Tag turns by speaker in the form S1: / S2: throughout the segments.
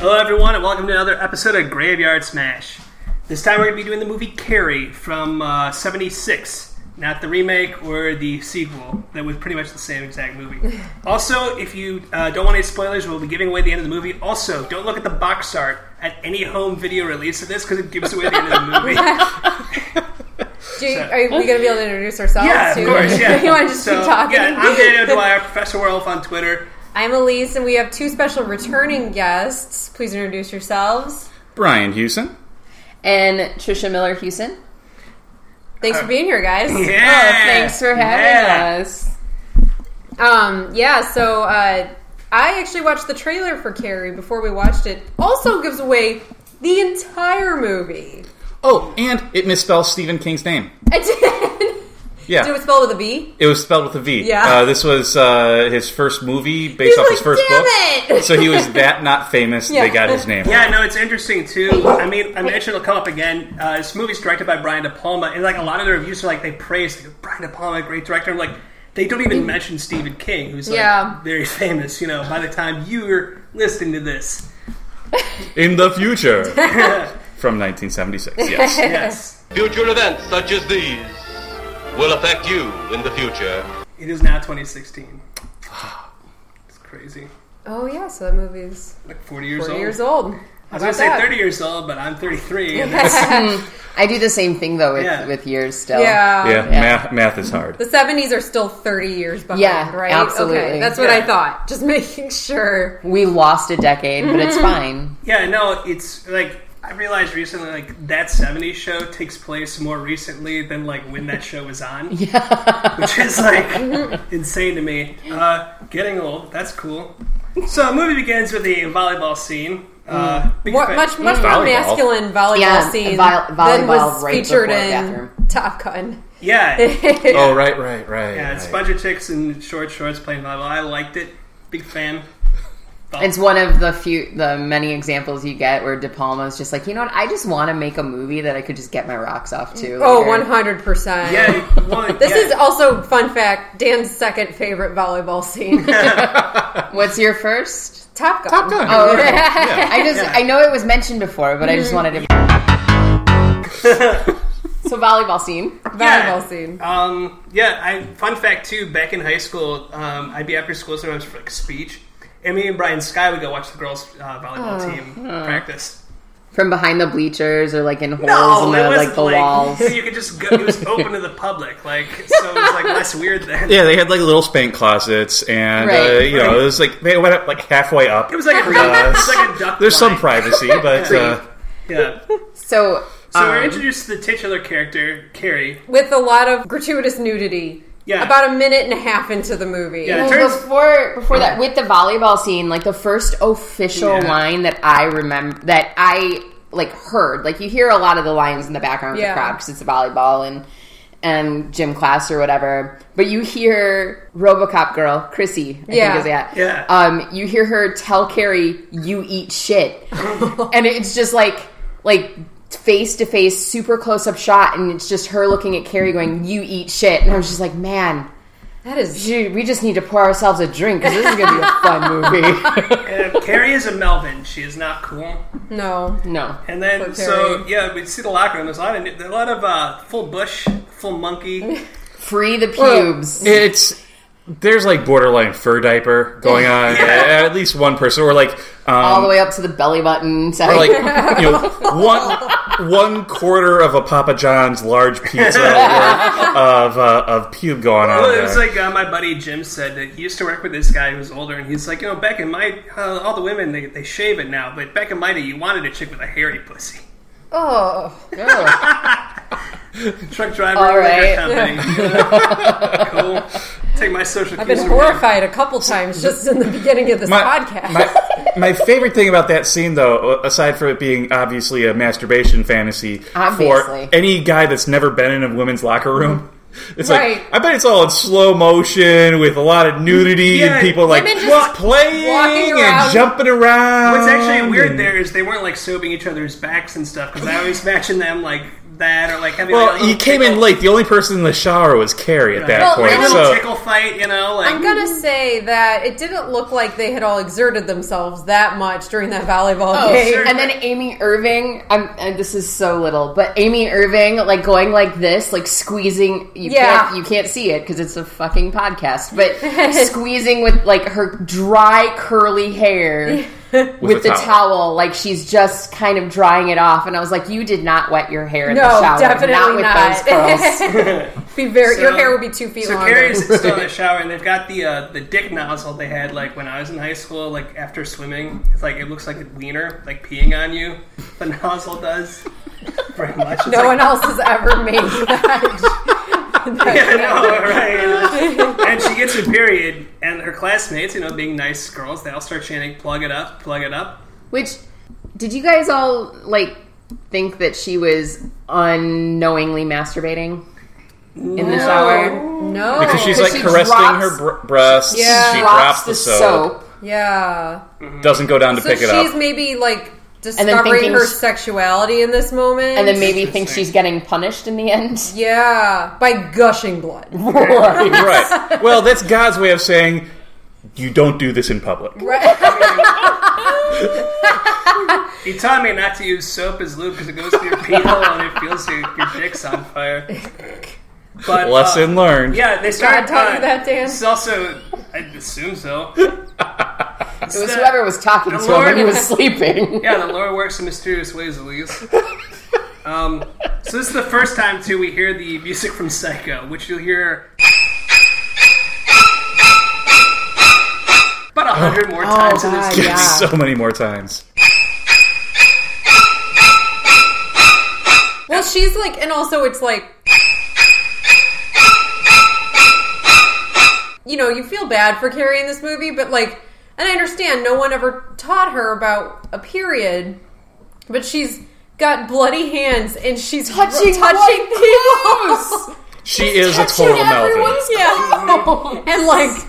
S1: Hello, everyone, and welcome to another episode of Graveyard Smash. This time we're going to be doing the movie Carrie from uh, 76. Not the remake or the sequel, that was pretty much the same exact movie. also, if you uh, don't want any spoilers, we'll be giving away the end of the movie. Also, don't look at the box art at any home video release of this because it gives away the end of the movie.
S2: Do you, are we going to be able to introduce ourselves?
S1: yeah,
S2: too?
S1: of course, yeah.
S2: you want to just
S1: so,
S2: keep talking?
S1: Yeah, I'm Daniel Dwyer, Professor Werewolf on Twitter.
S2: I'm Elise, and we have two special returning guests. Please introduce yourselves.
S3: Brian Hewson.
S4: and Trisha Miller Hewson.
S2: Thanks for being here, guys.
S1: Uh,
S2: Oh,
S1: Yeah!
S4: Thanks for having
S1: yeah.
S4: us.
S2: Um, yeah, so uh, I actually watched the trailer for Carrie before we watched it. Also gives away the entire movie.
S3: Oh, and it misspells Stephen King's name.
S2: I did.
S3: Yeah,
S2: Did it spell with a B?
S3: it was spelled with a V.
S2: Yeah.
S3: uh, this was uh, his first movie based
S2: He's
S3: off
S2: like,
S3: his first
S2: "Damn
S3: book.
S2: it!"
S3: So he was that not famous.
S2: Yeah.
S3: They got his name.
S1: Yeah, no, it's interesting too. I mean, I mentioned it'll come up again. Uh, this movie's directed by Brian De Palma, and like a lot of the reviews are like they praise like, Brian De Palma, great director. and like they don't even mention Stephen King, who's like
S2: Yeah.
S1: very famous. You know, by the time you're listening to this,
S3: In the future, from 1976. Yes.
S1: yes,
S5: Future events such as these will affect you in the future.
S1: it is now 2016. It's crazy.
S2: Oh, yeah, so that movie's
S1: Like 40 years
S2: 40
S1: old.
S2: years old.
S1: I was gonna say 30 years old, but I'm 33. And that's-
S4: I do the same thing though with,
S1: Yeah.
S4: with years still.
S2: Yeah.
S3: Yeah, Math, math is hard.
S2: The seventies are still thirty years behind,
S4: Yeah,
S2: right?
S4: absolutely.
S2: Okay, that's what
S1: Yeah.
S2: I thought. Just making sure.
S4: We lost a decade, but it's fine.
S1: yeah, no, it's like. I realized recently, like that '70s show takes place more recently than like when that show was on. which is like insane to me. Uh, getting old, that's cool. So the movie begins with a volleyball scene. Uh, big
S2: Mm. What
S1: fan-
S2: much much more
S3: Volleyball.
S2: masculine volleyball
S4: Yeah,
S2: scene
S4: vol-
S2: than
S4: volleyball
S2: was
S4: right
S2: featured
S4: before
S2: in
S4: bathroom.
S2: Top Gun.
S1: Yeah,
S3: Oh, right, right, right.
S1: yeah. It's a
S3: right.
S1: bunch of chicks in short shorts playing volleyball. I liked it. Big fan.
S4: It's one of the few, the many examples you get where De Palma's just like, you know what? I just want to make a movie that I could just get my rocks off to.
S2: Oh,
S4: later."
S2: one hundred percent.
S1: Yeah, well,
S2: This
S1: yeah.
S2: is also fun fact. Dan's second favorite volleyball scene,
S4: What's your first?
S2: Top Gun.
S3: Top Gun. Yeah.
S4: Oh, okay.
S3: Yeah.
S4: I just, I know it was mentioned before, but I just wanted to. so volleyball scene.
S1: Yeah.
S2: Volleyball scene.
S1: Um, yeah, I, fun fact too, back in high school, um, I'd be after school sometimes for like speech. And me and Brian Sky would go watch the girls' uh, volleyball
S2: Oh,
S1: team practice.
S4: From behind the bleachers or like in holes in
S1: it
S4: the,
S1: wasn't
S4: like the walls.
S1: You could just go, it was open to the public, like so it was like less weird then.
S3: Yeah, they had like little spank closets, and uh,
S4: Right.
S3: you know, it was like they went up like halfway up.
S1: It was like a,
S3: Uh,
S1: it was like a duck.
S3: There's some
S1: blind.
S3: privacy, but uh,
S1: Yeah. So
S4: So,
S1: we're
S4: um,
S1: introduced to the titular character Carrie.
S2: with a lot of gratuitous nudity.
S1: Yeah.
S2: About a minute and a half into the movie.
S1: Yeah.
S4: Well,
S1: turns-
S4: before before that, with the volleyball scene, like the first official
S1: Yeah.
S4: line that I remember that I like heard, like you hear a lot of the lines in the background of
S2: Yeah.
S4: the crowd because it's a volleyball and and gym class or whatever. But you hear RoboCop girl Chrissy, I
S2: Yeah.
S4: think is that.
S1: Yeah.
S4: Um, you hear her tell Carrie, "You eat shit," and it's just like like face to face, super close up shot, and it's just her looking at Carrie going, "You eat shit," and I was just like, man.
S2: That is.
S4: Dude, we just need to pour ourselves a drink because this is going to be a fun movie.
S1: Uh, Carrie is a Melvin. She is not cool.
S2: No.
S4: no.
S1: And then
S2: Poor
S1: so
S2: Carrie.
S1: yeah, we see the locker room. There's a lot of there's a lot of uh, full bush, full monkey.
S4: Free the pubes.
S3: It's there's like borderline fur diaper going on. At least one person, or like um,
S4: all the way up to the belly button.
S3: or like you know one one quarter of a Papa John's large pizza worth of uh, of pube going on.
S1: Well, it was
S3: there.
S1: like uh, my buddy Jim said that he used to work with this guy who was older, and he's like, you know, back in my uh, all the women they, they shave it now, but back in my day, you wanted a chick with a hairy pussy.
S2: Oh.
S4: Ugh.
S1: Truck driver,
S4: All
S1: liquor
S4: right.
S1: company. cool. Take my social.
S2: I've been horrified a couple times just in the beginning of this podcast.
S3: My, my favorite thing about that scene, though, uh, aside from it being obviously a masturbation fantasy
S4: Obviously.
S3: for any guy that's never been in a women's locker room, it's
S2: Right.
S3: like I bet it's all in slow motion with a lot of nudity
S1: Yeah,
S3: and people like
S2: women just
S3: wa- playing
S2: walking around.
S3: and jumping around.
S1: What's actually weird
S3: and-
S1: there is they weren't like soaping each other's backs and stuff because I always imagine them like that or like having like, a
S3: Well,
S1: little
S3: you came
S1: tickle-
S3: in late. The only person in the shower was Carrie at that
S2: Well,
S1: Like a
S3: point.
S1: little
S3: So
S1: tickle fight, you know, like
S2: I'm gonna say that it didn't look like they had all exerted themselves that much during that volleyball
S4: Oh,
S2: game.
S1: sure.
S4: And then Amy Irving, I'm, and this is so little, but Amy Irving, like going like this, like squeezing. You
S2: Yeah.
S4: can't, you can't see it because it's a fucking podcast, but squeezing with like her dry curly hair with,
S3: With
S4: the
S3: a
S4: towel. like she's just kind of drying it off. And I was like, you did not wet your hair in
S2: No,
S4: the shower,
S2: definitely
S4: not
S2: not.
S4: with those curls.
S2: Be very,
S1: So-
S2: your hair would be two feet
S1: So
S2: longer.
S1: Carrie's still in the shower, and they've got the uh, the dick nozzle they had like when I was in high school, like after swimming. It's like it looks like a wiener, like peeing on you. The nozzle does very much. It's
S2: no
S1: like,
S2: one else has ever made that.
S1: Yeah, no, right. and she gets her period, and her classmates, you know, being nice girls, they all start chanting, "Plug it up, plug it up."
S4: Which did you guys all like think that she was unknowingly masturbating in the shower?
S2: no,
S3: because she's like
S4: she
S3: caressing her
S4: drops-
S3: br- breasts,
S2: Yeah.
S3: she
S2: drops
S3: drops the soap,
S2: yeah.
S3: doesn't go down to
S2: So
S3: pick
S2: she's
S3: it up.
S2: maybe like
S4: then
S2: discovering
S4: thinking
S2: her
S4: she-
S2: sexuality in this moment,
S4: and then maybe think
S1: Interesting.
S4: she's getting punished in the end.
S2: yeah, by gushing blood,
S3: right. Well, that's God's way of saying you don't do this in public.
S2: right?
S1: He taught me not to use soap as lube because it goes through your penile and it feels like your dick's on fire. But uh,
S3: Lesson learned.
S1: Yeah, they started
S2: God taught you
S1: uh,
S2: that, Dan?
S1: This is also, I assume so.
S4: It was whoever was talking to him
S1: Lord-
S4: when he was sleeping.
S1: Yeah, the Lord works in mysterious ways, Elise. Um, so this is the first time too we hear the music from Psycho, which you'll hear about a hundred more times in this.
S2: Oh God,
S1: game.
S2: yeah.
S3: so many more times.
S2: well, she's like, and also it's like. You know, you feel bad for Carrie in this movie, but like, and I understand no one ever taught her about a period, but she's got bloody hands and she's
S4: Touching
S2: touching
S4: what?
S2: people.
S3: She is a total Melvin.
S2: yeah. and like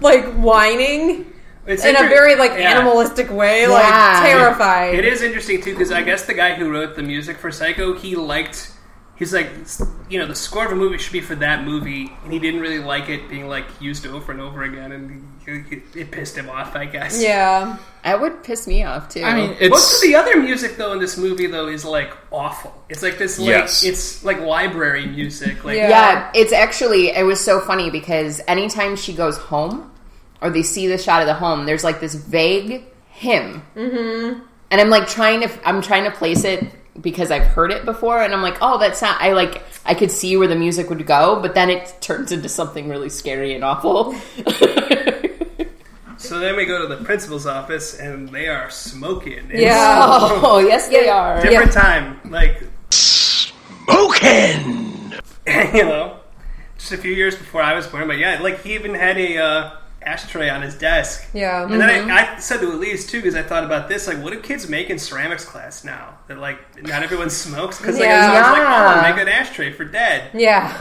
S2: like whining
S1: It's
S2: in a
S1: inter-
S2: very like
S1: yeah.
S2: animalistic way,
S4: Yeah.
S2: like terrified.
S1: It is interesting too because I guess the guy who wrote the music for Psycho, he liked. He's like, s- you know, the score of a movie should be for that movie, and he didn't really like it being like used over and over again, and he- he- it pissed him off, I guess.
S2: Yeah.
S4: That would piss me off too.
S3: I mean,
S1: Most of
S3: it's
S1: the other music though in this movie though is like awful. It's like this like
S3: Yes.
S1: it's like library music. Like
S2: Yeah.
S4: yeah, it's actually it was so funny because anytime she goes home or they see the shot of the home, there's like this vague hymn, mm-hmm. and I'm like trying to I'm trying to place it because I've heard it before, and I'm like, oh, that's not. I like I could see where the music would go, but then it turns into something really scary and awful.
S1: so then we go to the principal's office and they are smoking. It's
S2: Yeah.
S4: oh yes, they
S2: Yeah.
S4: are.
S1: Different time. Like
S5: Smoking!
S1: you know. Just a few years before I was born, but yeah, like he even had a uh, ashtray on his desk.
S2: Yeah. Mm-hmm.
S1: And then I, I said to Elise too because I thought about this. Like, what do kids make in ceramics class now? That like not everyone smokes because like
S2: Yeah.
S1: everyone's like,
S4: Yeah.
S1: oh, make an ashtray for dad.
S2: Yeah.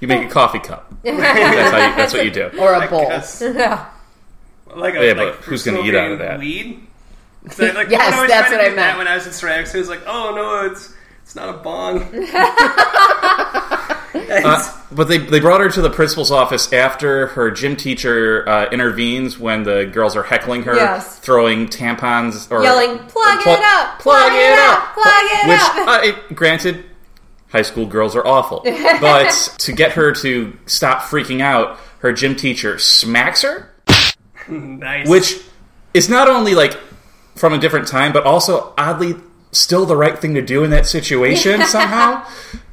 S3: you make a coffee cup. that's, how you, that's what you do.
S4: Or a
S1: Like,
S4: bowl.
S1: us-
S2: Yeah.
S1: Like, a,
S3: Oh, Yeah,
S1: like
S3: but
S1: for
S3: who's gonna eat out
S1: smoking
S3: of that?
S1: Weed. 'Cause I, like,
S4: Yes,
S1: when I was
S4: that's
S1: trying to
S4: what I
S1: do that
S4: meant.
S1: When I was in ceramics, it was like, oh no, it's it's not a bong.
S3: Uh, but they, they brought her to the principal's office after her gym teacher uh, intervenes when the girls are heckling her,
S2: Yes.
S3: throwing tampons or
S2: Yelling, "Plug
S3: Plu-
S2: it up! Plug it up! Plug it
S3: Which,
S2: up!"
S3: uh, it- granted, high school girls are awful, but to get her to stop freaking out, her gym teacher smacks her,
S1: nice.
S3: which is not only like from a different time, but also oddly still the right thing to do in that situation somehow.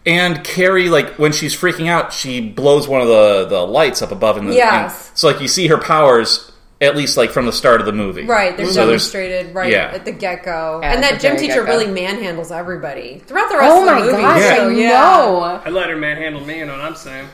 S3: And Carrie, like when she's freaking out, she blows one of the the lights up above in the
S2: Yes.
S3: thing. So like you see her powers at least like from the start of the movie,
S2: Right, they're
S3: So there's-
S2: demonstrated right
S3: yeah.
S2: at the get go,
S4: Yeah,
S2: and
S4: at
S2: that
S4: the
S2: gym
S4: very
S2: teacher
S4: get-go.
S2: really manhandles everybody throughout the rest
S4: Oh
S2: of the
S4: my
S2: movie.
S4: gosh!
S2: so,
S4: I
S2: yeah.
S4: know.
S1: I let her manhandle me. You know what I'm saying?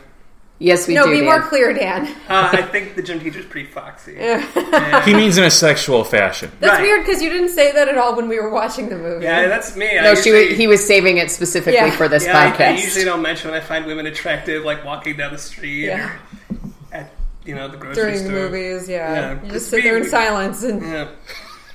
S4: Yes, we
S2: No,
S4: do.
S2: be
S4: Dan.
S2: more clear, Dan.
S1: Uh, I think the gym teacher's pretty foxy.
S3: He means in a sexual fashion.
S2: That's
S1: Right.
S2: weird because you didn't say that at all when we were watching the movie.
S1: Yeah, that's me. I
S4: No, she
S1: usually-
S4: was, he was saving it specifically
S2: Yeah.
S4: for this
S1: Yeah, I, I
S4: podcast.
S1: usually don't mention when I find women attractive, like walking down the street
S2: Yeah.
S1: or at you know the grocery
S2: during the
S1: store.
S2: movies, yeah.
S1: Yeah.
S2: You just sit there in silence and
S1: Yeah.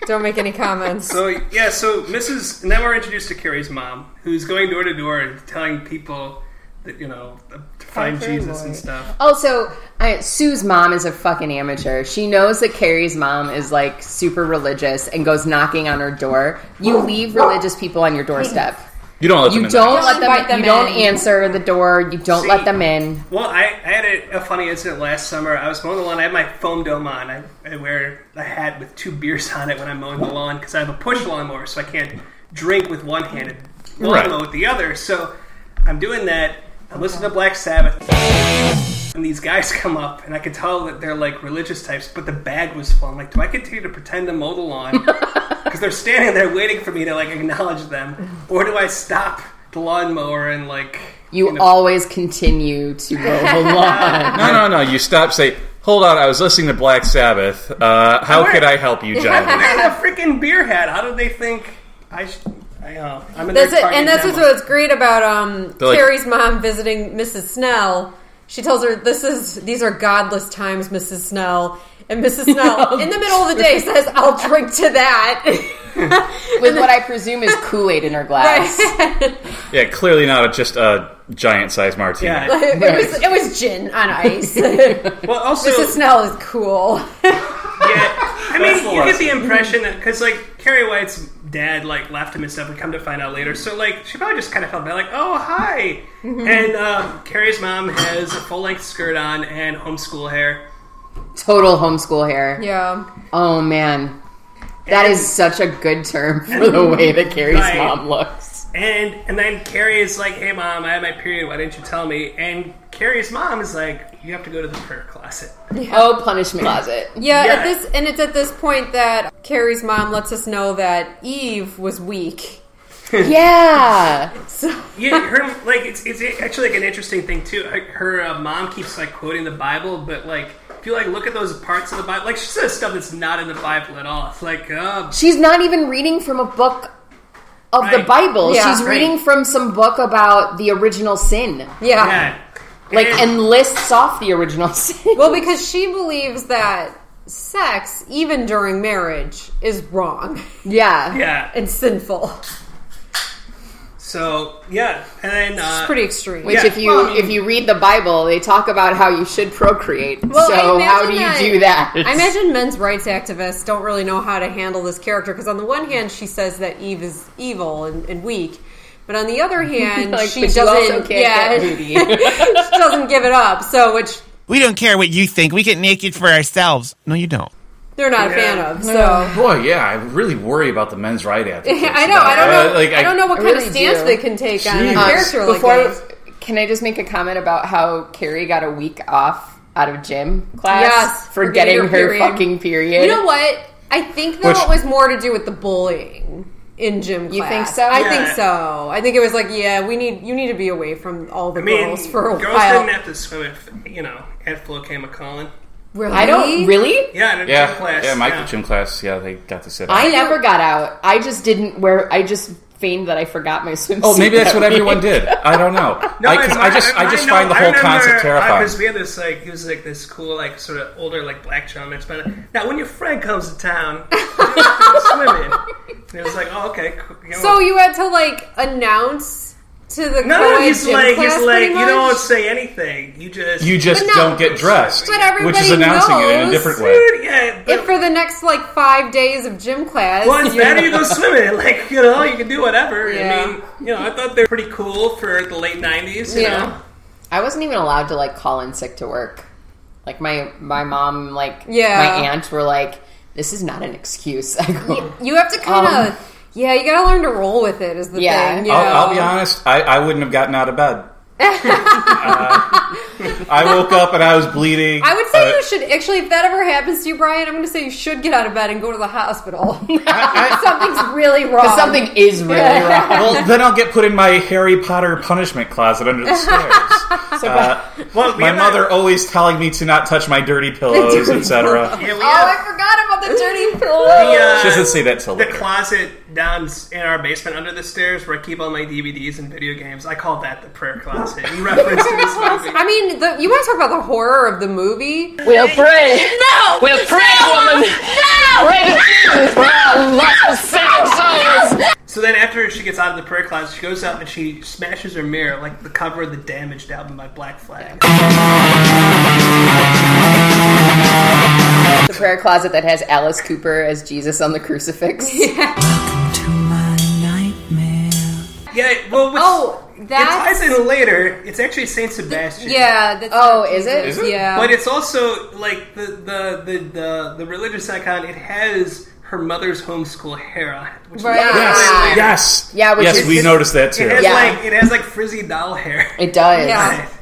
S2: Don't make any comments.
S1: So yeah, so Mrs. Now we're introduced to Carrie's mom, who's going door to door and telling people that you know to find
S2: Carrie
S1: Jesus
S2: Lloyd.
S1: and stuff.
S4: Also, I, Sue's mom is a fucking amateur. She knows that Carrie's mom is like super religious and goes knocking on her door. You leave religious people on your doorstep.
S3: You don't let
S4: You
S3: them in
S4: don't
S3: the house.
S4: let them.
S6: invite them
S4: you don't
S6: in.
S4: answer the door. You don't
S1: See,
S4: let them in.
S1: Well, I, I had a, a funny incident last summer. I was mowing the lawn. I had my foam dome on. I, I wear a hat with two beers on it when I'm mowing the lawn because I have a push lawnmower, so I can't drink with one hand and lawn
S3: Right.
S1: mow with the other. So I'm doing that. I'm listening to Black Sabbath. And these guys come up, and I could tell that they're like religious types, but the bag was full. I'm like, do I continue to pretend to mow the lawn? Because they're standing there waiting for me to like acknowledge them. Or do I stop the lawnmower and like.
S4: You
S1: know,
S4: always continue to go along.
S3: No, no, no. You stop. Say, hold on. I was listening to Black Sabbath. Uh, how could I help you, John?
S1: I have a freaking beer hat. How do they think I? Sh- I uh, I'm in
S2: That's
S1: their
S2: it,
S1: target
S2: and that's what's,
S1: demo.
S2: what's great about um,
S3: They're like-
S2: Carrie's mom visiting Mrs. Snell. She tells her, "This is these are godless times, Mrs. Snell." And Mrs. Snell, in the middle of the day, says, "I'll drink to that."
S4: with what I presume is Kool Aid in her glass.
S3: yeah, clearly not a, just a giant-sized martini.
S1: Yeah.
S2: it was it was gin on ice.
S1: Well, also,
S2: Mrs. Snell is cool.
S1: yeah, I
S7: That's the
S1: mean, you get
S7: lesson.
S1: the impression that because like Carrie White's dad like left him and stuff, and come to find out later. So like she probably just kind of felt bad, like, oh hi.
S2: Mm-hmm.
S1: And uh, Carrie's mom has a full length skirt on and homeschool hair.
S4: Total homeschool hair.
S2: yeah,
S4: Oh man, that is such a good term for the way that Carrie's
S1: Right.
S4: mom looks.
S1: And and then Carrie is like, hey mom, I had my period. Why didn't you tell me? And Carrie's mom is like, you have to go to the prayer closet.
S4: Oh, punishment closet.
S2: yeah.
S1: Yeah.
S2: At this, and it's at this point that Carrie's mom lets us know that Eve was weak.
S4: Yeah.
S2: So
S1: Yeah, her like it's it's actually like an interesting thing too. Like, Her uh, mom keeps like quoting the Bible, but like if you like look at those parts of the Bible, like she says stuff that's not in the Bible at all. It's like uh,
S4: She's not even reading from a book of the
S1: Right.
S4: Bible.
S2: Yeah.
S4: She's
S1: Right.
S4: reading from some book about the original sin.
S2: yeah.
S1: yeah,
S4: Like and lists off the original sin.
S2: Well, because she believes that sex, even during marriage, is wrong
S4: yeah.
S1: yeah.
S2: and sinful. so
S1: So yeah, and then uh,
S2: it's pretty extreme.
S4: Which
S1: Yeah.
S4: if you
S1: Well, I mean-
S4: if you read the Bible, they talk about how you should procreate.
S2: Well, I
S4: so
S2: imagine
S4: how do you
S2: that-
S4: do that?
S2: I imagine men's rights activists don't really know how to handle this character because on the one hand she says that Eve is evil and, and weak, but on the other hand
S4: Like,
S2: she
S4: but you
S2: doesn't.
S4: also can't
S2: yeah,
S4: get booty.
S2: she doesn't give it up. So which
S8: We don't care what you think. We get naked for ourselves. No, you don't.
S2: they're not a fan of. So
S3: Boy, yeah, I really worry about the men's right advocates.
S2: I know. I don't
S3: Uh,
S2: know.
S3: like,
S2: I, don't know what
S4: I
S2: kind
S4: really
S2: of stance
S4: do.
S2: they can take on a
S3: Jeez.
S2: character like
S4: Um, Before,
S2: that.
S4: can I just make a comment about how Carrie got a week off out of gym class
S2: Yes,
S4: for
S2: for getting
S4: getting her
S2: your period.
S4: fucking period?
S2: You know what? I think though
S3: Which-
S2: it was more to do with the bullying in gym class.
S4: You think so?
S2: I
S4: Yeah.
S2: think so. I think it was like, yeah, we need you need to be away from all the
S1: I mean,
S2: girls for a
S1: girls
S2: while.
S1: didn't have to swim if you know at Flo came a calling.
S2: Really?
S4: I don't really.
S1: Yeah, in a
S3: Yeah,
S1: gym class.
S3: yeah, Michael gym class. Yeah, they got to sit.
S4: I
S3: out.
S4: never got out. I just didn't wear. I just feigned that I forgot my swimsuit.
S3: Oh, maybe that's what
S4: that week.
S3: everyone did. I don't know.
S1: No,
S3: I, 'cause
S1: it's-
S3: I just, I, just
S1: know-
S3: find the
S1: I
S3: whole
S1: remember, uh,
S3: concept terrifying.
S1: Because we had this like, he was like this cool, like sort of older, like black gentleman. It's about, now, when your friend comes to town, you're swimming. And it was like, oh, okay. Cool. You know,
S2: So you had to like announce to the
S1: no, no,
S2: co-ed
S1: he's
S2: gym
S1: like,
S2: class
S1: he's like,
S2: pretty
S1: you don't
S2: much?
S1: say anything. You just,
S3: You just
S2: But no,
S3: don't get dressed,
S2: but everybody
S3: which is announcing it in
S2: knows.
S3: a different way.
S1: dude, yeah. But,
S2: If for the next like five days of gym class,
S1: well, it's
S2: you
S1: better you go swimming. Like, you know, you can do whatever.
S2: Yeah.
S1: I mean, you know, I thought they were pretty cool for the late 90s. You
S2: Yeah.
S1: know?
S4: I wasn't even allowed to like call in sick to work. Like my my mom, like
S2: Yeah.
S4: my aunt were like, "This is not an excuse." I go,
S2: you have to kind of,
S4: Um,
S2: yeah, you got to learn to roll with it. Is the
S4: Yeah.
S2: thing? You know?
S3: I'll, I'll be honest. I, I wouldn't have gotten out of bed. Uh, I woke up and I was bleeding.
S2: I would say
S3: Uh,
S2: you should actually, if that ever happens to you, Brian, I'm going to say you should get out of bed and go to the hospital. Something's really wrong.
S4: something is really wrong.
S3: well, then I'll get put in my Harry Potter punishment closet under the stairs. Uh,
S1: Well, we
S3: my
S1: have a-
S3: mother always telling me to not touch my dirty pillows, etc.
S1: Yeah, we
S2: Oh,
S1: have-
S2: I forgot about the dirty
S1: the,
S2: pillow.
S1: uh,
S3: She doesn't say that till
S1: the
S3: later.
S1: closet down s- in our basement under the stairs where I keep all my DVDs and video games. I call that the prayer closet in reference to this movie.
S2: I mean, the, you want to talk about the horror of the movie?
S9: We'll pray. No! We'll pray, woman! No! Pray to Jesus!
S1: she gets out of the prayer closet, she goes up and she smashes her mirror, like the cover of the damaged album by Black Flag.
S4: The prayer closet that has Alice Cooper as Jesus on the crucifix.
S6: to my nightmare.
S1: Yeah, well, what's,
S2: Oh,
S1: it
S2: that's
S1: ties in later. It's actually Saint Sebastian.
S2: yeah. That's
S4: Oh, is it?
S3: Is it?
S2: Yeah.
S1: But it's also like the the the the, the religious icon. It has her mother's homeschool hair on, it, which
S2: Right.
S1: is
S3: Yes,
S4: Ah.
S3: yes,
S4: Yeah, which
S3: yes.
S4: is-
S3: we noticed that too.
S1: it has
S4: Yeah.
S1: like it has like frizzy doll hair.
S4: It does.
S2: Yeah.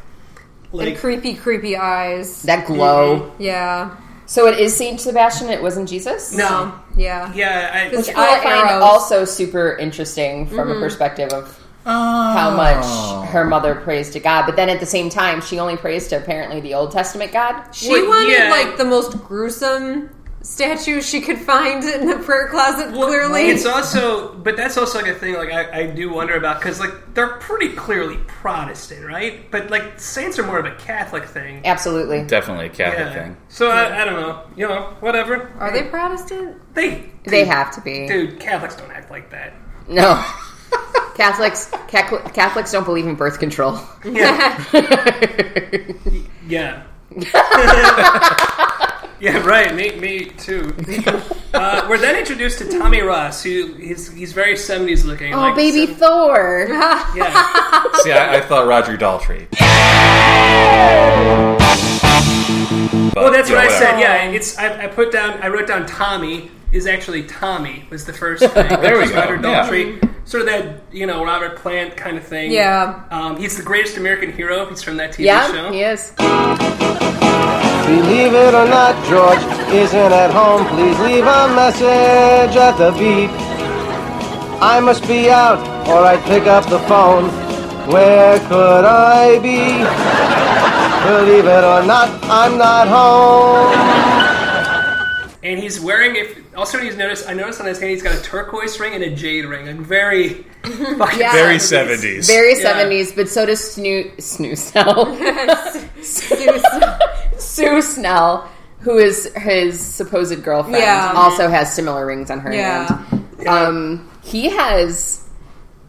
S1: Like,
S2: and creepy, creepy eyes.
S4: That glow.
S2: Yeah.
S4: So it is Saint Sebastian. It wasn't Jesus.
S1: no,
S2: Yeah.
S1: yeah, I,
S2: Which-
S4: Which I
S2: Eye
S4: find
S2: arrows.
S4: also super interesting from a perspective of how much her mother prays to God, but then at the same time, she only prays to apparently the Old Testament God.
S2: She
S1: Well,
S2: wanted
S1: yeah.
S2: like the most gruesome statue she could find in the prayer closet. clearly,
S1: it's also, but that's also like a thing. Like I, I do wonder about because like they're pretty clearly Protestant, right? But like saints are more of a Catholic thing.
S4: Absolutely.
S3: Definitely a Catholic
S1: Yeah.
S3: thing.
S1: So I, I don't know. You know, whatever.
S2: are they Protestant?
S1: They
S4: They have to be.
S1: dude. Catholics don't act like that.
S4: No. Catholics Catholic, Catholics don't believe in birth control.
S1: Yeah. yeah. yeah, right. Me, me too. Uh, we're then introduced to Tommy Ross, who he's, he's very seventies looking.
S4: Oh,
S1: like
S4: baby
S1: seven-
S4: Thor.
S1: yeah.
S3: See, I, I thought Roger Daltrey.
S1: Well, Oh, that's what I said. Yeah, it's I, I put down. I wrote down Tommy is actually Tommy was the first thing.
S3: There we
S1: It's
S3: go,
S1: Roger
S3: yeah.
S1: Daltrey, sort of that you know Robert Plant kind of thing.
S2: Yeah.
S1: Um, he's the greatest American hero. He's from that TV
S4: Yeah,
S1: show.
S4: he is.
S7: Believe it or not, George isn't at home. Please leave a message at the beep. I must be out, or I'd pick up the phone. Where could I be? Believe it or not, I'm not home.
S1: And he's wearing. If also he's noticed, I noticed on his hand he's got a turquoise ring and a jade ring. Like very, fucking
S4: Yeah.
S3: Very seventies.
S4: Very
S1: Yeah.
S4: 70s, but so does Snoo Snoo Snell. Sue Snell, who is his supposed girlfriend,
S2: Yeah.
S4: also has similar rings on her
S2: yeah,
S4: hand. Um, he has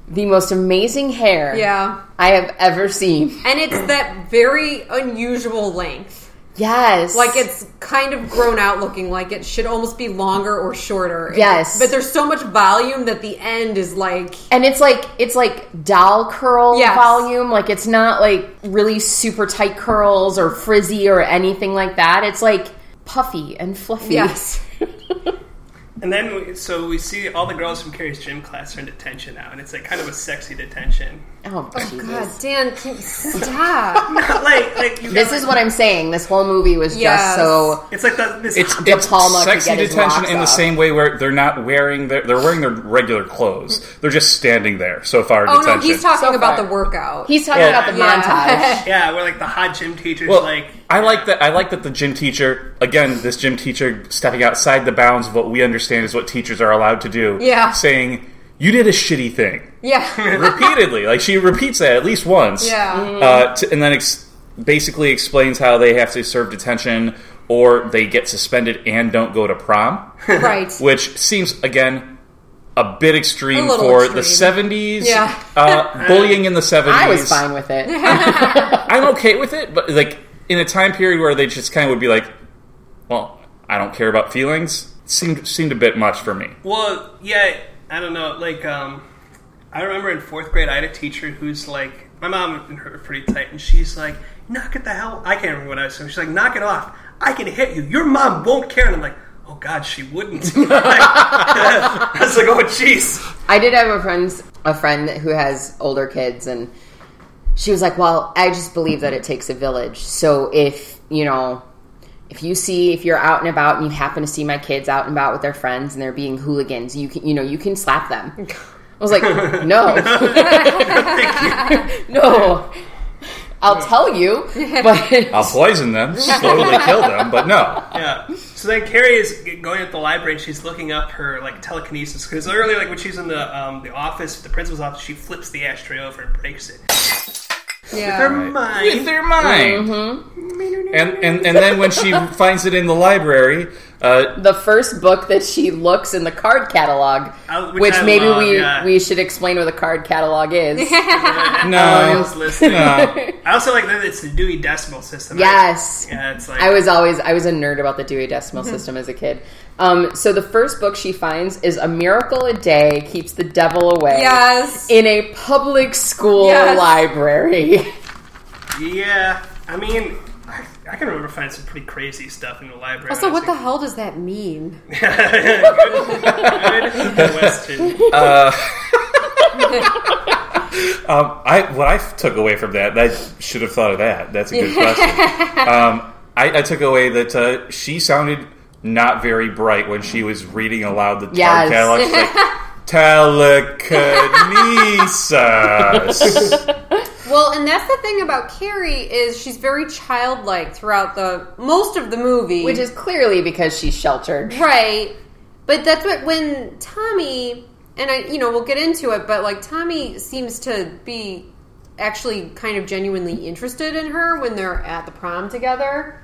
S4: the most amazing hair
S2: yeah,
S4: I have ever seen.
S2: and it's that very unusual length.
S4: Yes.
S2: Like it's kind of grown out looking. Like it should almost be longer or shorter.
S4: Yes.
S2: but there's so much volume that the end is like
S4: and it's like it's like doll curl
S2: Yes.
S4: volume. Like it's not like really super tight curls or frizzy or anything like that. It's like puffy and fluffy.
S2: yes.
S1: And then we, so we see all the girls from Carrie's gym class are in detention now, and it's like kind of a sexy detention.
S4: Oh, Jesus.
S2: God, Dan, can stop.
S1: like like you
S4: This
S1: got,
S4: is what I'm saying. This whole movie was
S2: Yes.
S4: just so
S1: it's like the, this.
S3: It's,
S4: De
S3: it's
S4: Palma could
S3: sexy
S4: get his
S3: detention
S4: rocks
S3: in the
S4: off.
S3: same way where they're not wearing their they're wearing their regular clothes. They're just standing there. So far,
S2: Oh no,
S3: detention.
S2: he's talking
S4: So
S2: about
S4: far.
S2: the workout.
S4: He's talking
S3: Yeah.
S4: about the montage.
S1: yeah, we're like the hot gym teachers.
S3: well,
S1: like
S3: I like that. I like that the gym teacher again. This gym teacher stepping outside the bounds of what we understand is what teachers are allowed to do.
S2: Yeah.
S3: saying you did a shitty thing
S2: yeah,
S3: repeatedly. like she repeats that at least once.
S2: yeah,
S3: uh, to, and then ex- basically explains how they have to serve detention or they get suspended and don't go to prom,
S2: right.
S3: which seems again a bit extreme
S2: A little
S3: for
S2: extreme.
S3: the seventies.
S2: Yeah.
S3: uh, bullying in the seventies.
S4: I was fine with it.
S3: I'm okay with it, but like in a time period where they just kind of would be like, "Well, I don't care about feelings." Seemed seemed a bit much for me.
S1: well, yeah, I don't know. Like um, I remember in fourth grade, I had a teacher who's like my mom and her are pretty tight, and she's like, "Knock it the hell!" I can't remember what I was saying. She's like, "Knock it off! I can hit you. Your mom won't care." And I'm like. Oh God, she wouldn't. I was like, oh jeez.
S4: I did have a friend's a friend who has older kids, and she was like, "Well, I just believe that it takes a village. So if you know, if you see if you're out and about and you happen to see my kids out and about with their friends and they're being hooligans, you can you know you can slap them." I was like, "No, no." I'll tell you, but
S3: I'll poison them, slowly kill them, but no.
S1: Yeah. So then Carrie is g- going at the library and she's looking up her like telekinesis because earlier, like when she's in the um, the office, the principal's office, she flips the ashtray over and breaks it. Her
S2: Yeah,
S1: mind.
S3: Mm-hmm. with their mind. And, and and then when she finds it in the library, Uh,
S4: the first book that she looks in the card catalog,
S1: I- Uh, which
S4: which,
S1: I
S4: maybe
S1: love,
S4: we
S1: yeah.
S4: we should explain what a card catalog is.
S3: no.
S1: Everyone's listening.
S3: no.
S1: I also like that it's the Dewey Decimal System.
S4: yes.
S1: Yeah, it's like
S4: I was always I was a nerd about the Dewey Decimal
S2: Mm-hmm.
S4: System as a kid. Um, so the first book she finds is A Miracle a Day Keeps the Devil Away.
S2: Yes.
S4: In a public school
S2: Yes.
S4: library.
S1: yeah. I mean, I, I can remember finding some pretty crazy stuff in the library.
S2: Also,
S1: when I
S2: what the
S1: was
S2: hell does that mean?
S1: a kid. Question.
S3: Um, I what I took away from that, I should have thought of that. That's a good question. Um, I, I took away that uh, she sounded not very bright when she was reading aloud the
S4: Yes.
S3: catalog. She's like, telekinesis.
S2: Well, and that's the thing about Carrie is she's very childlike throughout the most of the movie,
S4: Which is clearly because she's sheltered.
S2: right. But that's what when Tommy and I, you know, we'll get into it, but like Tommy seems to be actually kind of genuinely interested in her when they're at the prom together.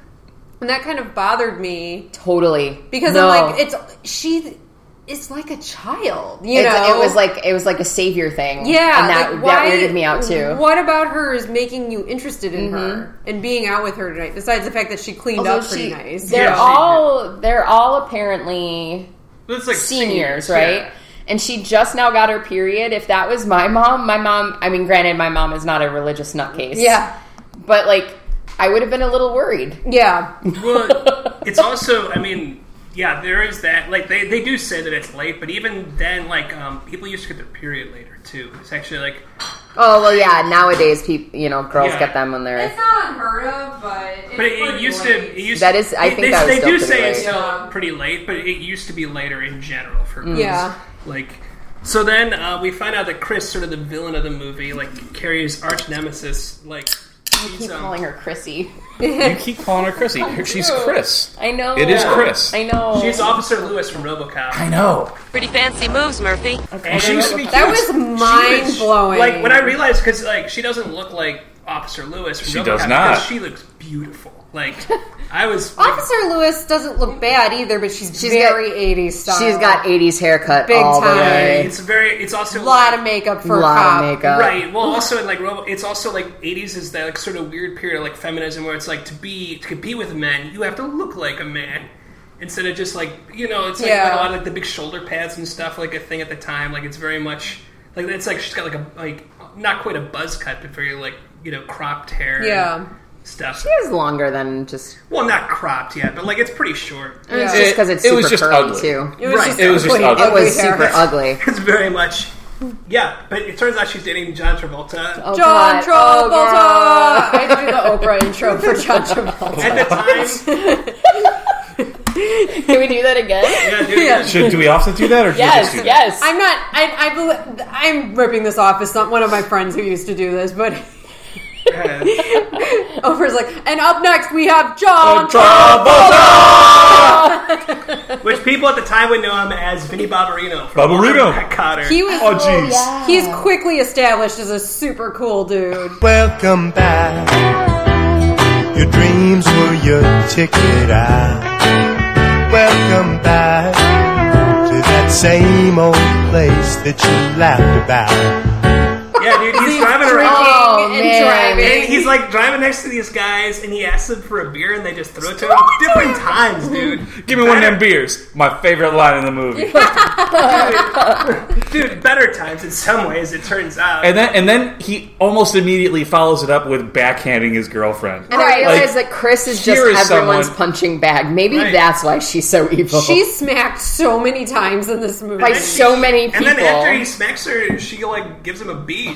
S2: And that kind of bothered me
S4: Totally.
S2: because
S4: No.
S2: I'm like it's she is like a child, you
S4: It's-
S2: know.
S4: it was like it was like a savior thing.
S2: Yeah,
S4: and that,
S2: like,
S4: that
S2: why-
S4: weirded me out too. Mm-hmm.
S2: What about her is making you interested in her and being out with her tonight? Besides the fact that she cleaned
S4: Although
S2: up pretty
S4: she-
S2: nice.
S4: They're
S1: Yeah, she-
S4: all they're all apparently
S1: It's like
S4: seniors,
S1: seniors,
S4: right?
S1: yeah.
S4: And she just now got her period. If that was my mom, my mom, I mean, granted, my mom is not a religious nutcase.
S2: yeah,
S4: But, like, I would have been a little worried.
S2: yeah,
S1: Well, it's also, I mean, yeah, there is that. Like, they, they do say that it's late, but even then, like, um, people used to get their period later, too. It's actually like,
S4: Oh, well, yeah, nowadays, people, you know, girls
S1: Yeah.
S4: get them when they're.
S2: not unheard of, but
S1: but it, it used to, it used
S4: That is- I
S1: they-
S4: think
S1: they,
S4: that was
S1: they
S4: still
S1: do
S4: pretty
S1: say it's
S4: late. Mm.
S1: still pretty late, but it used to be later in general for girls.
S2: Yeah.
S1: like. So then uh, we find out that Chris, sort of the villain of the movie, like Carrie's arch nemesis, like he's,
S4: Keep
S1: um,
S4: calling her Chrissy.
S3: you keep calling her Chrissy. Her- She's Chris.
S4: I know.
S3: It is Chris.
S4: I know.
S1: she's Officer Lewis from RoboCop.
S3: I know.
S9: Pretty fancy moves, Murphy.
S1: And
S3: She used to be
S2: that
S3: cute.
S2: was mind blowing.
S1: Like when I realized, because like she doesn't look like Officer Lewis. From
S3: She
S1: RoboCop
S3: does
S1: because
S3: not.
S1: She looks beautiful. Like I was.
S2: Officer Lewis doesn't look bad either, but she's,
S4: She's got-
S2: very 80s style.
S4: She's got 80s haircut
S2: Big
S4: all
S2: time.
S4: the way.
S1: it's very. It's also
S2: a lot of makeup for a
S4: lot
S2: cop.
S4: of makeup.
S1: Right. Well, also in like Robo, it's also like eighties is that like sort of weird period of like feminism where it's like to be to be with men, you have to look like a man instead of just like you know it's like, a
S2: Yeah.
S1: lot of like the big shoulder pads and stuff like a thing at the time. Like it's very much like it's like she's got like a like not quite a buzz cut, but very like you know cropped hair. and
S2: Yeah.
S1: Stuff.
S4: It's longer than just.
S1: Well, not cropped yet, but like it's pretty short.
S4: It's
S2: Yeah.
S4: just because it's
S3: It- it
S4: super
S3: was just
S4: curly,
S3: ugly.
S4: too.
S2: It was
S1: Right.
S2: just
S3: It was just
S2: ugly-
S3: ugly.
S4: It was
S2: hair.
S4: super ugly.
S1: It's very much. Yeah, but it turns out she's dating John Travolta.
S4: Oh,
S2: John
S4: God.
S2: Travolta.
S4: Oh,
S2: I had to do the Oprah intro for John Travolta.
S1: At the time,
S4: God. Can we do that again?
S1: yeah, dude, yeah.
S3: Should, do we often do that, or do
S4: yes,
S3: you just do that?
S4: yes.
S2: I'm not. I, I believe, I'm ripping this off as some, one of my friends who used to do this, but Oprah's like, and up next we have
S1: Oh,
S2: John.
S1: Which people at the time would know him as Vinny Barbarino. from
S3: Barbarino.
S1: Black Cotter.
S2: He was.
S3: Oh, jeez.
S2: He's
S4: Oh.
S2: quickly established as a super cool dude.
S10: Welcome back. Your dreams were your ticket out. Welcome back to that same old place that you laughed about.
S1: yeah, dude, he's driving around.
S4: Oh,
S2: and
S4: man.
S1: And
S2: driving.
S1: he's like driving next to these guys, and he asks them for a beer, and they just throw it to him different times, dude.
S3: Give me one of them beers. My favorite line in the movie.
S1: Dude, better times in some ways, it turns out.
S3: And then, and then he almost immediately follows it up with backhanding his girlfriend.
S4: And I
S2: Right,
S4: realize
S3: like,
S4: that Chris is just
S3: here is
S4: everyone's
S3: someone-
S4: punching bag. Maybe
S1: Right.
S4: that's why she's so evil.
S2: She's smacked so many times in this movie.
S4: by so many
S1: and
S4: people.
S1: then after he smacks her, she like gives him a bead.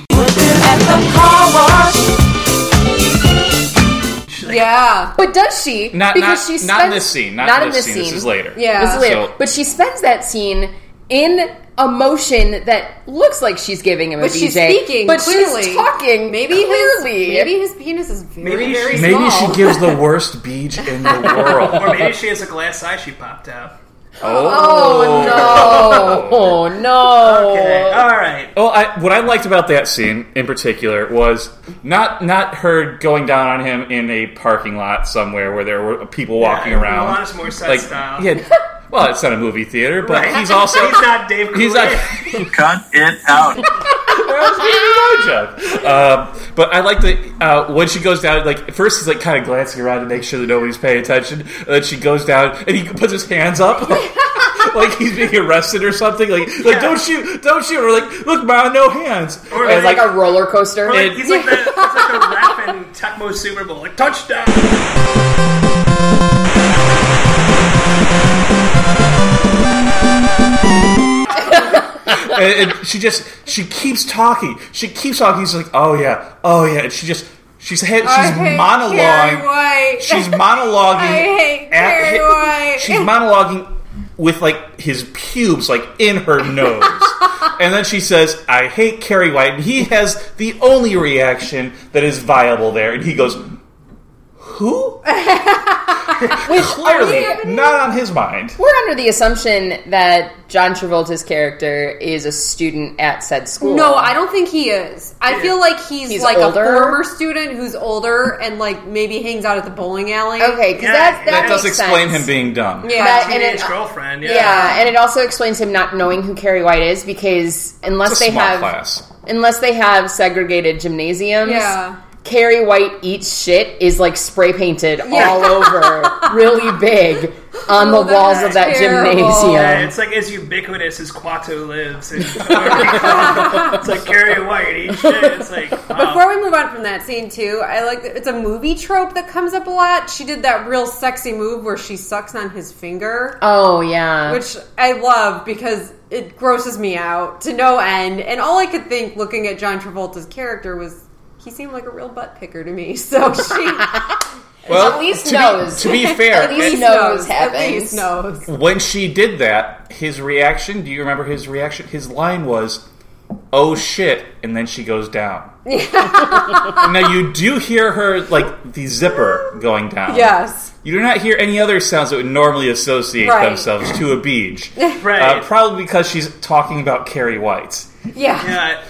S1: She's like,
S2: yeah,
S4: but does she?
S3: Not, not,
S4: because she spends,
S3: not in this scene. Not, in this scene. This is later.
S2: Yeah.
S4: This is later.
S3: So-
S4: but she spends that scene in a motion that looks like she's giving him
S2: but
S4: a BJ.
S2: she's speaking.
S4: But
S2: clearly.
S4: she's talking.
S2: Maybe
S4: clearly.
S2: his maybe his penis is very
S1: Maybe she-
S2: very small.
S3: Maybe she gives the worst beach in the world.
S1: Or maybe she has a glass eye she popped out.
S3: Oh,
S4: Oh no! Oh no! Oh.
S1: Okay, all right.
S3: Well, Oh, I, what I liked about that scene in particular was not not her going down on him in a parking lot somewhere where there were people walking around.
S1: Alanis Morissette style.
S3: Yeah. Well, it's not a movie theater, but
S1: Right.
S3: he's also
S1: he's not Dave.
S3: he's
S1: Coulier.
S3: not.
S11: Cut it out.
S3: that was really no joke. Um, but I like the uh, when she goes down. Like at first, he's like kind of glancing around to make sure that nobody's paying attention. And then she goes down, and he puts his hands up. Like he's being arrested or something. Like, like don't shoot, don't shoot. Or like, look, ma, no hands.
S1: Or
S3: And,
S1: like-
S4: like a roller coaster.
S1: Or like, he's like the, it's like the rap in Tecmo Super Bowl, like touchdown.
S3: and, and she just she keeps talking. She keeps talking. He's like, oh yeah, oh yeah, and she just she's head, she's monologuing.
S2: White.
S3: She's monologuing.
S2: I hate Carrie
S3: hi-
S2: White.
S3: She's monologuing with like his pubes like in her nose. and then she says, I hate Carrie White. And he has the only reaction that is viable there. And he goes, Who? Clearly, not on his mind.
S4: We're under the assumption that John Travolta's character is a student at said school.
S2: No, I don't think he is. I feel like he's,
S4: He's
S2: like
S4: older?
S2: a former student who's older and like maybe hangs out at the bowling alley.
S4: Okay, because
S1: Yeah,
S4: that, that,
S1: that
S3: That does
S4: makes
S3: explain
S4: sense.
S3: him being dumb.
S2: Yeah.
S4: That- and
S1: Teenage
S4: it-
S1: girlfriend. Yeah.
S4: Yeah. and it also explains him not knowing who Carrie White is because unless
S3: It's a
S4: they
S3: small
S4: have
S3: class.
S4: unless they have segregated gymnasiums,
S2: Yeah.
S4: Carrie White eats shit is like spray painted
S2: Yeah.
S4: all over, really big on
S2: Oh,
S4: the walls
S2: that's
S4: of that
S2: terrible.
S1: Yeah,
S4: gymnasium.
S1: it's like as ubiquitous as Quato lives. And it's like Carrie White. Eat shit. It's like wow.
S2: Before we move on from that scene too, I like that it's a movie trope that comes up a lot. She did that real sexy move where she sucks on his finger,
S4: Oh yeah,
S2: which I love because it grosses me out to no end. And all I could think looking at John Travolta's character was he seemed like a real butt picker to me. So she
S3: Well,
S4: at least
S3: to be-
S4: knows.
S3: to be fair,
S4: At least
S3: it-
S4: knows
S2: At least
S4: happens.
S2: knows.
S3: when she did that, his reaction, do you remember his reaction? His line was, oh shit, and then she goes down. now you do hear her, like, the zipper going down.
S2: Yes.
S3: You do not hear any other sounds that would normally associate
S2: Right.
S3: themselves to a beach.
S1: Right.
S3: Uh, probably because she's talking about Carrie White.
S2: Yeah.
S1: yeah.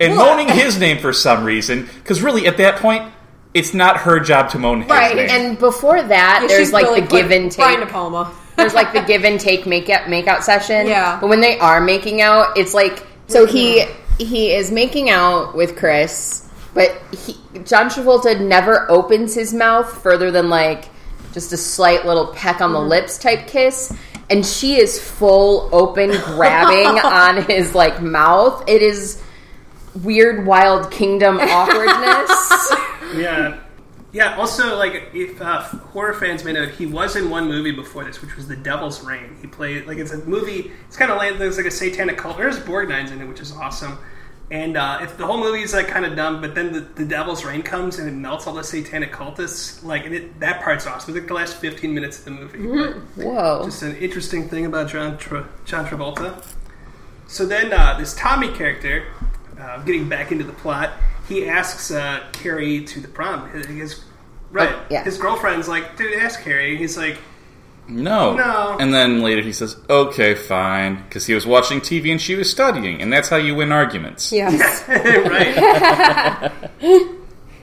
S3: And moaning his name for some reason, because really, at that point, it's not her job to moan his
S4: right.
S3: name.
S4: And before that,
S2: Yeah,
S4: there's
S2: she's
S4: like
S2: really
S4: the give and take.
S2: Brian De Palma.
S4: There's like the give and take makeout makeout session.
S2: Yeah.
S4: But when they are making out, it's like so he he is making out with Chris, but he, John Travolta never opens his mouth further than like just a slight little peck on the lips type kiss. And she is full open grabbing on his like mouth. It is weird, wild kingdom awkwardness.
S1: Yeah. Yeah, also, like, if uh, horror fans may know, he was in one movie before this, which was The Devil's Reign. He played, like, it's a movie, it's kind of like, there's like a satanic cult. There's Borgnine's in it, which is awesome. And uh, if the whole movie is, like, kind of dumb, but then the, the Devil's Reign comes and it melts all the satanic cultists, like, and it, that part's awesome. It's like the last 15 minutes of the movie. But-
S4: Whoa.
S1: just an interesting thing about John, Tra- John Travolta. So then, uh, this Tommy character, uh, getting back into the plot, he asks uh, Carrie to the prom. His, his- right,
S4: Oh, yeah.
S1: his girlfriend's like, "Dude, ask Carrie." He's like,
S3: No.
S1: No.
S3: And then later he says, okay, fine. Because he was watching TV and she was studying. And that's how you win arguments.
S2: Yes.
S1: "Right,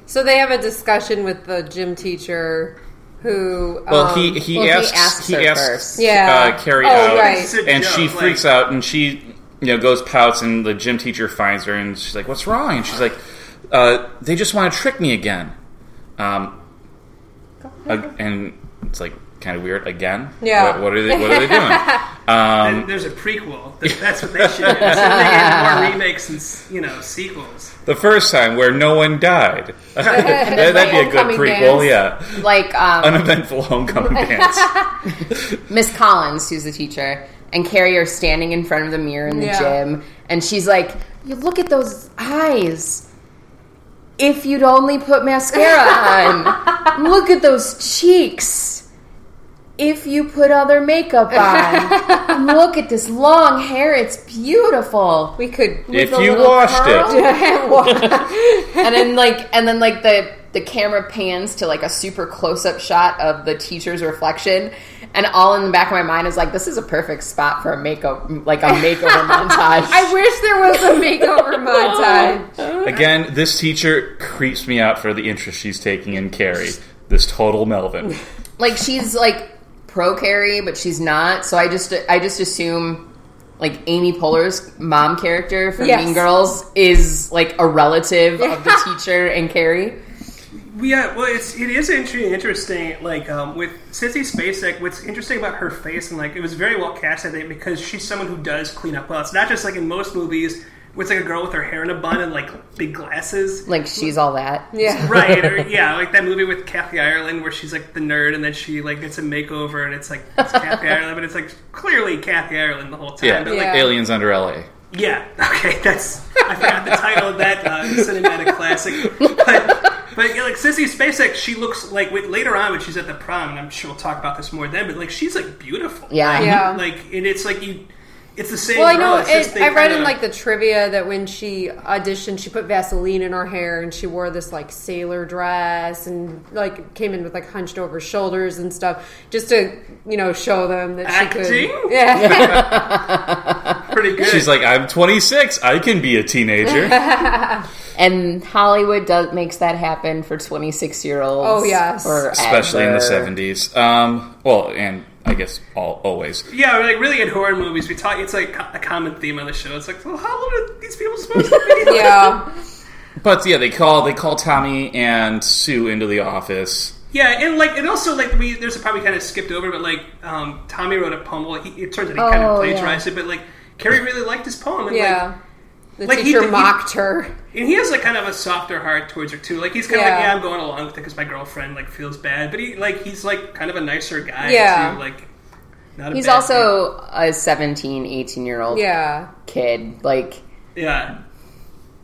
S2: so they have a discussion with the gym teacher who
S3: Well,
S2: um,
S3: he, he
S4: well, he
S3: asks,
S4: asks
S3: he
S4: her
S3: asks,
S4: first.
S2: Yeah.
S3: uh, Carrie
S2: Oh,
S3: out.
S2: right.
S1: It's a
S3: And
S1: joke,
S3: she
S1: like-
S3: freaks out and she, you know, goes pouts and the gym teacher finds her and she's like, what's wrong? And she's like, uh, they just want to trick me again. Um, ag- and it's like kind of weird. Again?
S2: Yeah.
S3: What, what are they, what are they doing?
S1: there's a prequel. Th- That's what they should do. They get more remakes and s- you know sequels."
S3: the first time where no one died. That- That'd be a good
S2: Homecoming
S3: prequel,
S2: dance.
S3: yeah.
S4: Like um,
S3: uneventful homecoming dance.
S4: Miss Collins, who's the teacher, and Carrie are standing in front of the mirror in the
S2: Yeah.
S4: gym, and she's like, "You look at those eyes. If you'd only put mascara on. look at those cheeks. If you put other makeup on. look at this long hair. It's beautiful."
S2: we could
S3: if
S4: the
S3: you
S4: little
S3: washed it,
S4: And then like, and then like the the camera pans to like a super close up shot of the teacher's reflection, And all in the back of my mind is like, this is a perfect spot for a makeover, like a makeover montage.
S2: I wish there was a makeover
S1: Oh.
S2: montage.
S3: Again, this teacher creeps me out for the interest she's taking in Carrie. This total Melvin.
S4: like she's like pro Carrie, but she's not. So I just I just assume like Amy Poehler's mom character from
S2: Yes.
S4: Mean Girls is like a relative of the teacher and Carrie.
S1: We, uh, well, it's it is interesting. Interesting, like um, with Sissy Spacek. What's interesting about her face and like it was very well cast, I think, because she's someone who does clean up well. It's not just like in most movies, where it's like a girl with her hair in a bun and like big glasses.
S4: Like she's all that.
S2: Yeah.
S1: right, or, yeah, like that movie with Kathy Ireland where she's like the nerd and then she like gets a makeover and it's like it's Kathy Ireland, but it's like clearly Kathy Ireland the whole time.
S3: Yeah,
S1: but like
S2: Yeah.
S3: aliens under LA.
S1: yeah, okay, that's I forgot the title of that uh, cinematic classic. But but yeah, like Sissy Spacek, she looks like with, later on when she's at the prom, and I'm sure we'll talk about this more then. But like she's like beautiful,
S4: Yeah.
S1: Like,
S2: Yeah.
S1: like and it's like you, it's the same.
S2: Well, I
S1: girl,
S2: know.
S1: it's just
S2: It,
S1: they
S2: I read in
S1: kinda-
S2: like the trivia that when she auditioned, she put Vaseline in her hair and she wore this like sailor dress and like came in with like hunched over shoulders and stuff, just to you know show them that she
S1: acting
S2: could. Yeah,
S1: pretty good.
S3: She's like, I'm 26. I can be a teenager.
S4: And Hollywood does makes that happen for twenty six year olds.
S2: Oh, yes.
S3: Especially in the
S4: forever.
S3: 70s. Um, well, and I guess all, always.
S1: yeah, like really in horror movies, we talk. It's like a common theme on the show. It's like, well, how old are these people supposed to be?
S2: yeah.
S3: But yeah, they call they call Tommy and Sue into the office.
S1: Yeah, and like, and also like, we there's a part we kind of skipped over, but like, um, Tommy wrote a poem. Well, he, it turns out he kind
S4: Oh,
S1: of
S4: yeah.
S1: plagiarized it, but like, Carrie really liked his poem, and like,
S2: yeah. The
S1: Like, he
S2: teacher
S1: did- he-
S2: mocked her.
S1: and he has like kind of a softer heart towards her too. Like, he's kind of
S2: Yeah.
S1: like, yeah, I'm going along with it because my girlfriend like feels bad, but he like he's like kind of a nicer guy.
S2: Yeah.
S1: too. like, not a
S4: He's
S1: bad
S4: also a 17, 18 year old
S2: Yeah,
S4: kid. Like
S1: guy. yeah,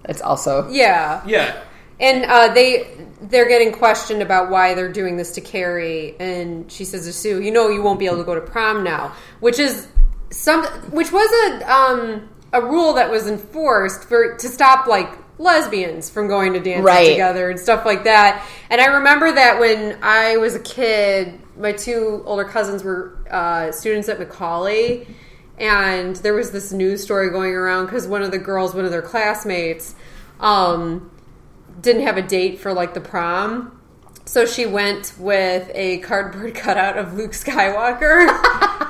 S4: that's also
S2: yeah.
S1: yeah.
S2: And uh, they they're getting questioned about why they're doing this to Carrie, and she says to Sue, "You know, you won't be able to go to prom now," which is some which was a um, a rule that was enforced for to stop like lesbians from going to dances
S4: Right.
S2: together and stuff like that. And I remember that when I was a kid, my two older cousins were uh, students at Macaulay. And there was this news story going around because one of the girls, one of their classmates, um, didn't have a date for like the prom. So she went with a cardboard cutout of Luke Skywalker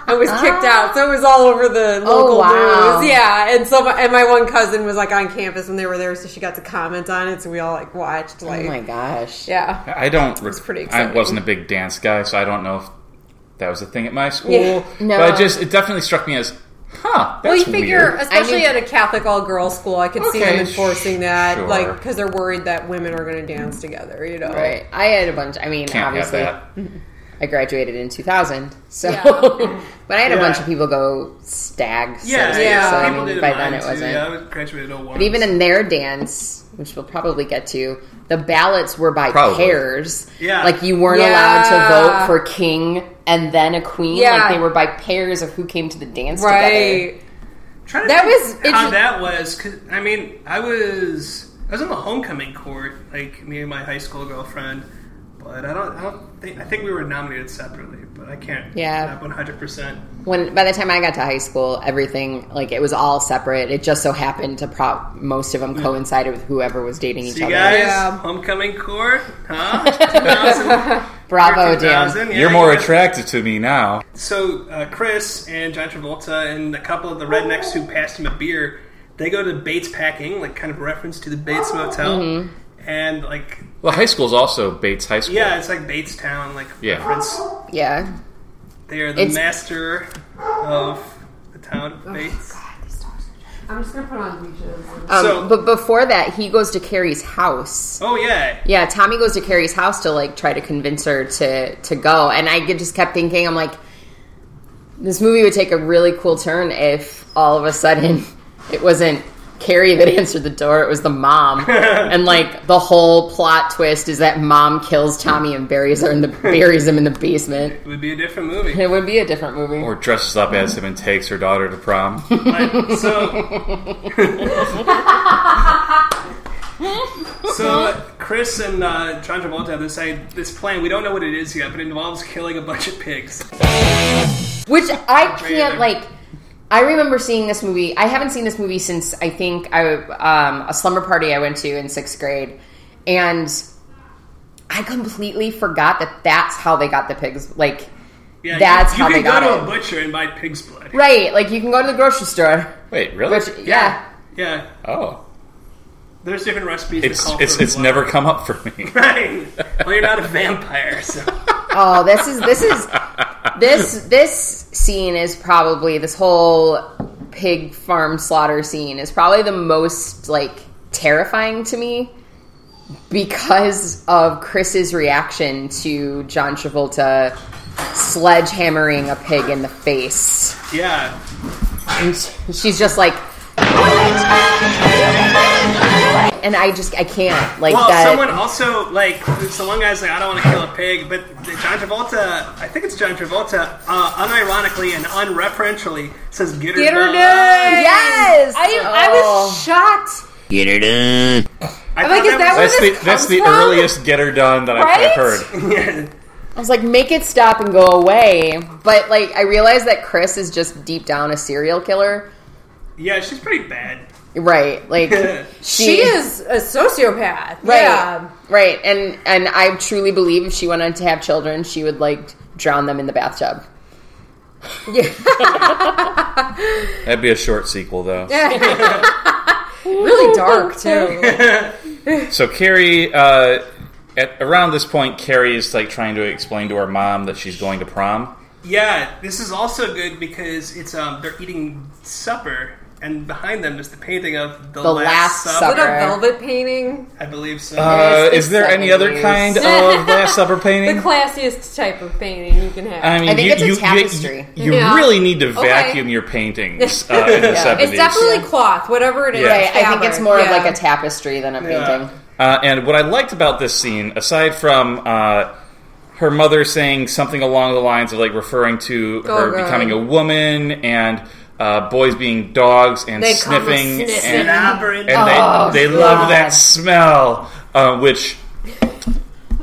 S2: and was kicked out. So it was all over the local
S4: Ah. Oh, wow.
S2: news. Yeah, and so my, and my one cousin was like on campus when they were there, so she got to comment on it. So we all like watched. Like,
S4: Oh my gosh.
S2: yeah,
S3: I don't. It's
S2: pretty
S3: I
S2: exciting.
S3: wasn't a big dance guy, so I don't know if that was a thing at my school.
S2: Yeah.
S4: No.
S3: But it just it definitely struck me as, huh? That's
S2: well, you figure,
S3: weird.
S2: especially
S4: I
S2: at a Catholic all girls school, I could see
S3: Okay,
S2: them enforcing that,
S3: sure.
S2: like because they're worried that women are going to dance together. You know,
S4: Right. I had a bunch. I mean,
S3: Can't
S4: obviously,
S3: have that.
S4: I graduated in 2000, so
S2: Yeah.
S4: but I had a
S1: Yeah.
S4: bunch of people go stag.
S1: Yeah,
S4: so,
S2: yeah.
S4: So I
S1: People
S4: mean,
S1: did
S4: by
S1: mine,
S4: then it
S1: too.
S4: wasn't.
S1: Yeah, I was graduated in 01.
S4: But even in their dance, which we'll probably get to, the ballots were by
S3: Probably.
S4: pairs.
S1: Yeah.
S4: Like you weren't
S2: Yeah.
S4: allowed to vote for king and then a queen.
S2: Yeah.
S4: Like they were by pairs of who came to the dance
S2: right.
S4: together.
S1: Trying to
S2: That
S1: think
S2: was
S1: how
S2: inter-
S1: that was. 'cause, I mean, I was I was on the homecoming court, like me and my high school girlfriend. But I don't, I don't think I think we were nominated separately, but I can't.
S4: Yeah.
S1: one hundred percent.
S4: When by the time I got to high school, everything like it was all separate. It just so happened to prop most of them
S1: Mm.
S4: coincided with whoever was dating each
S1: So you
S4: other.
S1: guys,
S2: Yeah.
S1: homecoming court, huh? 2000,
S4: Bravo, Dan.
S1: 2000, yeah,
S3: You're more
S1: yeah.
S3: attracted to me now.
S1: So uh, Chris and John Travolta and a couple of the rednecks who passed him a beer, they go to Bates Packing, like kind of a reference to the Bates Motel,
S4: Mm-hmm.
S1: and like
S3: Well, high school's also Bates High School.
S1: yeah, it's like Bates Town, like
S3: Yeah.
S1: reference.
S4: Yeah.
S1: They are the
S4: It's- Oh,
S1: master of the town of Bates.
S2: I'm just gonna put on leashes.
S4: Um,
S1: So-
S4: but before that, he goes to Carrie's house.
S1: Oh yeah,
S4: Yeah, Tommy goes to Carrie's house to like try to convince her to to go, and I get- just kept thinking, I'm like, this movie would take a really cool turn if all of a sudden it wasn't Carrie that answered the door; it was the mom, and like the whole plot twist is that mom kills Tommy and buries her in the buries him in the basement.
S1: it would be a different movie.
S4: It would be a different movie.
S3: Or dresses up as him and takes her daughter to prom.
S1: Like, so, so Chris and uh, John Travolta have this, I- this plan. We don't know what it is yet, but it involves killing a bunch of pigs.
S4: Which I can't like. I remember seeing this movie. I haven't seen this movie since I think I um, a slumber party I went to in sixth grade, and I completely forgot that that's how they got the pigs. Like
S1: Yeah,
S4: that's
S1: you, you
S4: how
S1: can
S4: they got
S1: go to
S4: it.
S1: a butcher and buy pig's blood.
S4: Right, like you can go to the grocery store.
S3: Wait, really?
S4: Which- yeah.
S1: Yeah,
S3: Oh,
S1: there's different recipes.
S3: it's
S1: that call
S3: it's
S1: for
S3: it's
S1: blood.
S3: never come up for me.
S1: Right. Well, you're not a vampire, so
S4: Oh, this is this is this this scene is probably this whole pig farm slaughter scene is probably the most like terrifying to me because of Chris's reaction to John Travolta sledgehammering a pig in the face.
S1: yeah.
S4: And she's just like and I just I can't like
S1: well,
S4: that
S1: someone also like so one guy's like, I don't want to kill a pig, but John Travolta, I think it's John Travolta, uh, unironically and unreferentially says, "Get her, done."
S4: Yes.
S2: I, I
S4: Oh.
S2: was shocked.
S3: Get her done.
S1: I thought
S2: I'm like, is that
S1: was-
S2: where this
S3: That's the that's
S2: comes
S3: the
S2: from?
S3: earliest get her done that I've- I've
S4: Right?
S3: heard.
S1: Yeah.
S4: I was like, make it stop and go away. But like, I realized that Chris is just deep down a serial killer,
S1: yeah, she's pretty bad.
S4: right? Like, she,
S2: She is a sociopath.
S4: right,
S2: Yeah.
S4: right. And and I truly believe if she wanted to have children, she would like drown them in the bathtub.
S3: That'd be a short sequel, though.
S2: Really dark, too.
S3: So Carrie, uh, at around this point, Carrie is like trying to explain to her mom that she's going to prom.
S1: Yeah, this is also good because it's um they're eating supper, and behind them is the painting of the,
S4: The
S1: Last,
S4: Last
S2: Is it a
S4: Supper.
S2: velvet painting?
S1: I believe so.
S3: Uh,
S4: the
S3: is there any other
S4: 70s.
S3: kind of Last Supper
S2: The
S3: painting?
S2: classiest type of painting you can have.
S3: I mean,
S4: I think
S3: you,
S4: it's a
S3: you- you-
S4: tapestry.
S3: You, you
S2: Yeah.
S3: really need to
S2: Okay.
S3: vacuum your paintings uh, in the
S4: Yeah.
S3: seventies.
S2: it's definitely cloth, whatever it is.
S3: Yeah.
S4: Right. I think it's more of like a
S2: t-
S4: tapestry than a painting.
S3: Uh, and what I liked about this scene, aside from uh, her mother saying something along the lines of like referring to
S2: Oh,
S3: her
S2: God.
S3: becoming a woman and uh, boys being dogs and
S2: They come a
S3: sniffing,
S2: sniff.
S3: and,
S1: Elaborate.
S3: and they,
S4: Oh,
S3: they
S4: God.
S3: love that smell, uh, which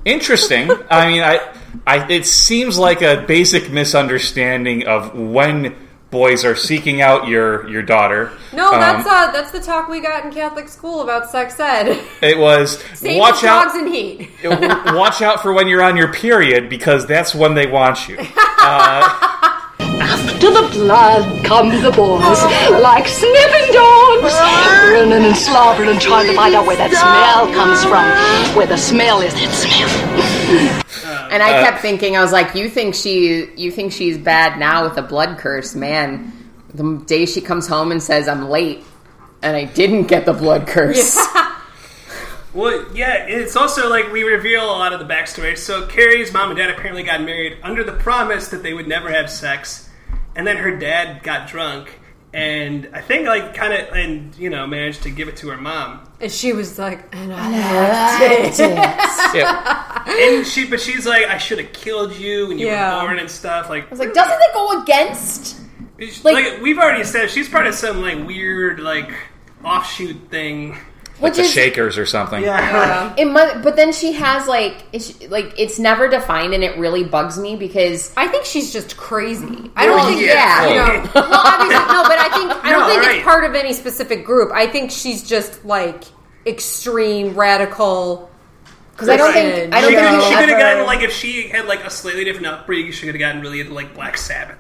S3: interesting. I mean, I, I it seems like a basic misunderstanding of when boys are seeking out your your daughter.
S2: no, that's
S3: Um,
S2: uh, that's the talk we got in Catholic school about sex ed.
S3: it was
S2: Same as
S3: watch out.
S2: dogs and heat.
S3: watch out for when you're on your period because that's when they want you.
S12: To the blood come the boys, like sniffing dogs, grinning and slobbering and trying to find out where that smell comes from. Where the smell is, that smell.
S4: And I kept thinking, I was like, you think she, you think she's bad now with the blood curse, man. The day she comes home and says, I'm late. And I didn't get the blood curse.
S1: Well, yeah, it's also like we reveal a lot of the backstory. So Carrie's mom and dad apparently got married under the promise that they would never have sex, and then her dad got drunk, and I think like kind of and you know managed to give it to her mom.
S2: And she was like, and I
S3: Yeah.
S1: And she, but she's like, I should have killed you when you
S2: Yeah.
S1: were born and stuff. Like, I was
S4: Like, doesn't it go against?
S1: like, we've already said she's part of some like weird like offshoot thing.
S3: Like
S4: Which
S3: the
S4: is-
S3: shakers or something.
S1: Yeah,
S4: It must, but then she has like, is she, like it's never defined, and it really bugs me because
S2: I think she's just crazy. I don't
S4: Well,
S2: think,
S4: yeah.
S2: yeah, you know. Well, obviously, no, but I think I don't
S1: No,
S2: think
S1: right.
S2: it's part of any specific group. I think she's just like extreme radical.
S4: because I don't think I don't
S1: she
S4: think
S1: could
S4: you
S1: have
S4: ever-
S1: gotten like if she had like a slightly different upbringing, she could have gotten really into like Black Sabbath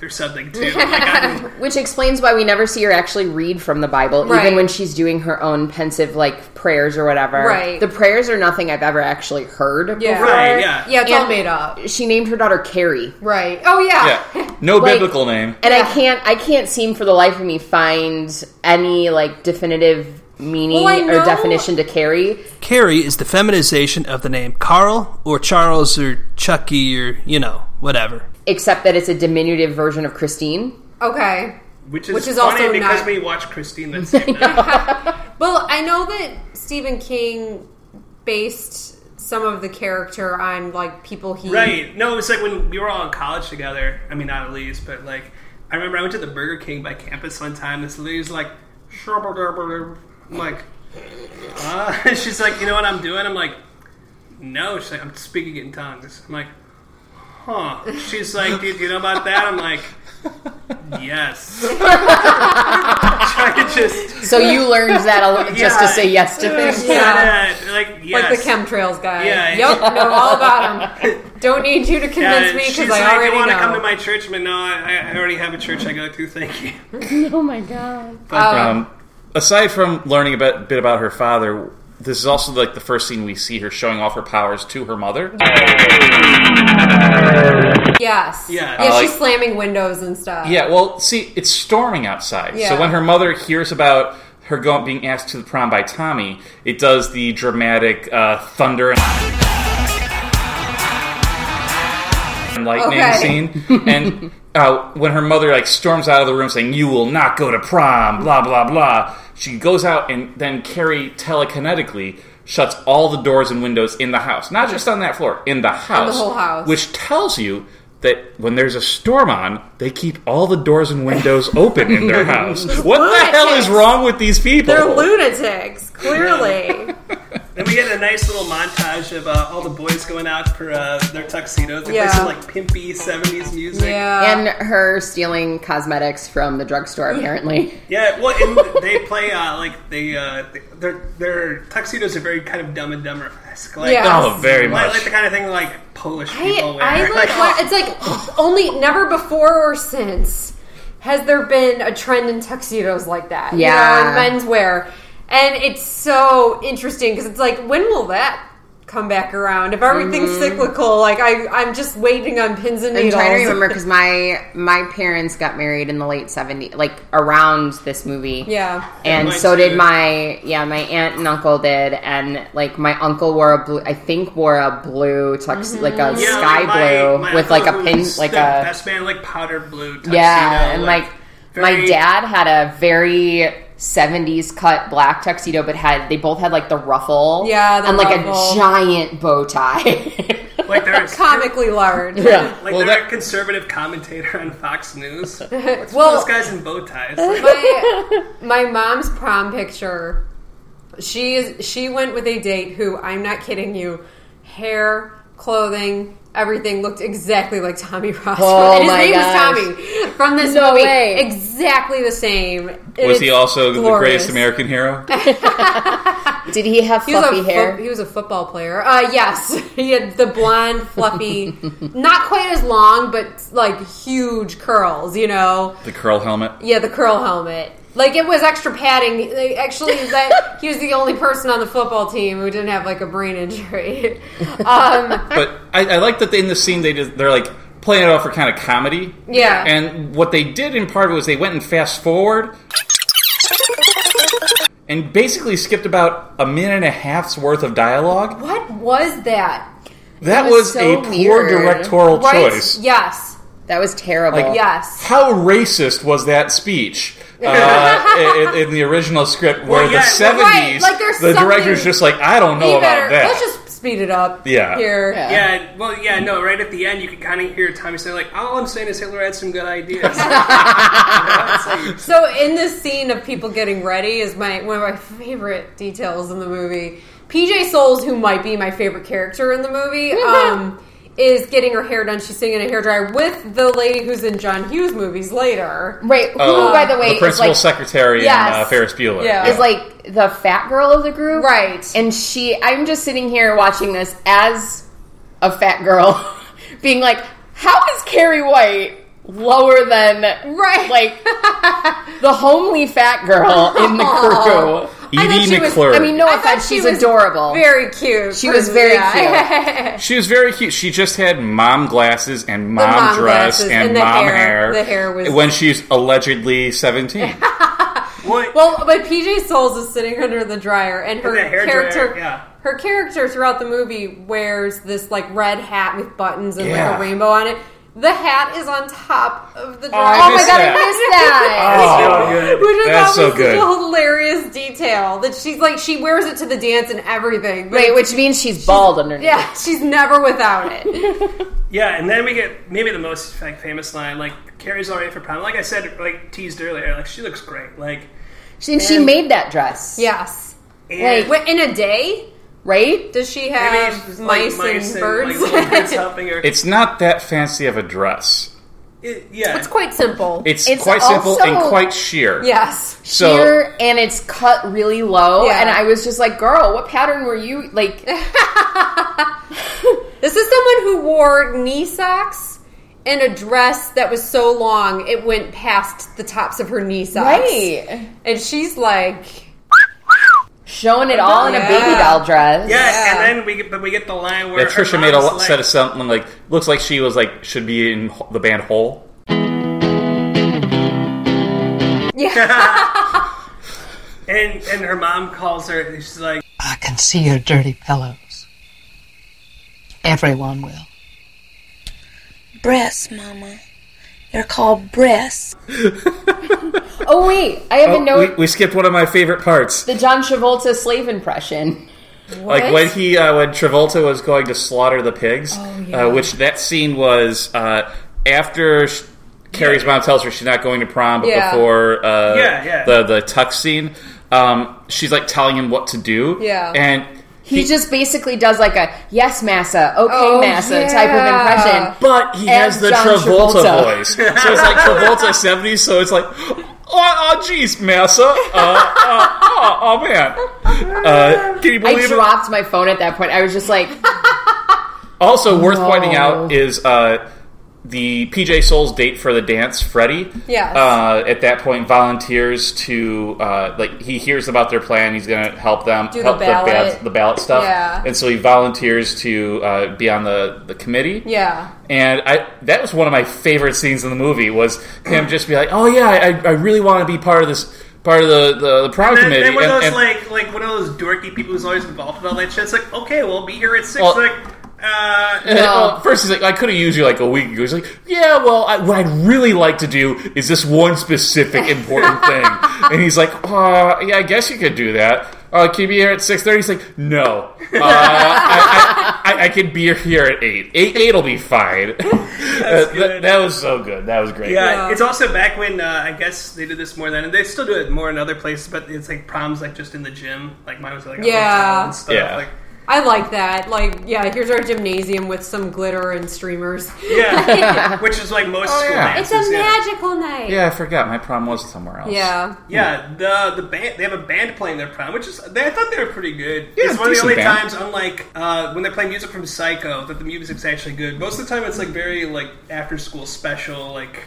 S1: or something too. Like, I-
S4: which explains why we never see her actually read from the Bible,
S2: Right.
S4: even when she's doing her own pensive like prayers or whatever.
S2: Right.
S4: The prayers are nothing I've ever actually heard.
S2: Yeah,
S1: Right, yeah.
S2: yeah, it's all
S4: And-
S2: made up.
S4: She named her daughter Carrie.
S2: Right. Oh yeah.
S3: Yeah. No
S4: Like-
S3: biblical name.
S4: And I can't I can't seem for the life of me find any like definitive meaning
S2: Well, I
S4: or
S2: know-
S4: definition to carry.
S1: Carrie is the feminization of the name Carl or Charles or Chucky or, you know, whatever.
S4: Except that it's a diminutive version of Christine.
S2: Okay.
S1: Which is,
S2: Which is
S1: funny
S2: also
S1: because
S2: not-
S1: we watched Christine that same night.
S2: Well, I know that Stephen King based some of the character on like people he
S1: right. No, it was like when we were all in college together. I mean, not at least, but like, I remember I went to the Burger King by campus one time. This lady's like, "Shrubble-dabble-dab." I'm like, Uh, she's like, you know what I'm doing? I'm like, no. She's like, I'm speaking it in tongues. I'm like, huh. She's like, dude, you know about that? I'm like, yes. Trying to just.
S4: So you learned that a lo- just to say yes to
S1: Yeah,
S4: things.
S1: yeah, Like, yes.
S2: Like the chemtrails guy.
S1: Yeah.
S2: Yep, know all about him. Don't need you to
S1: Yeah,
S2: convince me
S1: she's
S2: because
S1: like,
S2: I already
S1: you want to
S2: know.
S1: come to my church? But no, I, I already have a church I go to. Thank you.
S4: oh my god.
S3: um, aside from learning a bit, bit about her father, this is also like the first scene we see her showing off her powers to her mother.
S2: yes.
S3: Yeah.
S2: Yeah,
S3: Uh,
S2: she's
S3: like-
S2: slamming windows and stuff.
S3: Yeah, well, see, it's storming outside.
S2: Yeah.
S3: So when her mother hears about her going being asked to the prom by Tommy, it does the dramatic uh, thunder and, and lightning
S13: Okay.
S3: scene. And uh, when her mother like storms out of the room saying, "You will not go to prom," blah blah blah. She goes out and then Carrie telekinetically shuts all the doors and windows in the house, not just on that floor, in the house,
S2: whole house.
S3: which tells you that when there's a storm on, they keep all the doors and windows open in their house. What the hell is wrong with these people?
S2: They're lunatics, clearly.
S1: Then we get a nice little montage of uh, all the boys going out for uh, their tuxedos. They play
S4: Yeah.
S1: some like pimpy '70s music.
S4: And her stealing cosmetics from the drugstore, apparently.
S1: Yeah, well, and they play uh, like they uh, their their tuxedos are very kind of Dumb and Dumber esque. Like, uh,
S2: Yes. Oh,
S3: very
S1: like-
S3: much.
S1: Like the kind of thing like Polish
S2: I,
S1: people wear.
S2: I like, what- it's like only never before or since has there been a trend in tuxedos like that.
S4: Yeah.
S2: You know, in menswear. And it's so interesting because it's like, when will that come back around? If everything's
S4: Mhm.
S2: cyclical, like I, I'm just waiting on pins and
S4: I'm
S2: needles.
S4: trying to remember because my my parents got married in the late 70s, like around this movie.
S2: Yeah.
S4: and
S2: Mine
S4: so did
S2: too.
S4: my yeah my aunt and uncle did and like my uncle wore a blue i think wore a blue tux like a
S1: Yeah,
S4: sky
S1: like my-
S4: blue
S1: my
S4: with like a
S1: uncle who
S4: pin
S1: was
S4: like
S1: the
S4: a
S1: best man like powder blue. Tuxedo,
S4: yeah and like, my
S1: very-
S4: dad had a very 70s cut black tuxedo but had they both had like the ruffle
S2: Yeah, the
S4: and like
S2: ruffle.
S4: a giant bow tie
S1: like they're
S2: comically large.
S1: Like they're a conservative commentator on Fox News. What's
S2: Well- uh,
S1: with those guys in bow ties?
S2: my my mom's prom picture. She is she went with a date who I'm not kidding you, hair, clothing, everything looked exactly like Tommy Roswell.
S4: Oh
S2: and his
S4: my
S2: name
S4: gosh.
S2: is Tommy from this
S4: No
S2: movie,
S4: way.
S2: exactly the same.
S3: Was he
S2: It's
S3: also the
S2: glorious.
S3: greatest American hero?
S4: did he have
S2: He was,
S4: fluffy
S2: a, fo-
S4: hair
S2: he was a football player. Uh, yes, he had the blonde, fluffy, not quite as long, but like huge curls. You know,
S3: The curl helmet.
S2: Yeah, the curl helmet. Like it was extra padding. Like, Actually, that he was the only person on the football team who didn't have like a brain injury. Um,
S3: But I, I like that in the scene they just, they're like playing it off for kind of comedy.
S2: Yeah.
S3: And what they did in part of it was they went and fast forward and basically skipped about a minute and a half's worth of dialogue.
S2: what was that?
S3: That
S2: It
S3: was,
S2: so
S3: a poor
S2: weird.
S3: directorial
S2: Right?
S3: choice.
S2: Yes,
S4: that was terrible
S3: Like,
S2: yes.
S3: How racist was that speech uh, i- i- in, the original script? Where
S2: Well, yeah,
S3: the
S2: right,
S3: seventies,
S2: like, there's
S3: the director's
S2: something-
S3: just like, I don't know
S2: We
S3: about that.
S2: Let's just speed it up.
S3: Yeah.
S2: Here.
S1: Yeah.
S2: Uh-huh.
S1: well, yeah, no, right at the end, you can kind of hear Tommy say, like, all I'm saying is Hitler had some good ideas.
S2: So in this scene of people getting ready is my one of my favorite details in the movie. PJ Souls, who might be my favorite character in the movie, um, is getting her hair done. She's sitting in a hairdryer with the lady who's in John Hughes movies later.
S4: Right. Who, by the way,
S3: Oh, the principal
S4: is like,
S3: secretary and
S4: Yes.
S3: uh, Ferris Bueller.
S4: is like the fat girl of the group,
S2: right?
S4: And she, I'm just sitting here watching this as a fat girl, being like, "How is Carrie White lower than
S2: right,
S4: like the homely fat girl in the
S2: Aw.
S4: crew?"
S3: I thought Edie she was- McClure.
S4: I mean, no
S3: I
S4: offense, she's
S2: was
S4: adorable,
S2: very cute.
S4: She was very
S2: Yeah.
S3: She was very cute. She just had mom glasses and mom,
S2: mom
S3: dress
S2: glasses
S3: and,
S2: and the
S3: mom
S2: hair.
S3: hair.
S2: The hair was-
S3: when she's allegedly seventeen.
S2: Well, but PJ Souls is sitting under the dryer, and her
S1: In the hair
S2: character,
S1: dryer, yeah.
S2: her character throughout the movie wears this like red hat with buttons and like
S3: Yeah.
S2: a rainbow on it. The hat is on top of the
S4: Oh,
S2: dryer.
S4: I missed that.
S2: Which
S3: Oh,
S2: I thought
S3: that's so
S2: was such
S3: good.
S2: a hilarious detail that she's like she wears it to the dance and everything. but
S4: Right,
S2: it's-
S4: which means she's bald underneath.
S2: Oh. yeah, she's never without it.
S1: yeah, and then we get maybe the most like, famous line, like, Carrie's all right for prom. Like I said, like, teased earlier, like, she looks great. Like,
S4: She, and she made that dress.
S2: Yes.
S1: And-
S2: like in a day,
S4: right?
S2: Does she
S1: Maybe it's
S2: have
S1: just, like,
S2: uh, mice,
S1: mice
S2: and
S1: and,
S2: birds?
S1: like, little birds helping her.
S3: It's not that fancy of a dress.
S1: It- yeah.
S2: it's quite simple.
S3: It's, quite simple
S4: also-
S3: and quite sheer.
S2: yes.
S3: So-
S4: sheer and it's cut really low.
S2: Yeah.
S4: And I was just like, girl, what pattern were you like?
S2: This is someone who wore knee socks and a dress that was so long it went past the tops of her knee socks.
S4: Right.
S2: And she's like,
S4: Showing it all in a baby
S2: Yeah.
S4: doll dress.
S1: Yeah,
S2: Yeah.
S1: and then we get, but we get the line where
S3: That
S1: her
S3: Trisha made a
S1: mom's
S3: lot,
S1: like,
S3: said of something like looks like she was like should be in the band Hole.
S1: and and her mom calls her. and She's like,
S6: I can see your dirty pillows. Everyone will.
S13: Breasts, Mama. They're called breasts.
S4: Oh wait, I have
S3: Oh,
S4: a note.
S3: we, we skipped one of my favorite parts.
S4: the John Travolta slave impression.
S3: Like when he uh, when Travolta was going to slaughter the pigs, uh, which that scene was uh, after sh- Carrie's mom tells her she's not going to prom, but
S2: Yeah.
S3: before uh,
S2: Yeah, yeah.
S3: the the tuck scene, um, she's like telling him what to do.
S2: Yeah.
S3: and
S4: He, just basically does like a yes, massa, okay,
S2: Oh,
S4: massa type
S2: yeah.
S4: of impression.
S3: But he has the Travolta, voice, so it's like Travolta seventies. So it's like, oh, oh geez, massa, uh, uh, oh, oh man, uh, can you
S4: I
S3: believe it?
S4: dropped my phone at that point. I was just like,
S3: Also worth
S4: No.
S3: pointing out is uh, the PJ Souls date for the dance. Freddie,
S4: Yes.
S3: uh, at that point volunteers to uh, like he hears about their plan. He's going to help them
S2: Do the
S3: help the,
S2: ballot.
S3: ballot, the ballot stuff,
S2: Yeah.
S3: and so he volunteers to uh, be on the the committee.
S2: yeah.
S3: And I that was one of my favorite scenes in the movie was him just be like, oh yeah, I, I really want to be part of this part of the the, the prom
S1: then,
S3: committee.
S1: then one of
S3: And-
S1: those
S3: and-
S1: like like one of those dorky people who's always involved in all that shit. It's like, okay, we'll be here at six.
S3: Well-
S1: like, uh,
S3: and- well, first, he's like, I could have used you like a week ago. He's like, Yeah, well, I, what I'd really like to do is this one specific important thing. And he's like, uh, Yeah, I guess you could do that. Uh, can you be here at six thirty? He's like, No, uh, I, I, I, I could be here at eight. Eight, eight will be fine. Uh, that- that was so good. That was great.
S1: Yeah, it's also back when uh, I guess they did this more then, and they still do it more in other places. But it's like proms, like just in the gym. Like mine was like a
S2: Yeah.
S1: hotel and stuff.
S3: Yeah.
S1: Like,
S2: I like that. Like, yeah, here's our gymnasium with some glitter and streamers.
S1: yeah, which is like most school
S3: yeah.
S2: Oh, It's
S1: dances.
S2: a
S1: yeah.
S2: magical night.
S3: Yeah, I forgot. My prom was somewhere else.
S2: Yeah.
S1: Yeah, the the band they have a band playing their prom, which is they, I thought they were pretty good.
S3: Yeah,
S1: it's one of the
S3: decent
S1: only
S3: band.
S1: times, unlike uh, when they play music from Psycho, that the music's actually good. Most of the time, it's like very like after school special, like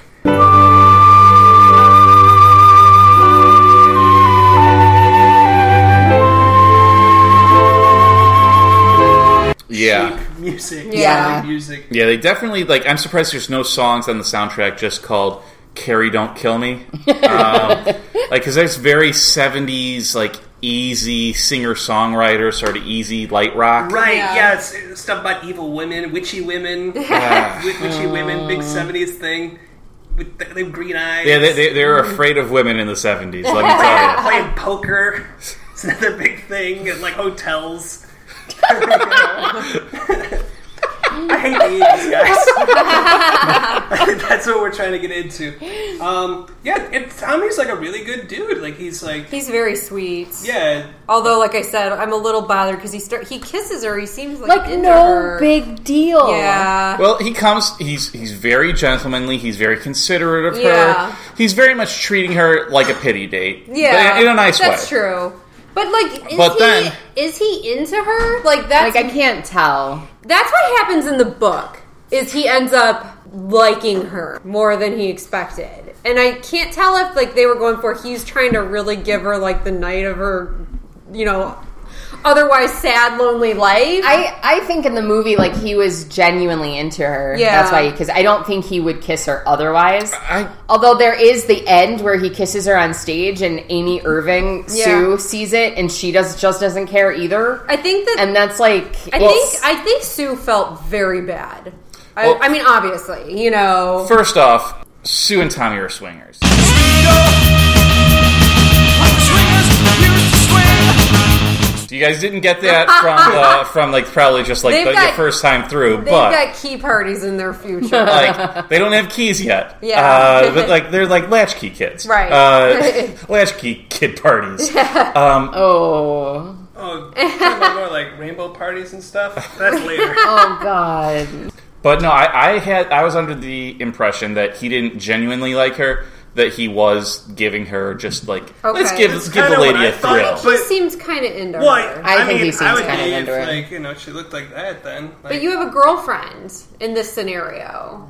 S3: Yeah.
S1: music,
S4: Yeah.
S1: silly music.
S3: Yeah, they definitely like. I'm surprised there's no songs on the soundtrack just called "Carrie, Don't Kill Me," um, like because there's very '70s like easy singer songwriter sort of easy light rock.
S1: Right,
S2: Yeah.
S1: yeah, it's, it's stuff about evil women, witchy women,
S3: Yeah.
S1: wi- witchy women, big seventies thing with the, the green eyes.
S3: Yeah, they, they, they're afraid of women in the '70s. Let me tell
S1: playing, playing
S3: you.
S1: poker. It's another big thing at like hotels. I hate the eighties, guys. That's what we're trying to get into. Um, yeah, and Tommy's like a really good dude. Like he's like,
S2: He's very sweet.
S1: yeah,
S2: Although, like I said, I'm a little bothered because he start he kisses her. He seems like,
S4: like
S2: into
S4: no
S2: her.
S4: big deal.
S2: Yeah.
S3: Well, he comes. He's he's very gentlemanly. He's very considerate of
S2: Yeah.
S3: her. He's very much treating her like a pity date.
S2: Yeah,
S3: but in, in a nice way.
S2: That's true. But like, is
S3: But
S2: he
S3: then-
S2: is he into her? Like that's
S4: Like I can't tell.
S2: that's what happens in the book. Is he ends up liking her more than he expected, and I can't tell if like they were going for he's trying to really give her like the night of her, you know, otherwise sad, lonely life.
S4: I, I think in the movie, like he was genuinely into her.
S2: Yeah.
S4: that's why because I don't think he would kiss her otherwise.
S3: I
S4: Although there is the end where he kisses her on stage, and Amy Irving
S2: Yeah.
S4: Sue sees it, and she does just doesn't care either.
S2: I think that
S4: And that's like
S2: I
S4: it's-
S2: think I think Sue felt very bad. I,
S3: Well-
S2: I mean, obviously, you know,
S3: First off, Sue and Tommy are swingers. You guys didn't get that from uh, from like probably just like
S2: They've
S3: the,
S2: got-
S3: your first time through,
S2: They've
S3: but
S2: got key parties in their future.
S3: like they don't have keys yet.
S2: Yeah.
S3: uh, but like they're like latchkey kids,
S2: Right.
S3: Uh, latchkey kid parties. Um,
S4: oh,
S1: Oh, talking about more like rainbow parties and stuff. That's later.
S4: oh god.
S3: But no, I, I had I was under the impression that he didn't genuinely like her. That he was giving her just like let's
S2: Okay.
S3: give
S2: That's
S3: give the
S1: kinda
S3: lady
S1: what
S3: a
S1: I thought,
S3: thrill.
S2: he seems kind of into
S1: Well,
S2: her.
S1: I,
S4: think
S1: mean,
S4: he seems
S1: I would
S4: kinda
S1: be
S4: into
S1: if,
S4: it.
S1: like you know she looked like that then. Like,
S2: but you have a girlfriend in this scenario.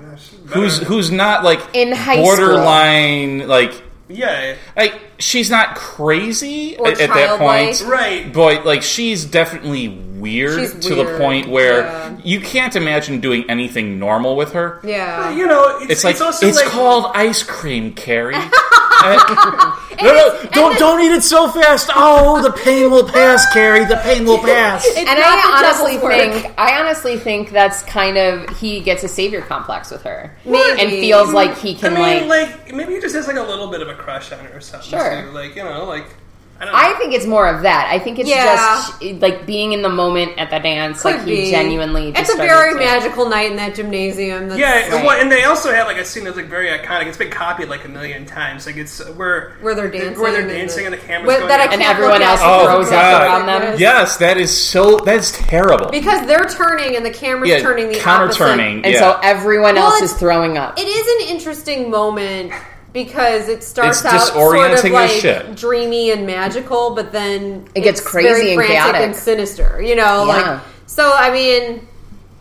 S3: Who's who's not like
S2: In high
S3: borderline like
S1: yeah
S3: like she's not crazy
S2: Or
S3: at, at that point,
S2: childlike. Right.
S3: But like she's definitely weird
S2: She's
S3: to the
S2: weird,
S3: point where
S2: yeah.
S3: you can't imagine doing anything normal with her.
S2: Yeah.
S1: you know, it's,
S3: It's, like it's,
S1: also like
S3: called ice cream, Carrie. No, no, don't don't eat it so fast. Oh, the pain will pass, Carrie. The pain will pass.
S4: and
S2: not the
S4: I honestly
S2: devil's work.
S4: think I honestly think that's kind of he gets a savior complex with her,
S2: Maybe.
S4: and feels like he
S1: I
S4: can
S1: mean,
S4: like.
S1: like, maybe he just has like a little bit of a crush on her or something.
S4: Sure.
S1: too. Like you know, like I don't know.
S4: I think it's more of that. I think it's
S2: Yeah.
S4: just sh- like being in the moment at the dance.
S2: Could
S4: like
S2: be.
S4: he genuinely. Just
S2: It's a
S4: started
S2: very
S4: to-
S2: magical night in that gymnasium. That's,
S1: yeah, and, well, and they also have like a scene that's like very iconic. It's been copied like a million times. Like it's where
S2: Where they're dancing
S1: where they're
S2: and the-
S1: dancing, and the, camera's
S2: Wait,
S1: going
S2: that I
S1: down.
S4: and
S2: can't
S4: everyone
S2: look
S4: else
S2: at it.
S3: Oh,
S4: throws up
S3: God.
S4: around them.
S3: Yes, that is so. That's terrible.
S2: because they're turning and the camera's
S3: Yeah,
S2: turning the opposite.
S3: counter-turning.
S4: And
S3: Yeah.
S4: so everyone
S2: Well,
S4: else
S2: it's-
S4: is throwing up.
S2: It is an interesting moment because it starts
S3: It's
S2: out sort
S3: disorienting
S2: of
S3: as
S2: like
S3: shit.
S2: dreamy and magical, but then
S4: It gets
S2: it's
S4: crazy
S2: very
S4: and
S2: frantic
S4: chaotic.
S2: and sinister. You know,
S4: Yeah.
S2: like so. I mean,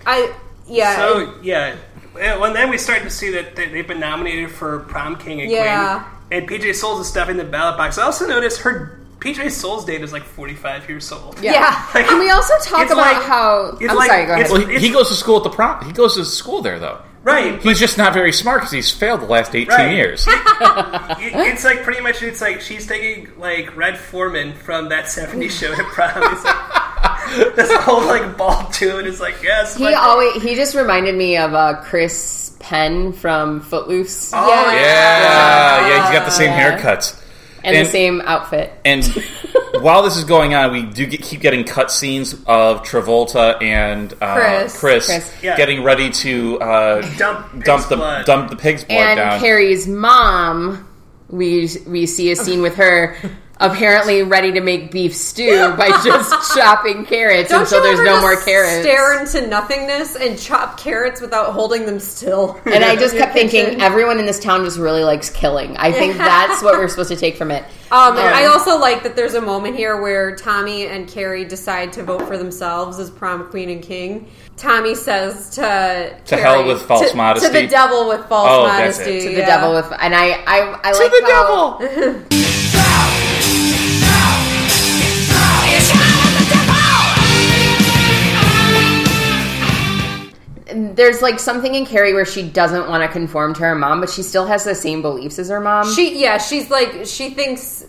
S2: I yeah,
S1: So yeah, Yeah, well, and then we start to see that they- they've been nominated for prom king and
S2: Yeah.
S1: queen, and PJ Souls is stuffing the ballot box. I also noticed her PJ Souls date is like forty five years old.
S2: yeah.
S1: Like,
S4: and we also talk
S1: it's
S4: about
S1: like-
S4: how.
S1: it's
S4: I'm
S1: like-
S4: sorry. Go ahead.
S1: it's-
S3: Well, he, he goes to school at the prom. He goes to school there though.
S1: right.
S3: He's just not very smart because he's failed the last eighteen
S1: Right.
S3: years.
S1: It- it's like pretty much it's like she's taking like Red Foreman from that 70s show at prom. It's like this whole like ball to it is like yes.
S4: He
S1: my-
S4: always he just reminded me of uh, Chris Penn from Footloose
S1: Oh,
S3: yeah,
S1: yeah.
S3: yeah, he's got the same haircuts.
S4: and,
S3: and-
S4: the same outfit.
S3: And while this is going on, we do get, keep getting cut scenes of Travolta and uh,
S2: Chris.
S3: Chris,
S4: Chris.
S1: Yeah.
S3: getting ready to uh,
S1: Dump pig's
S3: dump the
S1: blood.
S3: dump the pig's blood
S4: And
S3: down.
S4: Carrie's mom, we we see a scene with her apparently ready to make beef stew by just chopping carrots
S2: Don't
S4: until
S2: you
S4: there's
S2: ever
S4: no
S2: just
S4: more carrots.
S2: Stare into nothingness and chop carrots without holding them still.
S4: and I just kept thinking,
S2: Every-
S4: everyone in this town just really likes killing. I think
S2: Yeah.
S4: that's what we're supposed to take from it.
S2: um, and I also like that there's a moment here where Tommy and Carrie decide to vote for themselves as prom queen and king. Tommy says to
S3: To
S2: Carrie-
S3: hell with false
S2: to,
S3: modesty.
S2: to the devil with false
S3: Oh, that's
S2: modesty,
S3: it.
S4: To the
S2: yeah.
S4: devil with, and I, I, I like
S3: the
S4: how,
S3: devil.
S4: there's like something in Carrie where she doesn't want to conform to her mom, but she still has the same beliefs as her mom.
S2: She yeah, she's like she thinks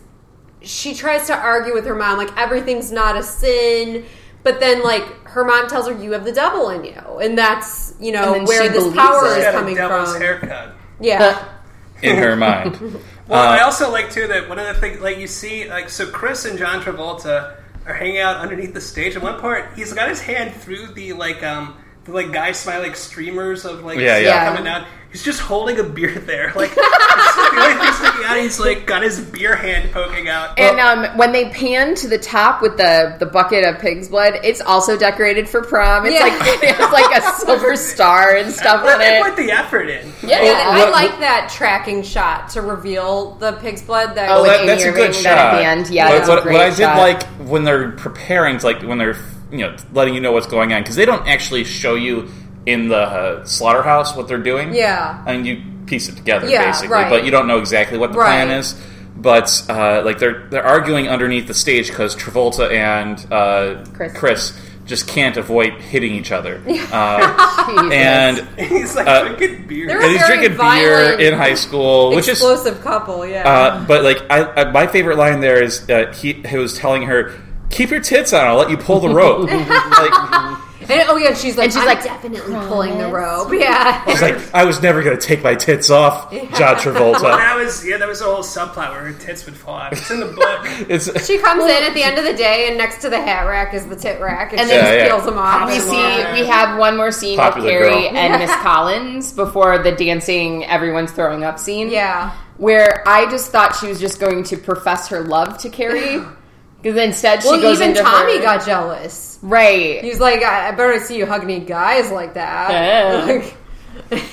S2: she tries to argue with her mom like everything's not a sin, but then like her mom tells her you have the devil in you, and that's you know
S4: And then she
S2: where this
S4: believes
S2: power
S4: it. Uh,
S2: is
S1: She's got
S2: coming
S1: a devil's
S2: from.
S1: haircut.
S2: Yeah,
S3: in her mind.
S1: Well,
S3: Uh,
S1: I also like too that one of the things like you see like so Chris and John Travolta are hanging out underneath the stage. At one part, he's got his hand through the like um the like guy smile like streamers of like
S3: Yeah,
S1: stuff
S3: yeah.
S1: coming down. He's just holding a beer there, like it's like, the only thing sticking out. He's like got his beer hand poking out.
S4: and um, when they pan to the top with the, the bucket of pig's blood, it's also decorated for prom. It's
S2: Yeah.
S4: like it has like a silver star and stuff
S1: Well,
S4: on
S1: they
S4: it.
S1: put the effort in.
S4: oh,
S2: yeah. I
S3: What-
S2: like that tracking shot to reveal the pig's blood. That
S4: Oh,
S2: like,
S4: that- Amy
S3: that's a
S4: Irving
S3: good
S4: got
S3: shot.
S4: it at the end. Yeah,
S3: What-
S4: that's a
S3: what, what
S4: great
S3: I did
S4: shot.
S3: like when they're preparing, to, like when they're you know letting you know what's going on because they don't actually show you in the uh, slaughterhouse what they're doing.
S2: Yeah.
S3: I mean you piece it together
S2: Yeah,
S3: basically,
S2: right.
S3: but you don't know exactly what the
S2: Right.
S3: plan is. But uh, like they're they're arguing underneath the stage because Travolta and uh,
S4: Chris.
S3: just can't avoid hitting each other. Uh, and
S1: He's like
S3: Uh,
S1: drinking beer.
S2: They're
S3: and he's
S2: very
S3: drinking beer
S2: violent,
S3: in high school, which is
S2: explosive couple. Yeah,
S3: uh, but like, I, I, my favorite line there is uh, he, he was telling her, "Keep your tits on. I'll let you pull the rope." like,
S2: And, oh yeah, and she's like,
S4: And she's
S2: I'm
S4: like,
S2: definitely pulling the rope. Yeah,
S3: I was like, I was never going to take my tits off, John
S1: Well,
S3: Travolta.
S1: that was yeah, that was a whole subplot where her tits would fall out. It's in the book.
S3: It's
S2: She comes in at the end of the day, and next to the hat rack is the tit rack, and,
S4: And
S2: she
S4: then-
S2: just
S3: Yeah, yeah.
S2: peels them off.
S4: We
S2: and-
S4: see we have one more scene
S3: Popular
S4: with Carrie
S3: girl.
S4: and Miss Collins before the dancing, everyone's throwing up scene.
S2: Yeah.
S4: where I just thought she was just going to profess her love to Carrie, because instead she
S2: Well,
S4: goes
S2: even
S4: into
S2: Tommy
S4: her-
S2: got jealous.
S4: right.
S2: He's like, I, I better see you hugging any guys like that.
S4: Yeah.
S2: Like,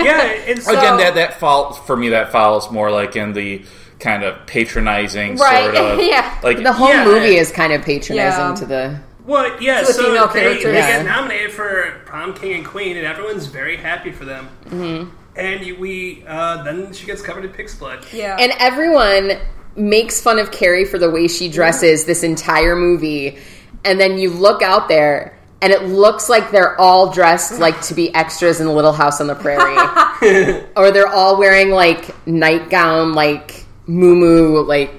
S1: Yeah, and so
S3: again that that fall for me that follows more like in the kind of patronizing
S2: Right,
S3: sort of
S2: yeah.
S3: like
S4: The whole
S1: Yeah.
S4: movie is kind of patronizing
S2: Yeah.
S4: to the
S1: Well, yeah,
S2: the
S1: so
S2: female
S1: they, they
S2: characters.
S1: get
S4: Yeah.
S1: nominated for prom king and queen, and everyone's very happy for them. Mm-hmm. And you- we uh, then she gets covered in pig's blood.
S2: yeah.
S4: and everyone makes fun of Carrie for the way she dresses this entire movie, and then you look out there. And it looks like they're all dressed like to be extras in Little House on the Prairie, or they're all wearing like nightgown, like moo like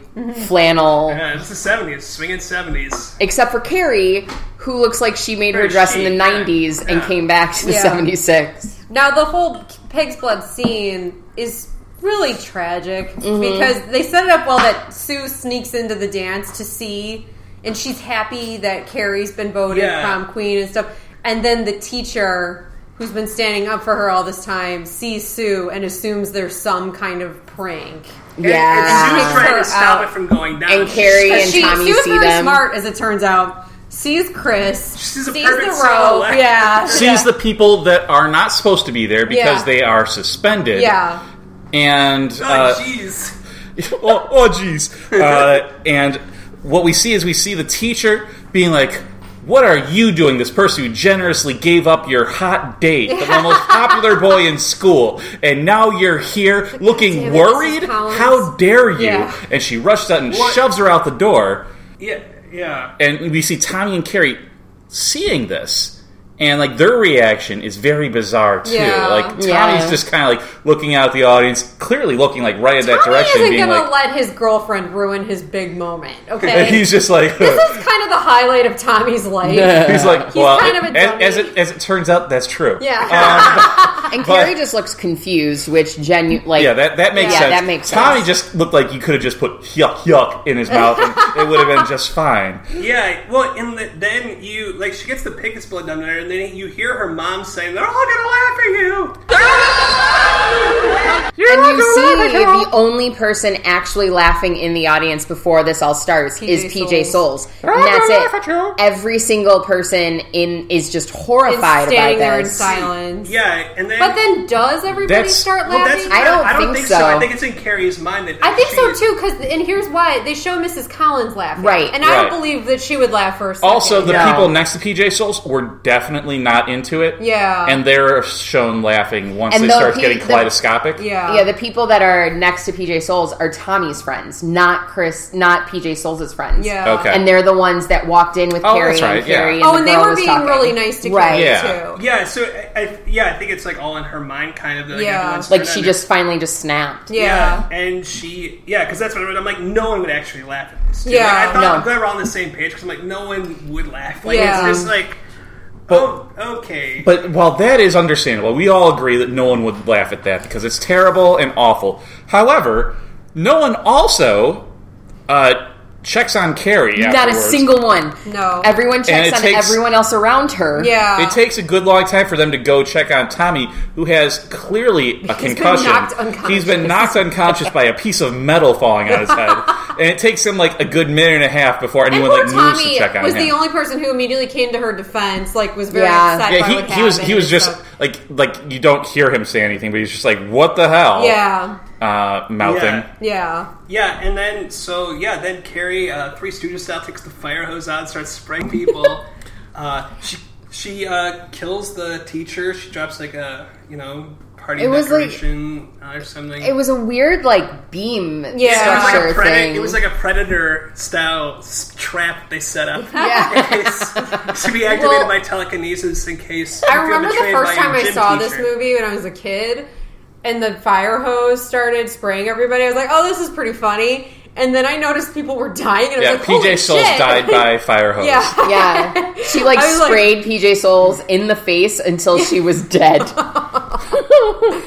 S4: flannel.
S1: Yeah, it's the seventies, swinging seventies.
S4: except for Carrie, who looks like she made her
S1: Very
S4: dress in
S1: chic,
S4: the
S1: yeah.
S4: 90s and
S1: Yeah.
S4: came back to the
S2: Yeah.
S4: 76.
S2: Now the whole pig's blood scene is really tragic
S4: Mm-hmm.
S2: because they set it up well that Sue sneaks into the dance to see, and she's happy that Carrie's been voted
S1: Yeah.
S2: prom queen and stuff. And then the teacher, who's been standing up for her all this time, sees Sue and assumes there's some kind of prank.
S1: She was
S2: Kicks
S1: trying
S2: her
S1: to stop
S2: out.
S1: it from going down.
S4: And Carrie
S2: But
S4: and
S2: she,
S4: Tommy
S2: she was
S4: see
S2: very
S4: them.
S2: smart, as it turns out. Sees Chris,
S1: She's a
S2: sees the
S1: perfect
S2: rope,
S1: silhouette.
S2: yeah,
S3: sees the people that are not supposed to be there because
S2: Yeah.
S3: they are suspended
S2: yeah.
S3: and
S1: Oh,
S3: uh,
S1: jeez.
S3: oh, oh geez. Uh, and what we see is we see the teacher being like, "What are you doing? This person who generously gave up your hot date, the most popular boy in school, and now you're here looking
S2: Damn it,
S3: worried?
S2: Mrs. Collins."
S3: How dare you?"
S2: Yeah.
S3: And she rushes out and
S1: What?
S3: shoves her out the door.
S1: Yeah, yeah.
S3: And we see Tommy and Carrie seeing this. And like their reaction is very bizarre too.
S2: Yeah.
S3: Like Tommy's
S4: Yeah.
S3: just kind of like looking out at the audience, clearly looking like right in that
S2: Tommy
S3: direction,
S2: isn't
S3: being
S2: gonna
S3: like,
S2: let his girlfriend ruin his big moment. Okay,
S3: and he's just like
S2: this is kind of the highlight of Tommy's life.
S3: he's like well
S2: kind of a dummy.
S3: as, as it as it turns out that's true
S2: Yeah.
S4: And
S3: But-
S4: Carrie just looks confused, which genu like
S3: yeah that that makes
S4: Yeah,
S3: sense
S4: that makes
S3: Tommy
S4: sense.
S3: just looked like you could have just put yuck yuck in his mouth and it would have been just fine
S1: Yeah, well, and the, then you like she gets the pig's blood down there, and then you hear her mom saying, "They're all gonna laugh at you."
S4: and you see the only person actually laughing in the audience before this all starts is PJ Souls. And that's it. Every single person in is just horrified
S2: standing there
S4: about
S2: in
S4: this.
S2: silence.
S1: Yeah, and then
S2: But then, does everybody
S3: That's-
S2: start
S1: well, that's
S2: laughing?
S1: I don't, I don't
S4: think
S1: think, so. I
S4: so.
S1: think it's in Carrie's mind that
S2: I think so
S1: she-
S2: too. Because and here's why they show Mrs. Collins laughing,
S4: Right,
S2: And I
S3: right.
S2: don't believe that she would laugh for a second.
S3: also the
S4: No.
S3: people next to PJ Souls were definitely not into it
S2: Yeah.
S3: and they're shown laughing once
S4: And
S3: they
S4: the
S3: start
S4: pe-
S3: getting
S4: the-
S3: kaleidoscopic
S2: yeah,
S4: yeah, the people that are next to PJ Souls are Tommy's friends, not Chris, not PJ Souls' friends.
S2: Yeah.
S3: Okay.
S4: and they're the ones that walked in with
S3: Oh,
S4: Carrie
S3: that's
S4: and
S3: right, yeah.
S4: Carrie.
S2: oh,
S4: the
S2: and they
S4: girl
S2: were
S4: was
S2: being
S4: talking.
S2: really nice to
S4: Right.
S2: Carrie
S3: Yeah.
S2: too.
S1: Yeah, so I, I, yeah, I think it's like all in her mind, kind of. that, Like,
S2: Yeah.
S1: everyone's
S4: Like
S1: turned
S4: she
S1: on
S4: just finally just snapped.
S1: her.
S2: Yeah.
S1: and she yeah, because that's what I'm, I'm like. No one would actually laugh at this. too.
S2: Yeah,
S1: like, I thought
S4: no.
S1: I'm glad we're all on the same page because I'm like, no one would laugh. Like
S2: Yeah.
S1: it's just like,
S3: But-
S1: oh, okay.
S3: But while that is understandable, we all agree that no one would laugh at that because it's terrible and awful. However, no one also uh, checks on Carrie.
S4: Not a
S3: afterwards.
S4: single one.
S2: No.
S4: Everyone
S3: And
S4: checks
S3: it
S4: on
S3: takes-
S4: everyone else around her.
S2: Yeah.
S3: It takes a good long time for them to go check on Tommy, who has clearly a
S2: been
S3: concussion.
S2: knocked unconscious.
S3: He's been knocked unconscious by a piece of metal falling on his head, and it takes him like a good minute and a half before
S2: and
S3: anyone
S2: poor
S3: like moves to
S2: Tommy
S3: check on
S2: was
S3: him.
S2: the only person who immediately came to her defense. Like, was very
S4: Yeah.
S2: upset. by
S3: yeah,
S2: what
S3: he, he was
S2: happened
S3: he was
S2: and
S3: just
S2: stuff.
S3: like like you don't hear him say anything, but he's just like, "What the hell?"
S2: yeah,
S3: uh, mouthing.
S1: Yeah.
S2: yeah.
S1: Yeah, and then so yeah, then Carrie, uh, Three Stooges style, takes the fire hose out, and starts spraying people. uh, she she uh, kills the teacher. She drops like a you know party
S4: It was like-
S1: decoration or something.
S4: It was a weird like beam
S2: Yeah.
S1: It was like
S4: structure
S1: a predi-
S4: thing.
S1: It was like a predator style s- trap they set up.
S4: yeah.
S1: to be activated
S2: Well-
S1: by telekinesis in case.
S2: I
S1: you feel
S2: remember the
S1: betrayed
S2: first
S1: by your
S2: time I
S1: gym
S2: saw this
S1: teacher.
S2: movie when I was a kid, and the fire hose started spraying everybody. I was like, "Oh, this is pretty funny." And then I noticed people were dying, and I
S3: Yeah,
S2: was like, "Holy
S3: PJ Souls
S2: shit."
S3: died by fire hose.
S2: Yeah,
S4: Yeah. She like
S2: I was
S4: sprayed PJ Souls in the face until she was dead.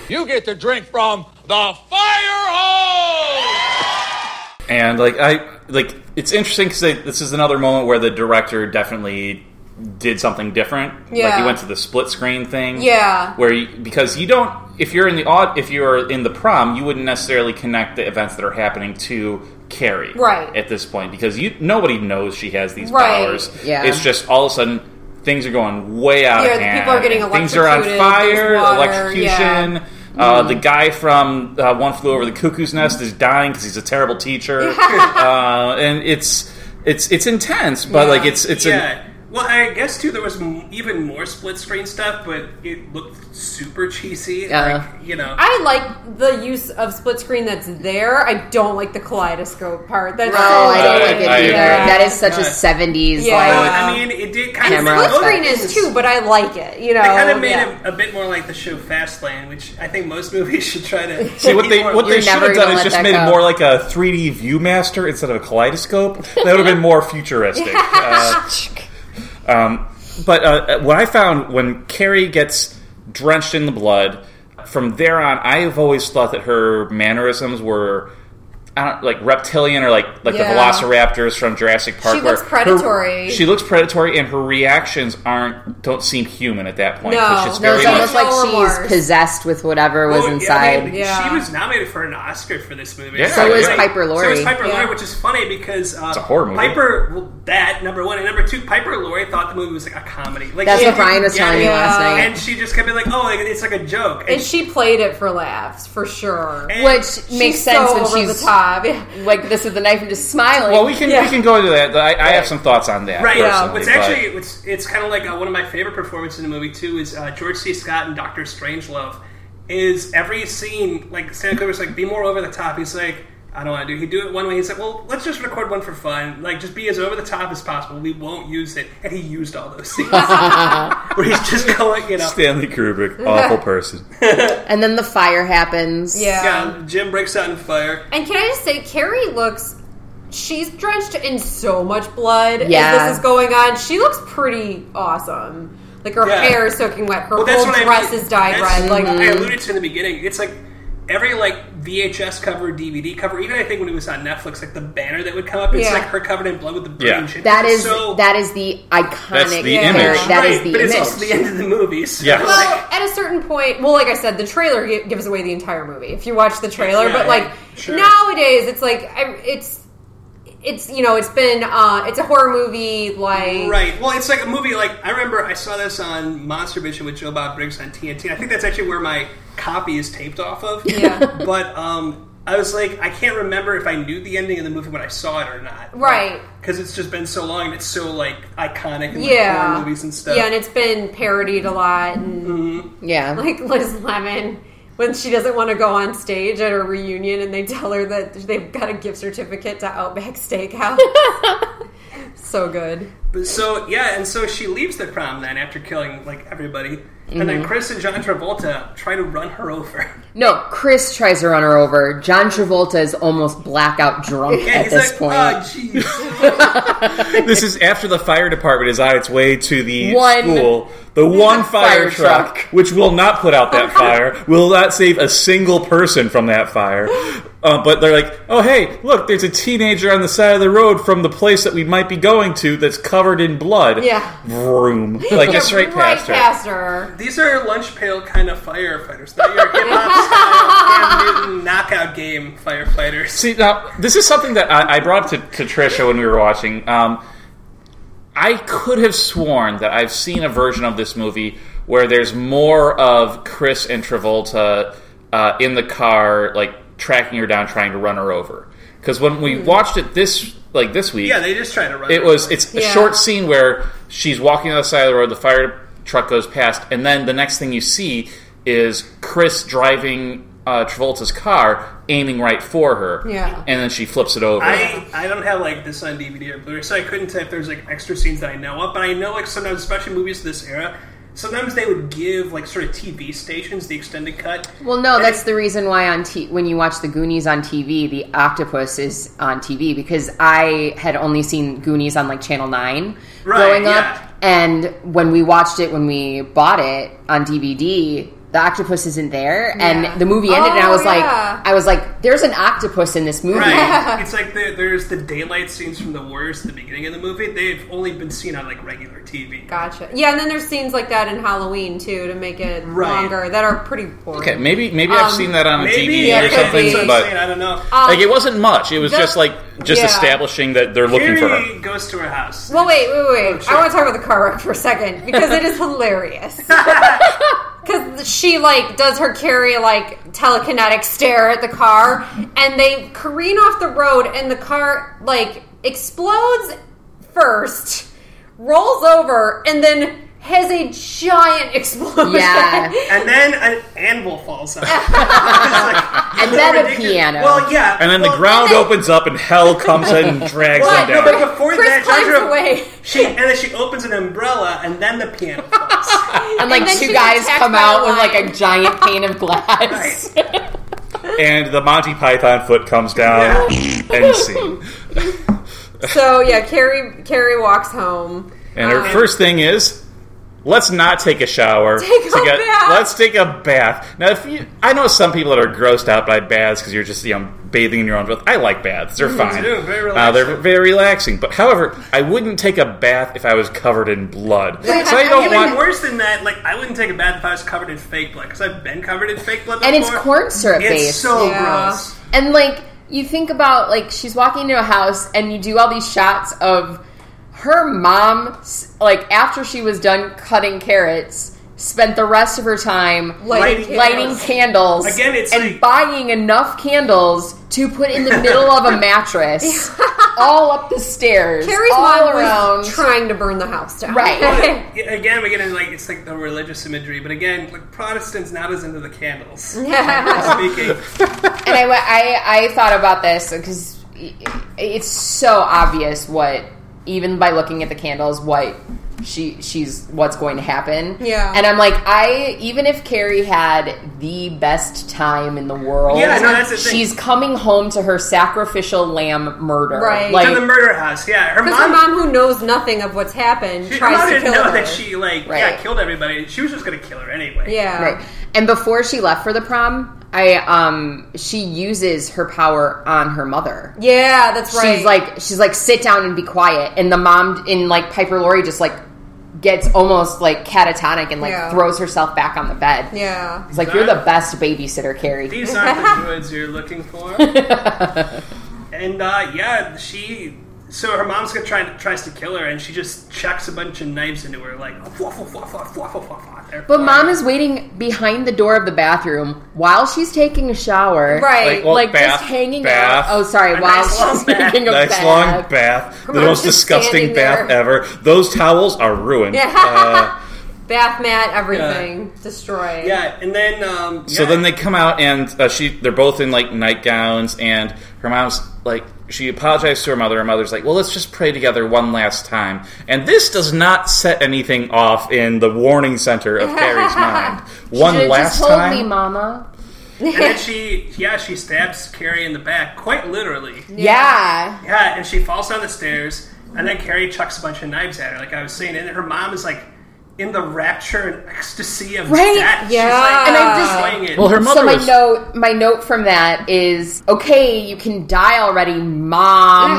S5: You get to drink from the fire hose!
S3: And like I like it's interesting because this is another moment where the director definitely did something different. Like
S2: Yeah.
S3: he went to the split screen thing.
S2: Yeah.
S3: Where you, because you don't if you're in the odd if you're in the prom you wouldn't necessarily connect the events that are happening to Carrie
S2: Right.
S3: at this point because you nobody knows she has these
S2: Right.
S3: powers.
S2: Yeah.
S3: It's just all of a sudden things are going way out
S2: Yeah,
S3: of
S2: the
S3: hand.
S2: people are getting
S3: things are on
S2: electrocuted,
S3: fire.
S2: there's water,
S3: electrocution.
S2: yeah.
S3: Uh, the guy from uh, One Flew Over the Cuckoo's Nest is dying because he's a terrible teacher, uh, and it's it's it's intense, but like it's it's
S1: yeah.
S3: an,
S1: well, I guess too there was m- even more split screen stuff, but it looked super cheesy.
S3: Yeah.
S1: Like, you know,
S2: I like the use of split screen that's there. I don't like the kaleidoscope part. That's
S4: No, I don't
S2: so
S4: like it
S2: annoying.
S4: either. That is such a seventies
S2: Yeah.
S4: like
S2: I
S1: I mean, it did kind
S2: And
S1: of
S2: split screen is too, but I like it. You know,
S1: They kind of made
S2: Oh, yeah.
S1: it a bit more like the show Fastlane, which I think most movies should try to
S3: see what
S1: be
S3: they
S1: more-
S3: what they should have done is just made it
S4: go.
S3: more like a 3D ViewMaster instead of a kaleidoscope. That would have been more futuristic. Uh, Um, but uh, what I found when Carrie gets drenched in the blood, from there on, I have always thought that her mannerisms were. I don't, like reptilian or like like
S2: Yeah.
S3: the velociraptors from Jurassic Park.
S2: She
S3: where
S2: looks
S3: her-
S2: predatory.
S3: she looks predatory, and her reactions aren't don't seem human at that point.
S2: No.
S3: which is
S2: No,
S3: very
S4: it's
S3: much-
S4: almost like
S2: No remorse.
S4: she's possessed with whatever was
S1: Well, yeah, I
S4: inside.
S1: mean, She was nominated for an Oscar for this movie.
S4: Yeah. So was
S1: Like,
S4: Piper
S1: So was
S4: Laurie.
S1: Piper
S4: Yeah.
S1: Laurie, which is funny because uh,
S3: It's a horror movie.
S1: Piper, well, that number one and number two, Piper Laurie thought the movie was like a comedy. Like
S4: That's
S1: she
S4: what Brian
S1: didn't
S4: was
S1: get
S4: telling me
S1: it.
S4: last night.
S1: and she just kept being like, "Oh, like, it's like a joke."
S2: And she played it for laughs, for sure.
S4: Which
S2: She's
S4: makes sense
S2: so
S4: when
S2: over
S4: she's
S2: the top.
S4: like this is the knife and just smiling.
S3: well, we can we can go into that. I, I have some thoughts on that.
S1: Right. uh,
S3: personally,
S1: What's
S3: but-
S1: actually what's, it's kind of like uh, one of my favorite performances in the movie too is uh, George C. Scott and Doctor Strangelove. Is every scene like Stan Cooper's like be more over the top? He's like, I don't want to do. He do it one way. He's like, well, let's just record one for fun. Like, just be as over the top as possible. We won't use it. And he used all those scenes where he's just going, you know.
S3: Stanley Kubrick, awful person.
S4: and then the fire happens.
S1: Yeah, Jim breaks out in fire.
S2: And can I just say, Carrie looks. She's drenched in so much blood as
S4: Yeah.
S2: this is going on. She looks pretty awesome. Like her
S1: Yeah.
S2: hair is soaking wet. Her
S1: Well, that's
S2: whole
S1: what I
S2: dress
S1: mean.
S2: is dyed
S1: That's-
S2: red. Like
S1: I alluded to in the beginning. It's like every like VHS cover, DVD cover, even I think when it was on Netflix, like the banner that would come up, it's
S4: Yeah.
S1: like her covered in blood with the burn.
S3: Yeah.
S1: and shit.
S4: That
S1: It's
S4: is
S1: so,
S4: that is the iconic.
S3: That's the
S4: Carrie.
S3: image.
S4: That is
S1: Right,
S4: the
S1: but
S4: image.
S1: it's also the end of the movie. So
S3: Yeah.
S1: like,
S2: Well, at a certain point, well, like I said, the trailer gi- gives away the entire movie if you watch the trailer.
S1: Yeah,
S2: but like
S1: sure.
S2: nowadays, it's like I, it's it's you know it's been uh, it's a horror movie like
S1: right. Well, it's like a movie. Like I remember I saw this on Monster Vision with Joe Bob Briggs on TNT. I think that's actually where my copy is taped off of.
S2: Yeah.
S1: but um. I was like, I can't remember if I knew the ending of the movie when I saw it or not.
S2: Right.
S1: Because it's just been so long and it's so, like, iconic in like,
S2: yeah
S1: horror movies and stuff.
S2: yeah, and it's been parodied a lot and
S4: yeah.
S2: like Liz Lemon. When she doesn't want to go on stage at her reunion, and they tell her that they've got a gift certificate to Outback Steakhouse, so good.
S1: But so yeah, and so she leaves the prom then after killing like everybody, and then Chris and John Travolta try to run her over.
S4: No, Chris tries to run her over. John Travolta is almost blackout drunk
S1: Yeah,
S4: at
S1: he's
S4: this
S1: like,
S4: point.
S1: "Oh, jeez."
S3: this is after the fire department is on its way to the
S4: One-
S3: school. The one fire,
S4: fire
S3: truck,
S4: truck.
S3: which will not put out that fire, will not save a single person from that fire. Uh, but they're like, oh, hey, look, there's a teenager on the side of the road from the place that we might be going to that's covered in blood.
S2: Yeah.
S3: Vroom. Like, just right past her.
S2: her.
S1: These are lunch pail kind of firefighters. They're your hip hop style Cam Newton knockout game firefighters.
S3: See now, this is something that I, I brought up to, to Trisha when we were watching. Um, I could have sworn that I've seen a version of this movie where there's more of Chris and Travolta uh, in the car, like tracking her down, trying to run her over. Because when we watched it this like this week,
S1: Yeah, they just try to run.
S3: it
S1: her
S3: was
S1: over.
S3: it's
S2: Yeah.
S3: a short scene where she's walking on the side of the road the fire truck goes past and then the next thing you see is chris driving uh, travolta's car aiming right for her
S2: Yeah.
S3: and then she flips it over
S1: I, I don't have like this on DVD or Blu-ray, so I couldn't tell if there's like extra scenes that I know of. But I know like sometimes, especially movies of this era, sometimes they would give like sort of TV stations the extended cut.
S4: Well, no, that's the reason why on t- when you watch the Goonies on TV, the octopus is on TV because I had only seen Goonies on like Channel Nine
S1: Right,
S4: growing
S1: yeah.
S4: up, and when we watched it when we bought it on DVD. The octopus isn't there,
S2: Yeah.
S4: and the movie ended, and I
S2: Oh,
S4: was
S2: yeah.
S4: like, I was like, there's an octopus in this movie.
S1: Right. it's like the, there's the daylight scenes from The Warriors at the beginning of the movie. They've only been seen on like regular TV.
S2: Gotcha. Yeah, and then there's scenes like that in Halloween too to make it
S1: Right.
S2: longer that are pretty boring.
S3: Okay, maybe maybe
S2: Um,
S3: I've seen that on a
S1: maybe,
S3: DVD
S1: yeah,
S3: or
S1: it could
S3: something,
S1: be. That's what I'm saying, I
S3: but
S1: don't know.
S4: Uh,
S3: like it wasn't much. It was
S2: the-
S3: just like just
S2: yeah.
S3: establishing that they're looking for her.
S1: Carrie goes to her house.
S2: Well, wait, wait,
S4: Oh,
S2: wait.
S1: sure.
S2: I want to talk about the car wreck for a second because it is hilarious. Because she like does her carry like telekinetic stare at the car, and they careen off the road, and the car like explodes first, rolls over, and then has a giant explosion.
S4: Yeah.
S1: And then an anvil falls out.
S4: and then a piano.
S1: Well, yeah.
S3: And then the ground opens up and hell comes and drags
S1: Well,
S3: them
S1: no,
S3: down.
S1: but before
S2: Chris
S1: that,
S2: climbs
S1: Jojo-
S2: away.
S1: she and then she opens an umbrella, and then the piano. falls.
S4: and like
S2: And then she
S4: two
S2: got
S4: guys
S2: attacked
S4: come
S2: by a
S4: out with
S2: lion.
S4: like a giant pane of glass.
S3: and the Monty Python foot comes down and scene.
S2: So yeah, Carrie Carrie walks home.
S3: And her
S2: Um,
S3: first thing is, let's not take a shower.
S2: Take
S3: To
S2: a bath.
S3: Let's take a bath. Now, if you, I know some people that are grossed out by baths because you're just you know bathing in your own filth. I like baths;
S2: Mm,
S3: they're fine.
S1: too. Very
S3: Uh, they're very relaxing. But however, I wouldn't take a bath if I was covered in blood. So I don't
S1: Even
S3: want.
S1: worse than that, like I wouldn't take a bath if I was covered in fake blood because I've been covered in fake blood.
S4: and it's
S1: before.
S4: corn syrup
S1: It's
S4: based.
S1: so
S2: Yeah.
S1: gross.
S4: and like you think about like she's walking into a house and you do all these shots of her mom s- like after she was done cutting carrots spent the rest of her time
S2: Lighting
S4: lighting
S2: candles.
S4: candles
S1: Again, it's
S4: and
S1: like-
S4: buying enough candles to put in the middle of a mattress all up the stairs
S2: Carrie's
S4: all
S2: mom
S4: around
S2: was trying to burn the house down.
S4: right
S1: But, yeah, again, we get into like it's like the religious imagery, but again, like Protestants not as into the candles. Speaking,
S4: and I, went- I, I thought about this because it's so obvious what even by looking at the candles what she she's what's going to happen
S2: Yeah.
S4: and i'm like i even if carrie had the best time in the world
S1: Yeah, no, that's the thing.
S4: she's coming home to her sacrificial lamb murder
S2: Right.
S4: like
S1: to the murder house. Yeah, her
S2: Because
S1: mom.
S2: her mom, who knows nothing of what's happened,
S1: she, her
S2: tries
S1: mom
S2: to
S1: didn't
S2: kill
S1: know
S2: her.
S1: that she like yeah
S4: Right.
S1: killed everybody. She was just gonna kill her anyway.
S2: yeah.
S4: Right. And before she left for the prom, I um she uses her power on her mother.
S2: Yeah, that's right.
S4: She's like, she's like, sit down and be quiet. And the mom in like Piper Laurie just like gets almost like catatonic and like
S2: Yeah.
S4: throws herself back on the bed.
S2: yeah.
S4: It's like you're the best babysitter, Carrie.
S1: These aren't the druids you're looking for. and uh, yeah, she. So her mom's gonna try tries to kill her, and she just chucks a bunch of knives into her, like fwa fwa fwa fwa fwa fwa fwa fwa. They're
S4: But
S1: flying.
S4: mom is waiting behind the door of the bathroom while she's taking a shower.
S2: Right.
S3: Like, well,
S4: Like
S3: bath,
S4: just hanging
S3: bath.
S4: out. Oh, sorry.
S1: A
S4: while
S1: nice long
S4: she's
S1: bath.
S4: taking a
S3: Nice
S4: bath.
S3: long bath, the
S2: mom's
S3: most
S2: just
S3: disgusting
S2: standing
S3: bath
S2: there.
S3: ever. Those towels are ruined.
S2: Yeah.
S3: Uh,
S2: Bath mat, everything destroyed.
S1: yeah, and then um,
S3: So
S1: yeah.
S3: then they come out and uh, she they're both in like nightgowns and her mom's like she apologizes to her mother. Her mother's like, "Well, let's just pray together one last time." And this does not set anything off in the warning center of Carrie's mind. One
S4: Should've
S3: last
S4: just told
S3: time.
S4: me, Mama.
S1: and then she yeah she stabs Carrie in the back quite literally.
S4: Yeah.
S1: Yeah, and she falls down the stairs, and then Carrie chucks a bunch of knives at her, like I was saying, and her mom is like in the rapture and ecstasy of
S4: Right,
S1: death.
S2: yeah.
S1: She's
S2: And
S1: like
S2: I just-
S1: enjoying it.
S3: Well, her mother
S4: so my
S3: was
S4: note, my note from that is okay. You can die already, mom.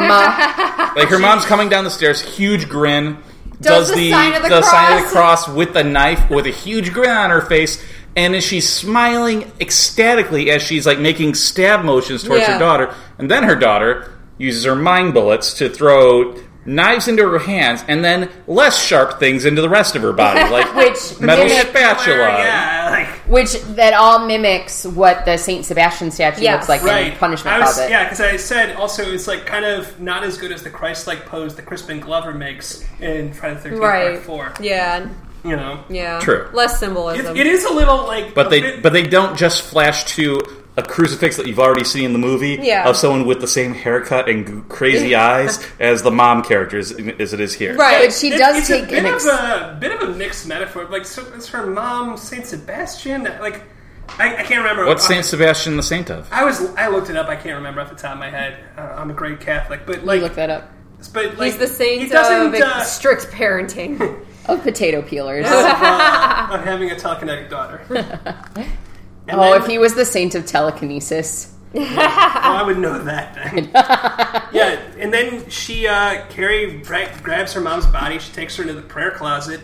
S3: like her mom's coming down the stairs, huge grin,
S2: Does the sign of the
S3: sign of the
S2: cross.
S3: cross with a knife with a huge grin on her face. And as she's smiling ecstatically as she's like making stab motions towards
S2: Yeah.
S3: her daughter, and then her daughter uses her mind bullets to throw knives into her hands and then less sharp things into the rest of her body, like
S4: Which
S3: metal
S4: mimic-
S3: spatula.
S1: Yeah, like
S4: which that all mimics what the Saint Sebastian statue
S2: Yes.
S4: looks like in
S1: right.
S4: Punishment
S1: I was,
S4: Closet.
S1: Yeah, because I said also it's like kind of not as good as the Christ-like pose that Crispin Glover makes in Friday the Thirteenth
S2: Right.
S1: Part Four.
S2: Yeah.
S1: You know,
S2: Yeah.
S3: True.
S2: Less
S1: it,
S2: symbolism.
S1: it is a little like,
S3: But
S1: a
S3: they
S1: bit-
S3: but they don't just flash to a crucifix that you've already seen in the movie
S2: Yeah.
S3: of someone with the same haircut and g- crazy eyes as the mom character is, as it is here.
S4: Right, but she
S1: It-
S4: does
S1: it's
S4: take
S1: a bit
S4: an ex-
S1: of a bit of a mixed metaphor. Like, so is her mom Saint Sebastian? Like, I, I can't remember.
S3: What's Saint Sebastian the saint of?
S1: I was I looked it up. I can't remember off the top of my head. Uh, I'm a great Catholic, but like look
S4: that up.
S1: But like
S2: He's the
S1: he
S2: saint
S1: doesn't,
S2: of
S1: uh,
S2: strict parenting.
S4: Of potato peelers.
S1: of, uh, of having a telekinetic daughter. And
S4: oh,
S1: then-
S4: if he was the saint of telekinesis.
S1: Oh, I would know that then. yeah, and then she, uh, Carrie gra- grabs her mom's body, she takes her into the prayer closet,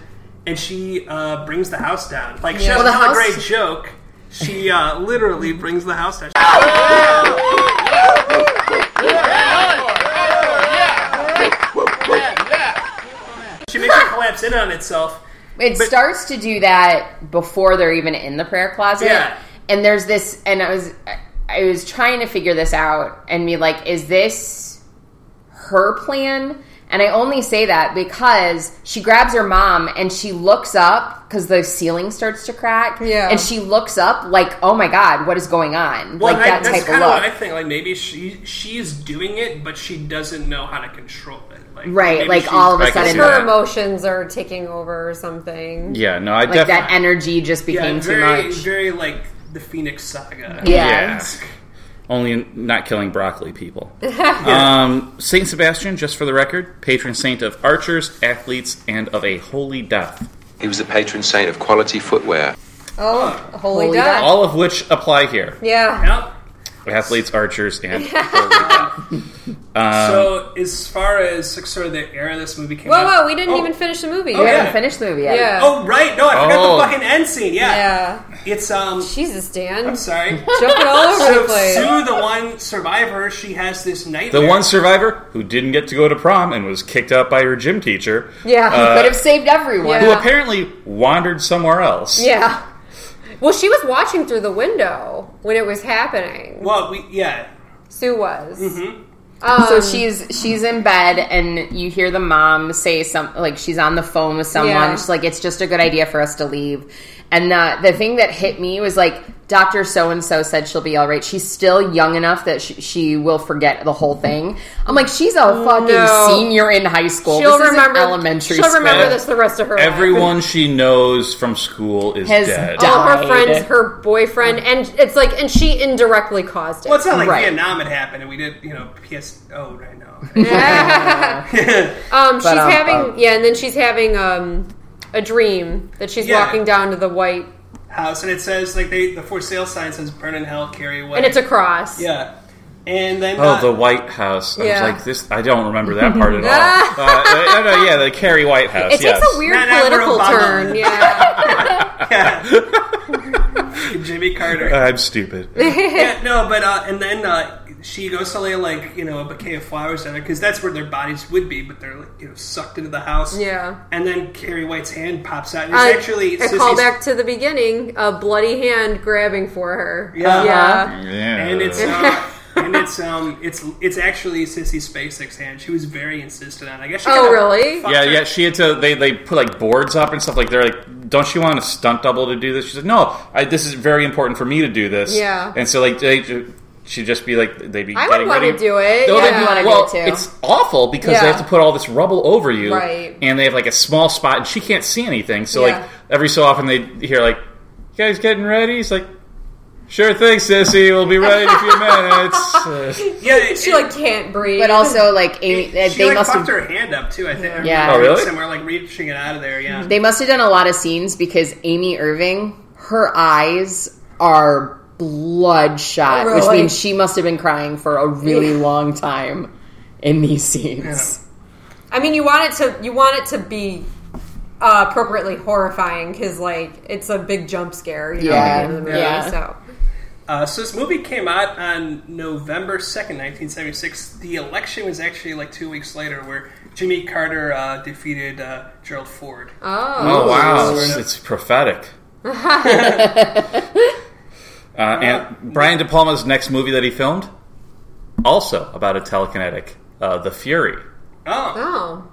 S1: and she uh, brings the house down. Like, she
S4: Yeah.
S1: doesn't
S4: Well, the
S1: tell a
S4: house-
S1: great joke. She uh, literally brings the house down. She makes it collapse in on itself.
S4: It starts to do that before they're even in the prayer closet.
S1: Yeah.
S4: And there's this, and I was, I was trying to figure this out and be like, is this her plan? And I only say that because she grabs her mom and she looks up because the ceiling starts to crack.
S2: Yeah.
S4: And she looks up like, oh my God, what is going on?
S1: Well,
S4: like
S1: I,
S4: that
S1: that's
S4: type of
S1: kinda
S4: look.
S1: what I think. Like maybe she she's doing it, but she doesn't know how to control it. Like,
S4: Right,
S1: maybe
S4: like
S1: she's-
S4: all of a
S3: I can
S4: sudden,
S3: see that.
S2: her emotions are taking over or something.
S3: Yeah, no, I
S4: like
S3: definitely.
S4: that energy just became
S1: yeah,
S4: too
S1: very
S4: much.
S1: very like the Phoenix Saga.
S4: Yeah.
S3: Only in- not killing broccoli people. um, Saint Sebastian, just for the record, patron saint of archers, athletes, and of a holy death.
S14: He was the patron saint of quality footwear.
S2: Oh, holy,
S4: Holy
S2: death.
S3: All of which apply here:
S2: Yeah.
S3: athletes, archers, and holy death. Um,
S1: so as far as like, sort of the era this movie came
S2: Whoa,
S1: out.
S2: whoa, we didn't
S1: Oh,
S2: even finish the movie.
S1: Oh,
S4: we
S1: yeah.
S4: haven't finished the movie yet.
S2: Yeah.
S1: Oh right, no, I forgot
S3: Oh.
S1: the fucking end scene. Yeah,
S2: Yeah.
S1: it's um.
S2: Jesus, Dan.
S1: I'm sorry.
S2: Jumping all over
S1: so
S2: the place.
S1: Sue, the one survivor, she has this nightmare.
S3: the one survivor who didn't get to go to prom and was kicked out by her gym teacher,
S2: Yeah.
S3: Uh,
S4: Could have saved everyone.
S3: who apparently wandered somewhere else.
S2: uh, yeah. Well, she was watching through the window when it was happening.
S1: Well, we yeah.
S2: Sue was.
S1: Mm-hmm.
S2: Um,
S4: so she's she's in bed and you hear the mom say something like she's on the phone with someone
S2: Yeah.
S4: she's like it's just a good idea for us to leave and the, the thing that hit me was like dr so-and-so said she'll be all right she's still young enough that she, she will forget the whole thing i'm like she's a fucking
S2: No.
S4: senior in high school
S2: she'll
S4: This isn't
S2: remember
S4: elementary
S2: She'll
S4: school.
S2: remember this the rest of her life.
S3: Everyone she knows from school is
S4: Has
S3: dead.
S4: died.
S2: all her
S4: died.
S2: friends, her boyfriend, and it's like, and she indirectly caused it.
S1: Well, it's not like
S4: Right.
S1: Vietnam had happened, and we did you know PS. Oh right now.
S2: um, she's
S4: But, um,
S2: having,
S4: um,
S2: yeah, and then she's having um, a dream that she's
S1: Yeah.
S2: walking down to the white,
S1: house, and it says like they the for sale sign says burn in hell, carry away,
S2: and it's a cross.
S1: yeah. And then
S3: Oh,
S1: uh,
S3: the White House. I
S2: Yeah.
S3: was like, this. I don't remember that part at all. uh, no, no, yeah, the Carrie White House.
S2: It takes
S3: yes.
S2: a weird
S1: Not Admiral
S2: political
S1: Obama.
S2: turn. Yeah. Uh,
S1: Jimmy Carter.
S3: I'm stupid.
S1: yeah, no, but uh, and then uh, she goes to lay like you know a bouquet of flowers down there because that's where their bodies would be, but they're like, you know sucked into the house.
S2: Yeah.
S1: And then Carrie White's hand pops out. And
S2: I-
S1: it's actually
S2: a
S1: Sissy's-
S2: callback to the beginning, a bloody hand grabbing for her.
S1: Yeah.
S4: Uh-huh.
S2: yeah.
S1: and it's uh, and it's um it's it's actually Sissy SpaceX hand. She was very insistent on. it. I guess. She
S2: Oh,
S1: kinda
S2: really?
S1: fucked
S3: yeah,
S1: her-
S3: yeah. She had to. They they put like boards up and stuff. Like they're like, don't you want a stunt double to do this? She said, no. I, this is very important for me to do this.
S2: Yeah.
S3: And so like they. ju- She'd just be like, they'd be.
S2: I would
S3: getting
S2: wanna
S3: ready.
S2: do it.
S3: No,
S2: Yeah,
S3: they'd
S2: I'd
S3: be-
S2: wanna do
S3: well,
S2: it too.
S3: it's awful because
S2: Yeah.
S3: they have to put all this rubble over you,
S2: Right.
S3: And they have like a small spot, and she can't see anything. So
S2: Yeah.
S3: like every so often they hear like, "You guys getting ready?" He's like, "Sure thing, sissy. We'll be ready in a few minutes." Uh,
S1: yeah. it-
S2: She like can't breathe.
S4: but also like Amy,
S1: She
S4: they
S1: like
S4: must
S1: fucked
S4: have
S1: her hand up too. I think.
S4: Yeah. Oh,
S3: really?
S1: Somewhere like reaching it out of there. Yeah.
S4: They must have done a lot of scenes because Amy Irving, her eyes are
S2: Oh,
S4: bloodshot,
S2: really?
S4: which means she must have been crying for a really long time in these scenes.
S2: I mean, you want it to you want it to be uh, appropriately horrifying because like it's a big jump scare. You
S4: Yeah.
S2: Know, at the end of the movie,
S4: Yeah.
S2: So
S1: Uh, so this movie came out on November second, nineteen seventy six. The election was actually like two weeks later, where Jimmy Carter uh, defeated uh, Gerald Ford.
S2: oh,
S3: oh wow, it's, it's prophetic. uh, and Brian De Palma's next movie that he filmed, also about a telekinetic, uh, The Fury.
S1: Oh,
S2: oh,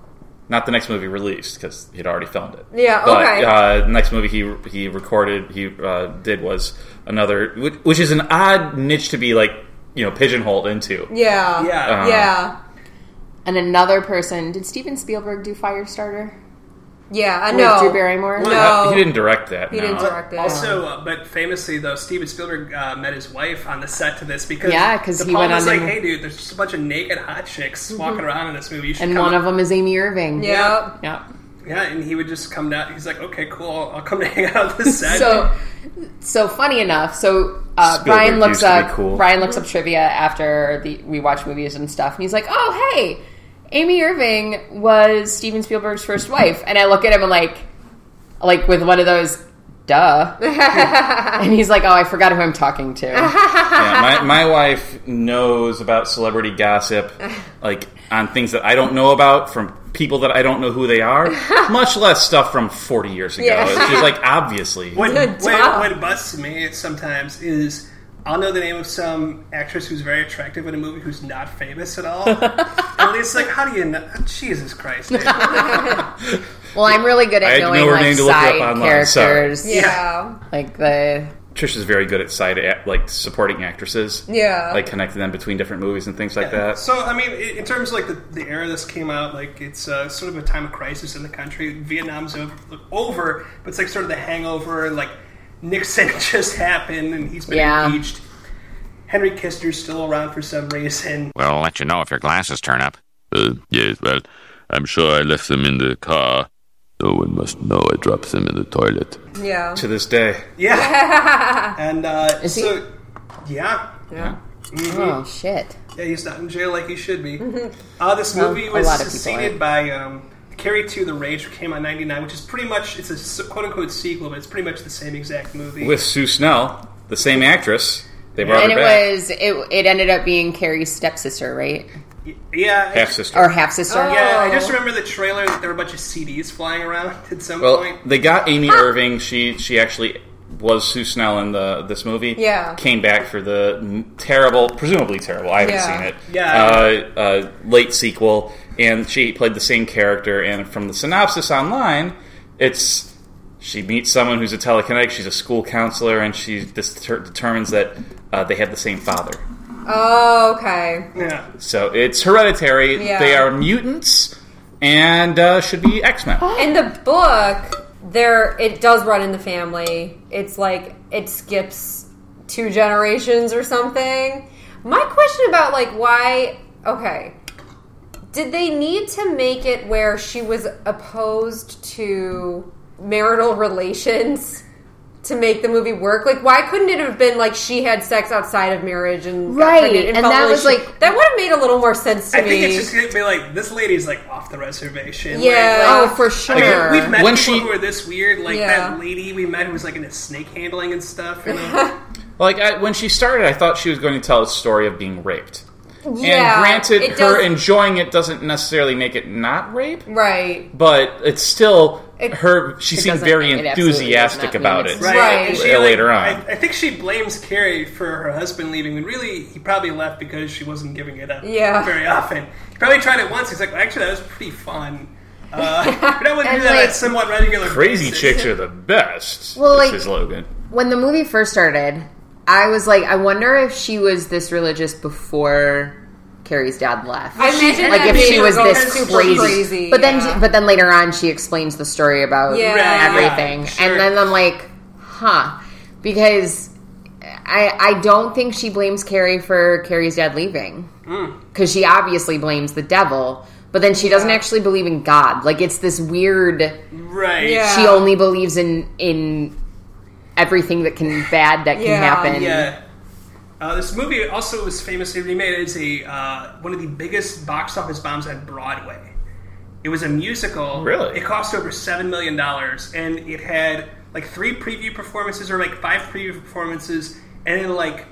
S3: Not the next movie released because he'd already filmed it.
S2: Yeah,
S3: But,
S2: okay.
S3: uh, the next movie he he recorded he uh, did was another, which, which is an odd niche to be like you know pigeonholed into.
S2: Yeah.
S3: Yeah. Uh,
S2: yeah.
S4: And another person. Did Steven Spielberg do Firestarter?
S2: Yeah, I
S4: With
S2: know.
S4: Drew Barrymore?
S2: No.
S3: he didn't direct that.
S2: He
S3: no.
S2: didn't direct that.
S1: Also, uh, but famously though, Steven Spielberg uh, met his wife on the set to this because
S4: Yeah, 'cause
S1: De
S4: he
S1: Palma
S4: went
S1: was
S4: on
S1: like,
S4: and-
S1: "Hey, dude, there's just a bunch of naked hot chicks walking around in this movie. You should
S4: And
S1: come
S4: one of them is Amy Irving.
S1: Yeah.
S4: Yeah.
S1: Yeah, and he would just come down. He's like, "Okay, cool, I'll, I'll come to hang out on the set."
S4: So, so funny enough. So uh,
S1: Spielberg
S4: Brian looks
S1: used to be
S4: up.
S1: cool.
S4: Brian looks up trivia after the, we watch movies and stuff, and he's like, "Oh, hey, Amy Irving was Steven Spielberg's first wife." And I look at him and like, like with one of those, duh. and he's like, "Oh, I forgot who I'm talking to."
S3: yeah, my, my wife knows about celebrity gossip, like on things that I don't know about from people that I don't know who they are, much less stuff from 40 years ago.
S1: Yeah.
S3: It's just like, obviously.
S1: What,
S2: job.
S1: what, what busts me sometimes is I'll know the name of some actress who's very attractive in a movie who's not famous at all. and it's like, how do you know? Jesus Christ. dude.
S4: well, I'm really good
S3: I had
S4: at
S3: to
S4: knowing
S3: know her
S4: like
S3: name to look it up
S4: side
S3: online, sorry.
S4: characters.
S2: Yeah.
S4: like the
S3: Trish is very good at side, act- like, supporting actresses.
S2: Yeah.
S3: Like, connecting them between different movies and things like that.
S1: So, I mean, i- in terms of like the, the era this came out, like it's uh, sort of a time of crisis in the country. Vietnam's over, over, but it's like sort of the hangover. and, Like Nixon just happened, and he's been
S4: Yeah.
S1: impeached. Henry Kissinger's still around for some reason.
S15: Well, I'll let you know if your glasses turn up. Uh, yes, well, I'm sure I left them in the car. No one must know I dropped them in the toilet.
S2: Yeah.
S3: To this day.
S1: Yeah, and uh,
S4: Is he-
S1: so yeah,
S4: yeah.
S1: Mhm.
S4: Oh shit.
S1: Yeah, he's not in jail like he should be. Uh, this
S4: Well,
S1: movie
S4: a
S1: was
S4: lot of people
S1: succeeded
S4: are.
S1: by um, Carrie 2 The Rage, which came out in 99, which is pretty much, it's a s- quote-unquote sequel, but it's pretty much the same exact movie.
S3: With Sue Snell, the same actress. They brought
S4: and
S3: her
S4: it
S3: back.
S4: was it. It ended up being Carrie's stepsister, right?
S1: yeah.
S3: Half sister.
S4: Or half sister.
S1: Yeah, I
S4: Oh.
S1: just remember the trailer that there were a bunch of CDs flying around at some
S3: Well,
S1: point.
S3: they got Amy Irving. She she actually was Sue Snell in the this movie.
S1: Yeah.
S3: came back for the n- terrible, presumably terrible. I haven't
S1: Yeah.
S3: seen it.
S1: Yeah.
S3: uh, uh, late sequel, and she played the same character. And from the synopsis online, it's she meets someone who's a telekinetic. She's a school counselor, and she dis- ter- determines that uh, they have the same father.
S2: Oh, okay.
S1: Yeah.
S3: So it's hereditary.
S2: Yeah.
S3: They are mutants and uh, should be X Men.
S2: In the book, there it does run in the family. It's like it skips two generations or something. My question about like why okay. Did they need to make it where she was opposed to marital relations to make the movie work? Like why couldn't it have been like she had sex outside of marriage and got
S4: Right,
S2: pregnant
S4: and
S2: felt
S4: that
S2: really
S4: was,
S2: shit?
S4: like-
S2: that would have made a little more sense to
S1: I
S2: me.
S1: think it's just going to be like, this lady's like off the reservation.
S2: Yeah,
S1: Like, like-
S2: oh, for
S1: I mean,
S2: sure.
S1: we've met
S3: When
S1: people
S3: she-
S1: who are this weird, like
S2: Yeah.
S1: that lady we met who was like into snake handling and stuff. You know?
S3: Like I, when she started, I thought she was going to tell a story of being raped.
S2: Yeah,
S3: and granted,
S2: it
S3: her
S2: does-
S3: enjoying it doesn't necessarily make it not rape,
S2: right.
S3: but it's still her. She
S2: it
S3: seemed
S2: doesn't-
S3: very
S2: it absolutely does
S3: enthusiastic
S2: not mean
S3: about it
S2: it's- Right.
S3: uh,
S1: And she, like,
S3: later on.
S1: I, I think she blames Carrie for her husband leaving, when really he probably left because she wasn't giving it up
S2: Yeah.
S1: very often. He probably tried it once. He's like, well, actually, that was pretty fun. Uh, but I would do
S4: And,
S1: that
S4: like-
S1: on a somewhat regular
S3: Crazy
S1: basis.
S3: chicks are the best.
S4: Well,
S3: this
S4: like-
S3: is Logan.
S4: When the movie first started, I was like, I wonder if she was this religious before Carrie's dad left.
S2: I imagine
S4: like
S2: that
S4: if
S2: made
S4: she
S2: her
S4: was
S2: go
S4: this
S2: super
S4: crazy.
S2: crazy,
S4: But then,
S2: yeah.
S4: she- but then later on, she explains the story about
S2: Yeah. Right,
S4: everything,
S2: yeah, sure.
S4: and then I'm like, huh, because I I don't think she blames Carrie for Carrie's dad leaving
S2: Hmm.
S4: because she obviously blames the devil. But then she doesn't actually believe in God. Like it's this weird
S1: Right.
S4: she only believes in in everything that can bad that can
S1: Yeah.
S4: happen.
S1: Yeah. Uh, this movie also was famously remade as a uh, one of the biggest box office bombs on Broadway. It was a musical.
S3: Really?
S1: It cost over seven million dollars, and it had like three preview performances or like five preview performances, and it like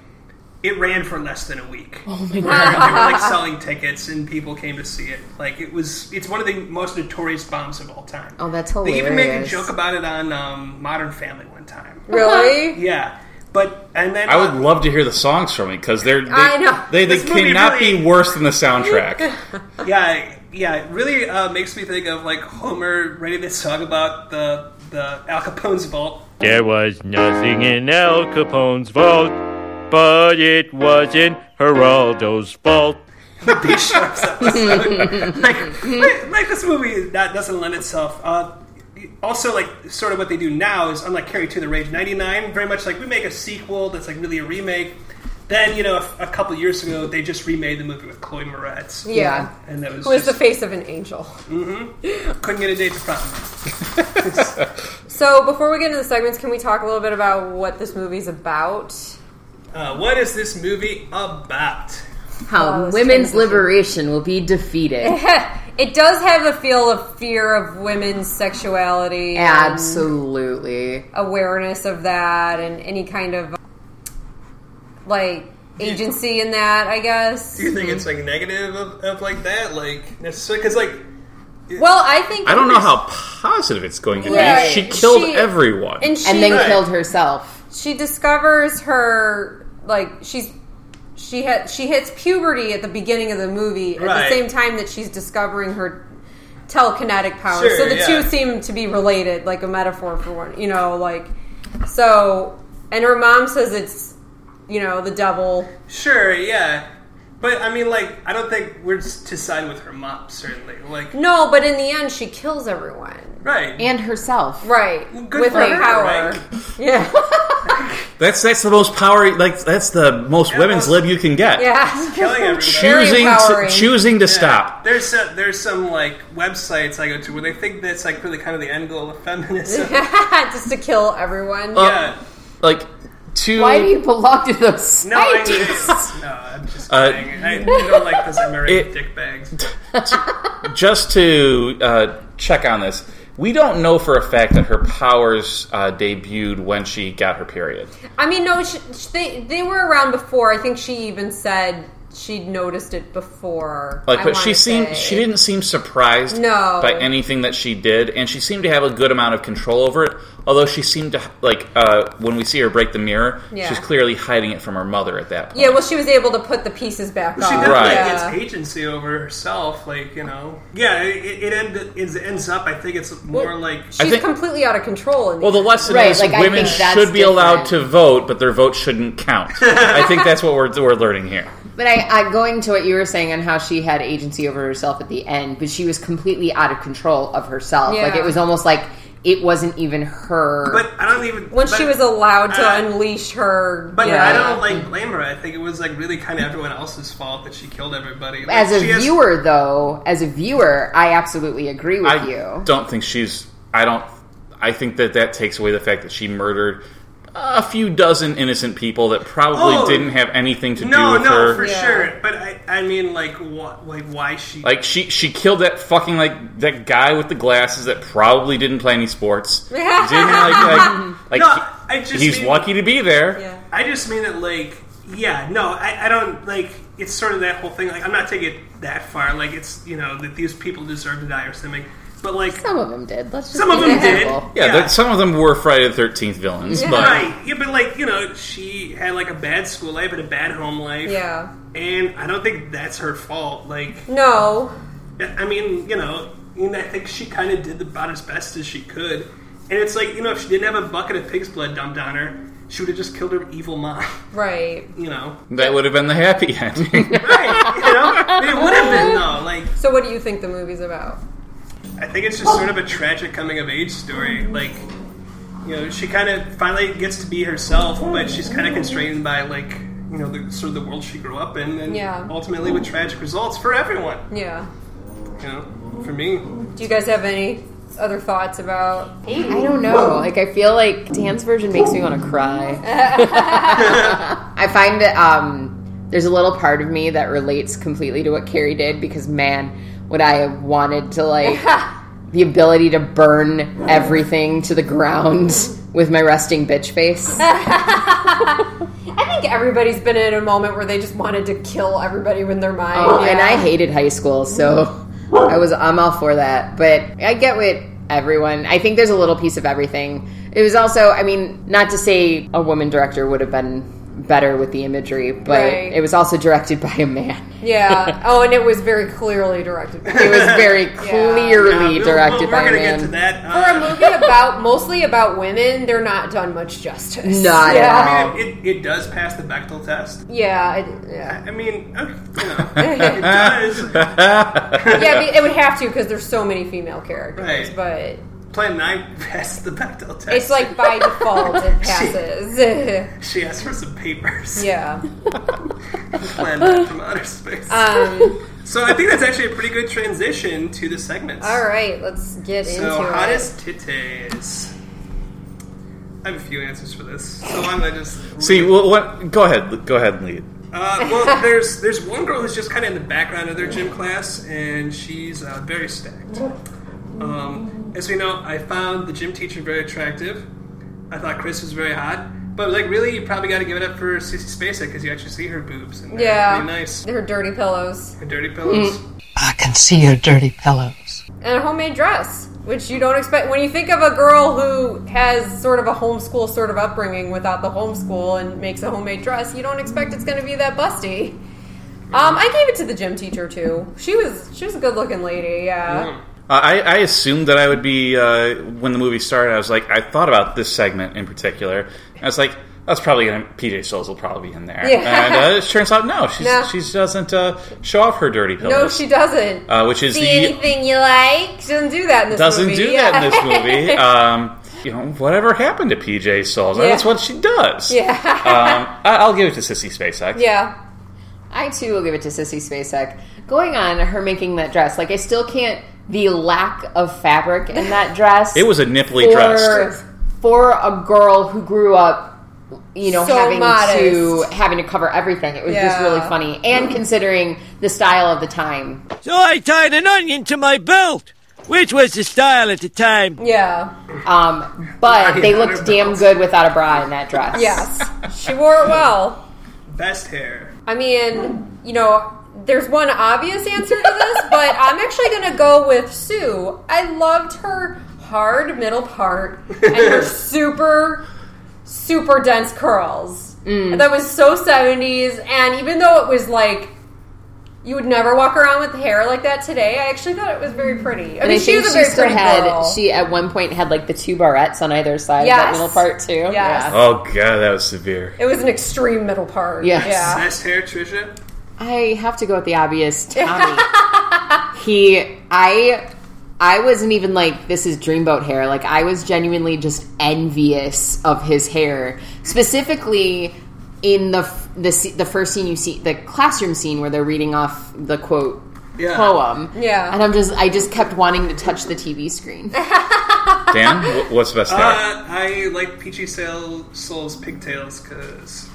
S1: it ran for less than a week. Oh
S4: my
S1: they were like selling tickets, and people came to see it. Like it was, it's one of the most notorious bombs of all time.
S4: Oh, that's
S1: They
S4: hilarious.
S1: even made a joke about it on um, Modern Family one time.
S2: Really?
S1: yeah. But and then
S3: I would love to hear the songs from it because they're they
S2: I know.
S3: they, they
S1: This movie
S3: cannot
S1: really-
S3: be worse than the soundtrack.
S1: yeah, yeah, it really uh, makes me think of like Homer writing this song about the the Al Capone's vault.
S16: There was nothing in Al Capone's vault, but it wasn't Geraldo's fault.
S1: the beach sharks episode. like, like, like this movie that doesn't lend itself. Uh, also, like sort of what they do now is unlike Carrie to the Rage '99, very much like we make a sequel that's like really a remake. Then you know, a, a couple years ago, they just remade the movie with Chloe Moretz.
S2: Yeah.
S1: and that was
S2: Who is
S1: just-
S2: the face of an angel?
S1: Mhm. Couldn't get a date to prom.
S2: So before we get into the segments, can we talk a little bit about what this movie's about?
S1: Uh, what is this movie about?
S4: How women's liberation will be defeated.
S2: it does have a feel of fear of women's sexuality. and
S4: Absolutely.
S2: Awareness of that and any kind of like agency in that, I guess.
S1: Do you think it's like negative of, of like that, like necessarily? Because like,
S2: Well, I think
S3: I don't know how positive it's going to
S2: Right.
S3: be. She killed
S2: She-
S3: everyone.
S2: and she-
S4: And then
S2: Right.
S4: killed herself.
S2: she discovers her like she's she had she hits puberty at the beginning of the movie at the
S4: Right.
S2: same time that she's discovering her telekinetic powers.
S4: Sure,
S2: so the
S4: yeah.
S2: two seem to be related, like a metaphor for one. You know, like so. And her mom says it's you know the devil.
S1: sure, yeah, but I mean, like, I don't think we're s- to side with her mom. Certainly, like,
S2: No, but in the end, she kills everyone.
S1: Right.
S4: And herself.
S2: Right.
S1: good
S2: With
S1: for
S2: her
S1: her,
S2: power. Yeah.
S3: That's that's the most power. Like that's the most women's lib you can get.
S2: Yeah.
S1: Killing everybody.
S3: Choosing to, choosing to stop.
S1: There's some, there's some like websites I go to where they think that's like really kind of the end goal of feminism.
S2: Just to kill everyone.
S3: Uh, Like to
S2: Why do you belong to
S4: those
S1: No, I mean, no, I'm just
S3: Uh,
S1: kidding. I don't like those American
S3: It-
S1: dick bags.
S3: just to uh, check on this. We don't know for a fact that her powers uh, debuted when she got her period.
S2: I mean, no, she, she, they they were around before. I think she even said she'd noticed it before.
S3: Like,
S2: I
S3: but she
S2: wanna
S3: seemed
S2: say.
S3: she didn't seem surprised
S2: No.
S3: by anything that she did, and she seemed to have a good amount of control over it. Although she seemed to like uh, when we see her break the mirror,
S2: Yeah.
S3: she's clearly hiding it from her mother at that point.
S2: Yeah, well, she was able to put the pieces back
S1: She
S2: on.
S1: definitely
S3: Right.
S1: gets
S2: Yeah.
S1: agency over herself, like you know. Yeah, it, it- it, end, it ends up. I think it's more like
S2: She's completely out of control. In the
S3: Well, the lesson
S2: Right,
S3: is
S2: like, I
S3: women
S2: think that's
S3: should be allowed to vote, but their vote shouldn't count. I think that's what we're, we're learning here.
S4: But I, I going to what you were saying on how she had agency over herself at the end, but she was completely out of control of herself. Like
S2: Yeah.
S4: it was almost like it wasn't even her.
S1: But I don't even.
S2: Once she was allowed to
S1: Uh,
S2: unleash her.
S1: But
S2: yeah.
S1: I don't like blame her. I think it was like really kind of everyone else's fault that she killed everybody. Like,
S4: as a
S1: she has-
S4: viewer, though, as a viewer, I absolutely agree with
S3: I
S4: you.
S3: don't think she's. I don't. I think that that takes away the fact that she murdered a few dozen innocent people that probably
S1: Oh.
S3: didn't have anything to do
S1: no,
S3: with
S1: no,
S3: her.
S1: for sure. But I, I mean, like, what, like why she?
S3: Like she she killed that fucking like that guy with the glasses that probably didn't play any sports. Didn't like like, like
S1: No,
S3: he-
S1: I just
S3: he's
S1: mean-
S3: lucky to be there.
S1: I just mean that, like, yeah, no, I, I don't like. It's sort of that whole thing. Like, I'm not taking it that far. Like, it's you know that these people deserve to die or something. But like,
S4: some of them did. Let's just
S1: some of
S4: be
S1: them did.
S4: careful.
S3: Yeah, there- some of them were Friday the Thirteenth villains, but
S1: Right. Yeah, but like, you know, she had like a bad school life and a bad home life.
S2: Yeah.
S1: And I don't think that's her fault. Like
S2: No.
S1: I mean, you know, you know, I think she kind of did about as best as she could. And it's like, you know, if she didn't have a bucket of pig's blood dumped on her, she would have just killed her evil mom.
S2: Right.
S1: You know,
S3: that would have been the happy ending.
S1: you know, it would have been though. Like,
S2: So, what do you think the movie's about?
S1: I think it's just sort of a tragic coming of age story. Like, you know, she kind of finally gets to be herself, but she's kind of constrained by like, you know, the sort of the world she grew up in, and
S2: Yeah.
S1: ultimately with tragic results for everyone.
S2: Yeah.
S1: You know, for me,
S2: Do you guys have any other thoughts about?
S4: I don't know. Like I feel like Dan's version makes me want to cry. I find that um, there's a little part of me that relates completely to what Carrie did because man, would I have wanted to like the ability to burn everything to the ground with my resting bitch face.
S2: I think everybody's been in a moment where they just wanted to kill everybody with their mind.
S4: Oh, and
S2: yeah.
S4: I hated high school, so I was I'm all for that. But I get what everyone. I think there's a little piece of everything. It was also, I mean, not to say a woman director would have been better with the imagery, but
S2: Right.
S4: it was also directed by a man.
S2: Yeah. oh, and it was very clearly directed. By
S4: It was very
S1: Uh,
S4: clearly directed by a
S1: gonna
S4: man.
S1: uh,
S2: For a movie about mostly about women, they're not done much justice.
S4: Not at
S2: yeah.
S4: all.
S1: I mean, it, it does pass the Bechtel test.
S2: Yeah, it, yeah.
S1: I mean, uh,
S2: it
S1: does.
S2: yeah, I mean, it would have to because there's so many female characters.
S1: Right.
S2: But
S1: Plan 9 passed the Bechtel test.
S2: it's like by default it passes.
S1: She asked for some papers.
S2: yeah.
S1: Plan 9 from outer space.
S2: Um,
S1: so I think that's actually a pretty good transition to the segments.
S2: all right, let's get
S1: So
S2: into it.
S1: hottest titties. I have a few answers for this, so I'm gonna just
S3: See, well, what? Go ahead. Go ahead and lead.
S1: Uh, well, there's there's one girl who's just kind of in the background of their gym class, and she's uh, very stacked. Um, as we know, I found the gym teacher very attractive. I thought Chris was very hot, but like really, you probably got to give it up for Cece Spacek because you actually see her boobs and they're
S2: Yeah.
S1: really nice.
S2: Her dirty pillows
S1: Her dirty pillows.
S6: I can see your dirty pillows.
S2: and a homemade dress, which you don't expect when you think of a girl who has sort of a homeschool sort of upbringing without the homeschool and makes a homemade dress. You don't expect it's going to be that busty. Um, I gave it to the gym teacher too. She was she was a good looking lady. Yeah.
S3: Uh, I, I assumed that I would be uh, when the movie started. I was like, I thought about this segment in particular. And I was like, that's probably gonna PJ Souls will probably be in there.
S2: Yeah.
S3: And uh, it turns out no, she
S2: No.
S3: she doesn't uh, show off her dirty pillows.
S2: No, she doesn't.
S3: Uh, which is
S2: See
S3: the
S2: anything you like? She doesn't do that in this
S3: doesn't
S2: movie.
S3: do
S2: Yeah.
S3: that in this movie. Um, you know, whatever happened to PJ Souls?
S2: Yeah.
S3: That's what she does.
S2: yeah.
S3: um, I, I'll give it to Sissy Spacek.
S2: Yeah.
S4: I too will give it to Sissy Spacek. Going on her making that dress, like I still can't the lack of fabric in that dress.
S3: It was a nipply dress.
S4: for a girl who grew up you know
S2: So
S4: having to
S2: modest.
S4: having to cover everything it was just
S2: Yeah.
S4: really funny and considering the style of the time
S17: So I tied an onion to my belt, which was the style at the time.
S2: Yeah.
S4: um, but they looked damn good without a bra in that dress
S2: Yes. she wore it well.
S1: Best hair.
S2: I mean, you know, there's one obvious answer to this, but I'm actually going to go with Sue. I loved her hard middle part and her super, super dense curls.
S4: Mm.
S2: And That was so 70s. And even though it was like, you would never walk around with hair like that today. I actually thought it was very pretty. I
S4: and
S2: mean,
S4: I
S2: she
S4: think
S2: was a
S4: she
S2: very
S4: still
S2: pretty
S4: had
S2: girl.
S4: she at one point had like the two barrettes on either side of that
S2: Yes.
S4: middle part too yes.
S3: Oh god, that was severe.
S2: it was an extreme middle part.
S4: Yes.
S2: Yeah.
S1: Best hair, Trisha.
S4: I have to go with the obvious Tommy. he I I wasn't even like this is dreamboat hair. Like I was genuinely just envious of his hair. Specifically in the f- the se- the first scene you see the classroom scene where they're reading off the quote
S1: Yeah.
S4: poem.
S2: Yeah.
S4: And I'm just I just kept wanting to touch the TV screen.
S3: Dan, wh- what's best hair?
S1: Uh, I like Peachy Soul, Soul's pigtails because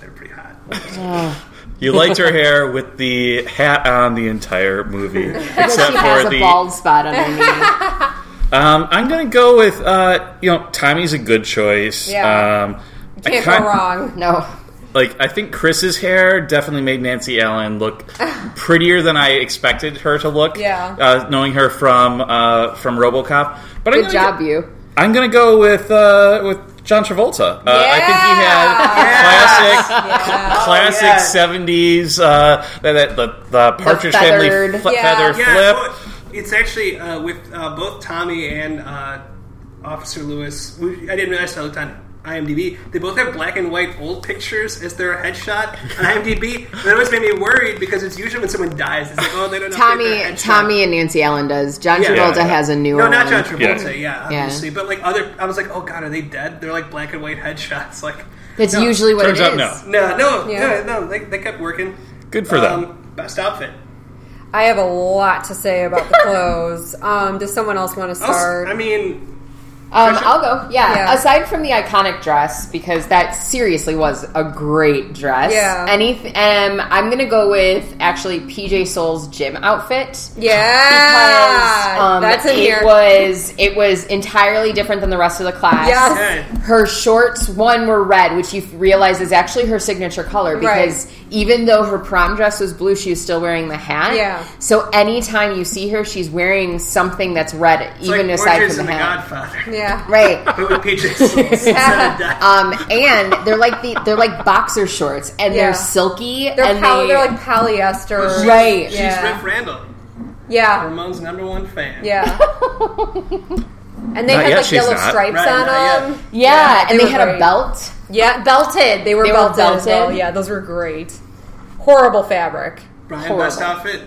S1: they're pretty hot.
S3: You liked her hair with the hat on the entire movie,
S4: Because
S3: except
S4: she has
S3: for
S4: a
S3: the.
S4: bald spot underneath.
S3: Um, I'm gonna go with uh, you know Tommy's a good choice.
S2: Yeah.
S3: Um, I
S2: Can't
S3: kind-
S2: go wrong.
S4: No.
S3: Like I think Chris's hair definitely made Nancy Allen look prettier than I expected her to look.
S2: Yeah.
S3: Uh, knowing her from uh, from RoboCop, but I'm gonna
S4: Good job,
S3: Go,
S4: you.
S3: I'm gonna go with uh, with John Travolta. Uh, I think he had classic classic
S1: yeah.
S3: 70s uh, that, that the, the Partridge Family
S4: feathered-
S3: fl-
S2: Yeah.
S3: feather
S1: Yeah,
S3: flip.
S1: well, it's actually uh, with uh, both Tommy and uh, Officer Lewis. who- I didn't realize I looked on IMDb. They both have black and white old pictures as their headshot on IMDb. that always made me worried because it's usually when someone dies, it's like, oh, they don't know.
S4: Tommy Tommy and Nancy Allen does. John
S1: Yeah. Yeah,
S4: Travolta
S1: yeah.
S4: has a newer
S1: No, not John
S4: one.
S1: Travolta. Yeah,
S4: Yeah.
S1: obviously, but like other, I was like, oh god, are they dead? They're like black and white headshots. Like
S4: That's
S1: No.
S4: usually what
S3: Turns
S4: it
S3: out
S4: is.
S1: No,
S3: no.
S1: no,
S2: Yeah.
S1: no, no. They, they kept working. Um,
S3: Good for them.
S1: Best outfit.
S2: I have a lot to say about the clothes. Um, does someone else want to
S1: Also,
S2: start?
S1: I mean,
S4: Um, I'll go. Yeah.
S2: Yeah.
S4: Aside from the iconic dress, because that seriously was a great dress.
S2: Yeah.
S4: Any, um, I'm gonna go with actually PJ Soul's gym outfit.
S2: yeah,
S4: Because, um,
S2: Ah, that's in
S4: it
S2: here.
S4: was it was entirely different than the rest of the class.
S2: Yes.
S1: Okay.
S4: Her shorts, one were red, which you realize is actually her signature color
S2: Right.
S4: because even though her prom dress was blue, she was still wearing the hat.
S2: Yeah.
S4: So anytime you see her, she's wearing something that's red,
S1: It's
S4: even
S1: like
S4: aside
S1: Orange is
S4: from the
S1: in
S4: hat.
S1: The Godfather.
S2: Yeah.
S4: Right.
S1: But with peaches. Instead of dye.
S2: Uh,
S4: um, and they're like the, they're like boxer shorts, and
S2: Yeah.
S4: they're silky,
S2: They're,
S4: and
S2: poly-
S4: they,
S2: they're like polyester.
S4: Right.
S1: She's
S2: Yeah.
S1: Riff Randall,
S2: Yeah.
S1: Ramon's number one fan.
S2: Yeah. and they
S3: Not
S2: had
S3: yet,
S2: like
S3: she's
S2: yellow
S3: not.
S2: stripes
S1: Right, not
S2: on
S1: yet.
S2: them.
S4: yeah, and they,
S2: were
S4: had a
S2: great.
S4: belt.
S2: Yeah, belted. They were
S4: They were
S2: belted. as well.
S4: belted.
S2: Yeah, those were great. Horrible fabric.
S1: Brian,
S2: Horrible.
S1: best outfit.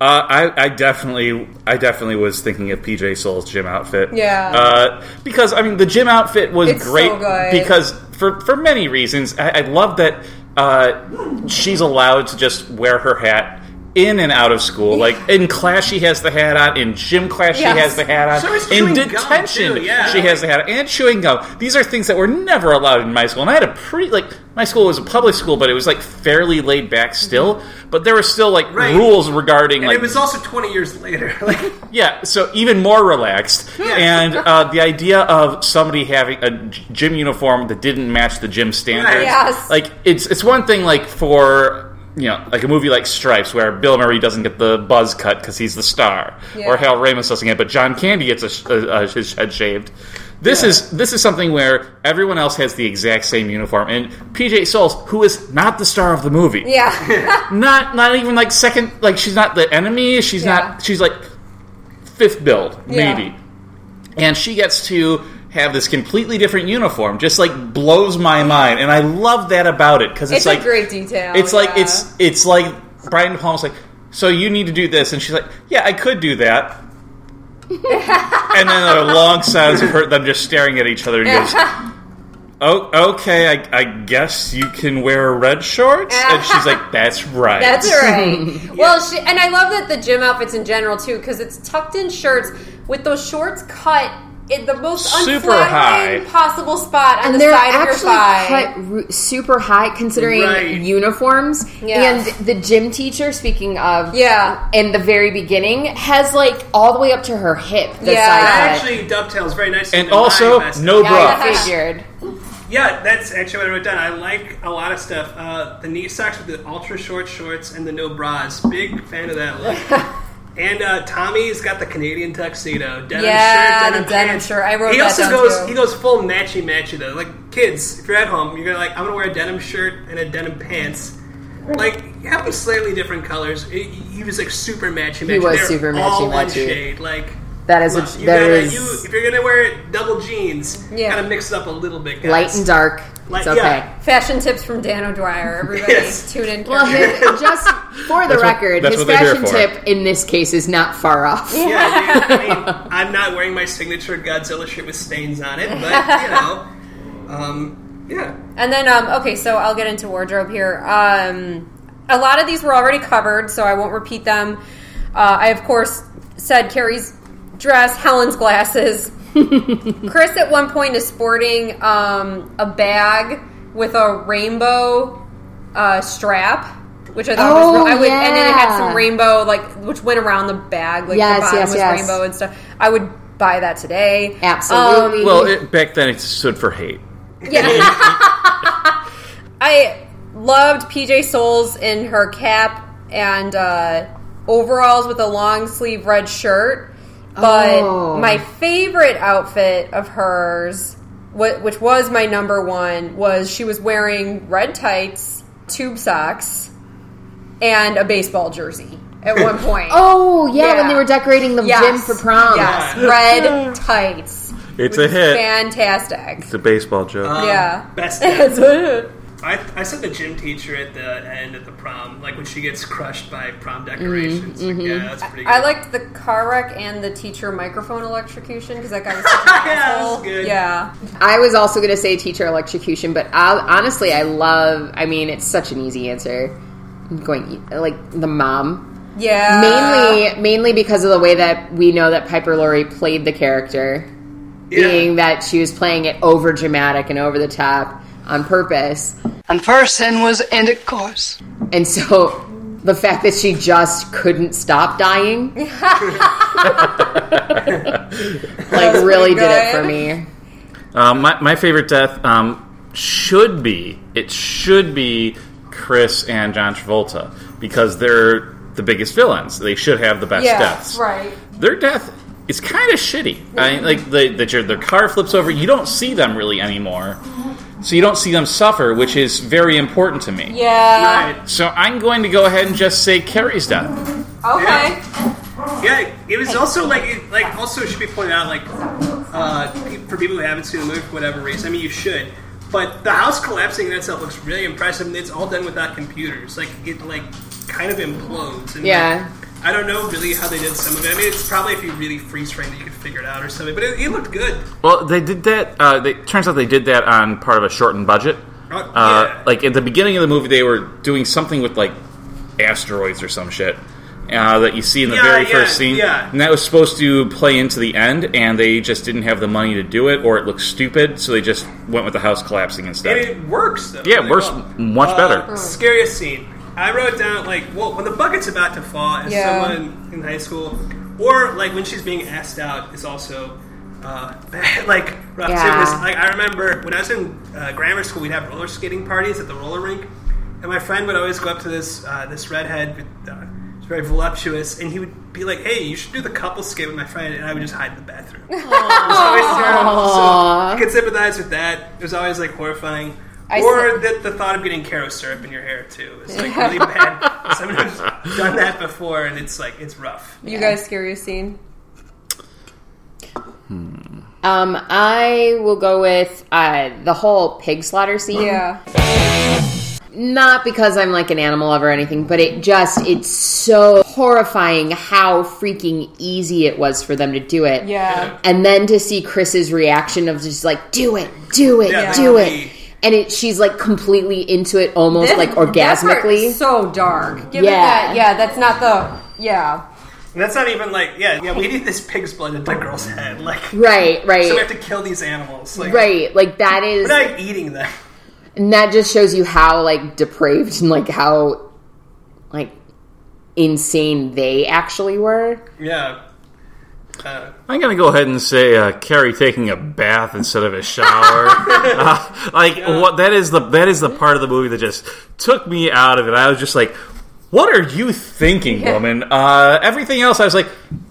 S3: Uh, I, I definitely, I definitely was thinking of PJ Soul's gym outfit.
S2: Yeah.
S3: Uh, because I mean, the gym outfit was
S2: It's so
S3: great
S2: good.
S3: because for for many reasons, I, I love that uh, she's allowed to just wear her hat in and out of school. Like in class, she has the hat on. In gym class,
S2: Yes.
S3: she has the hat on.
S1: So is
S3: in
S1: chewing gum,
S3: detention,
S1: too, yeah.
S3: she has the hat on. and chewing gum. These are things that were never allowed in my school. And I had a pretty like my school was a public school, but it was like fairly laid back still. But there were still like
S1: Mm-hmm. Right.
S3: rules regarding
S1: And
S3: like
S1: it was also 20 years later. Like,
S3: yeah, so even more relaxed. And uh, the idea of somebody having a g- gym uniform that didn't match the gym standards.
S1: Right.
S2: Yes.
S3: Like, it's, it's one thing, like, for, you know, like a movie like Stripes, where Bill Murray doesn't get the buzz cut because he's the star.
S2: Yeah.
S3: Or Hal Ramis doesn't get it, but John Candy gets a, sh- a, a, his head shaved. This is this is something where everyone else has the exact same uniform, and PJ Souls, who is not the star of the movie,
S2: Yeah.
S3: not not even like second like she's not the enemy she's
S2: Yeah.
S3: not she's like fifth build
S2: Yeah.
S3: maybe and she gets to have this completely different uniform just like blows my mind and i love that about it because it's,
S2: it's
S3: like
S2: a great detail.
S3: it's like
S2: yeah.
S3: it's it's like brian de palma's like so you need to do this and she's like yeah i could do that and then a long silence of her, them just staring at each other and goes Oh, okay. I, I guess you can wear red shorts, and she's like, "That's right."
S2: That's right. Well, she, and I love that the gym outfits in general too, because it's tucked in shirts with those shorts cut in the most
S3: Super
S2: unflattering
S3: high.
S2: possible spot on
S4: and
S2: the
S4: they're
S2: side of your
S4: actually
S2: thigh.
S4: cut ru- super high considering
S1: Right.
S4: uniforms.
S2: Yes.
S4: And the gym teacher, speaking of,
S2: Yeah.
S4: in the very beginning, has like all the way up to her hip.
S2: Yeah.
S4: The side
S2: That
S4: cut.
S1: that actually dovetails very nicely.
S3: and
S1: into my
S3: also
S1: best
S3: no
S4: Yeah,
S3: bra.
S4: I figured.
S1: Yeah, that's actually what I wrote down. I like a lot of stuff. Uh, the knee socks with the ultra short shorts and the no bras. Big fan of that look. and uh, Tommy's got the Canadian tuxedo, denim
S2: Yeah,
S1: shirt, denim,
S2: the denim
S1: pants.
S2: shirt. I wrote
S1: He
S2: that
S1: also
S2: down,
S1: goes.
S2: too.
S1: He goes full matchy matchy though. Like kids, if you're at home, you're gonna like. I'm gonna wear a denim shirt and a denim pants. Like have them slightly different colors. He- he was like super matchy matchy.
S4: He was super
S1: All one
S4: matchy-matchy.
S1: shade. Like
S4: That is a-
S1: look, you
S4: that
S1: gotta-
S4: is-
S1: you- if you're gonna wear double jeans,
S2: Yeah.
S1: gotta mix it up a little bit. Guys.
S4: Light and dark.
S1: Light-
S4: it's okay.
S1: yeah.
S2: Fashion tips from Dan O'Dwyer. Everybody,
S1: Yes.
S2: tune in.
S4: Well, his, just for the
S3: That's what-
S4: record,
S3: that's
S4: his
S3: what they're here
S4: fashion
S3: for.
S4: tip in this case is not far off.
S1: Yeah, dude, I mean, I'm not wearing my signature Godzilla shirt with stains on it, but you know, um, yeah.
S2: And then, um, okay, so I'll get into wardrobe here. Um, a lot of these were already covered, so I won't repeat them. Uh, I, of course, said Carrie's dress, Helen's glasses. Chris, at one point, is sporting um, a bag with a rainbow uh, strap, which I thought was
S4: Oh,
S2: real. I would, And then it had some
S4: yeah.
S2: rainbow, like, which went around the bag. Like,
S4: Yes,
S2: the bottom
S4: yes,
S2: was
S4: yes.
S2: rainbow and stuff. I would buy that today.
S4: Absolutely.
S2: Um,
S3: Well, it, back then it stood for hate.
S2: yeah. I loved PJ Souls in her cap and uh, overalls with a long sleeve red shirt. But
S4: Oh.
S2: my favorite outfit of hers, wh- which was my number one, was she was wearing red tights, tube socks, and a baseball jersey at one point.
S4: Oh yeah,
S2: Yeah.
S4: when they were decorating the
S2: Yes.
S4: gym for prom.
S2: Yes, red tights.
S3: It's
S2: Which
S3: a
S2: is
S3: hit.
S2: Fantastic.
S3: It's a baseball joke.
S1: Um,
S2: Yeah.
S1: Best.
S2: It's a hit.
S1: I, I said the gym teacher at the end of the prom, like when she gets crushed by prom decorations. Like, Yeah, that's pretty. Good.
S2: I liked the car wreck and the teacher microphone electrocution because that guy was such an
S1: Yeah, that was
S2: asshole.
S1: good.
S2: Yeah,
S4: I was also going to say teacher electrocution, but I'll, honestly, I love. I mean, it's such an easy answer. I'm going like the mom
S2: yeah.
S4: mainly, mainly because of the way that we know that Piper Laurie played the character,
S1: Yeah.
S4: being that she was playing it over dramatic and over the top on purpose,
S6: And first sin was intercourse.
S4: and so the fact that she just couldn't stop dying, like really did it for me.
S3: Um, my, my favorite death um, should be it should be Chris and John Travolta because they're the biggest villains. They should have the best
S2: yeah,
S3: deaths.
S2: right.
S3: Their death is kind of shitty. I mean, like the, the, their car flips over. You don't see them really anymore, so you don't see them suffer, which is very important to me.
S2: Yeah.
S3: So I'm going to go ahead and just say Carrie's death.
S2: Okay.
S1: Yeah, it was also like it, like also should be pointed out like uh, pe- for people who haven't seen the movie for whatever reason. I mean, you should. But the house collapsing in itself looks really impressive, and it's all done without computers. Like it like kind of implodes. And,
S4: Yeah.
S1: like, I don't know really how they did some of it. I mean, it's probably if you really freeze frame that you could figure it out or something. But it, it looked good.
S3: Well, they did that. Uh, they, turns out they did that on part of a shortened budget.
S1: Oh,
S3: Uh, Like at the beginning of the movie, they were doing something with like asteroids or some shit uh, that you see in the
S1: Yeah,
S3: very
S1: yeah,
S3: first scene,
S1: yeah.
S3: and that was supposed to play into the end, and they just didn't have the money to do it, or it looked stupid, so they just went with the house collapsing
S1: And
S3: instead.
S1: it works though.
S3: Yeah, it
S1: really
S3: works
S1: well.
S3: much
S2: Uh,
S3: better.
S1: Scariest scene. I wrote down like, well, when the bucket's about to fall, is
S2: Yeah.
S1: someone in high school, or like when she's being asked out is also uh, like rough too, 'cause,
S2: Yeah.
S1: Like I remember when I was in uh, grammar school, we'd have roller skating parties at the roller rink, and my friend would always go up to this uh, this redhead, with, uh, was very voluptuous, and he would be like, "Hey, you should do the couple skate with my friend," and I would just hide in the bathroom. It was always terrible. So I can sympathize with that. It was always like horrifying.
S2: I
S1: or that the thought of getting caro syrup in your hair too is like really bad. Sometimes I've done that before, and it's like it's rough.
S2: You guys, scariest scene.
S4: Um, I will go with uh, the whole pig slaughter scene.
S2: Yeah.
S4: Not because I'm like an animal lover or anything, but it just, it's so horrifying how freaking easy it was for them to do it.
S2: Yeah.
S4: And then to see Chris's reaction of just like, do it, do it,
S2: Yeah,
S4: do
S2: like
S4: it. And it, she's like completely into it almost
S2: This-
S4: like
S2: that part's
S4: orgasmically.
S2: so dark. Give
S4: Yeah.
S2: it that. Yeah, that's not the. Yeah.
S1: And that's not even like yeah, yeah. We need this pig's blood in the girl's head, like
S4: Right, right.
S1: So we have to kill these animals, like
S4: right. Like that is.
S1: We're not eating them.
S4: And that just shows you how like depraved and like how like insane they actually were.
S1: Yeah. Uh,
S3: I'm gonna go ahead and say uh, Carrie taking a bath instead of a shower. Uh, like what? That is the that is the part of the movie that just took me out of it. I was just like, "What are you thinking, woman?" Uh, everything else, I was like,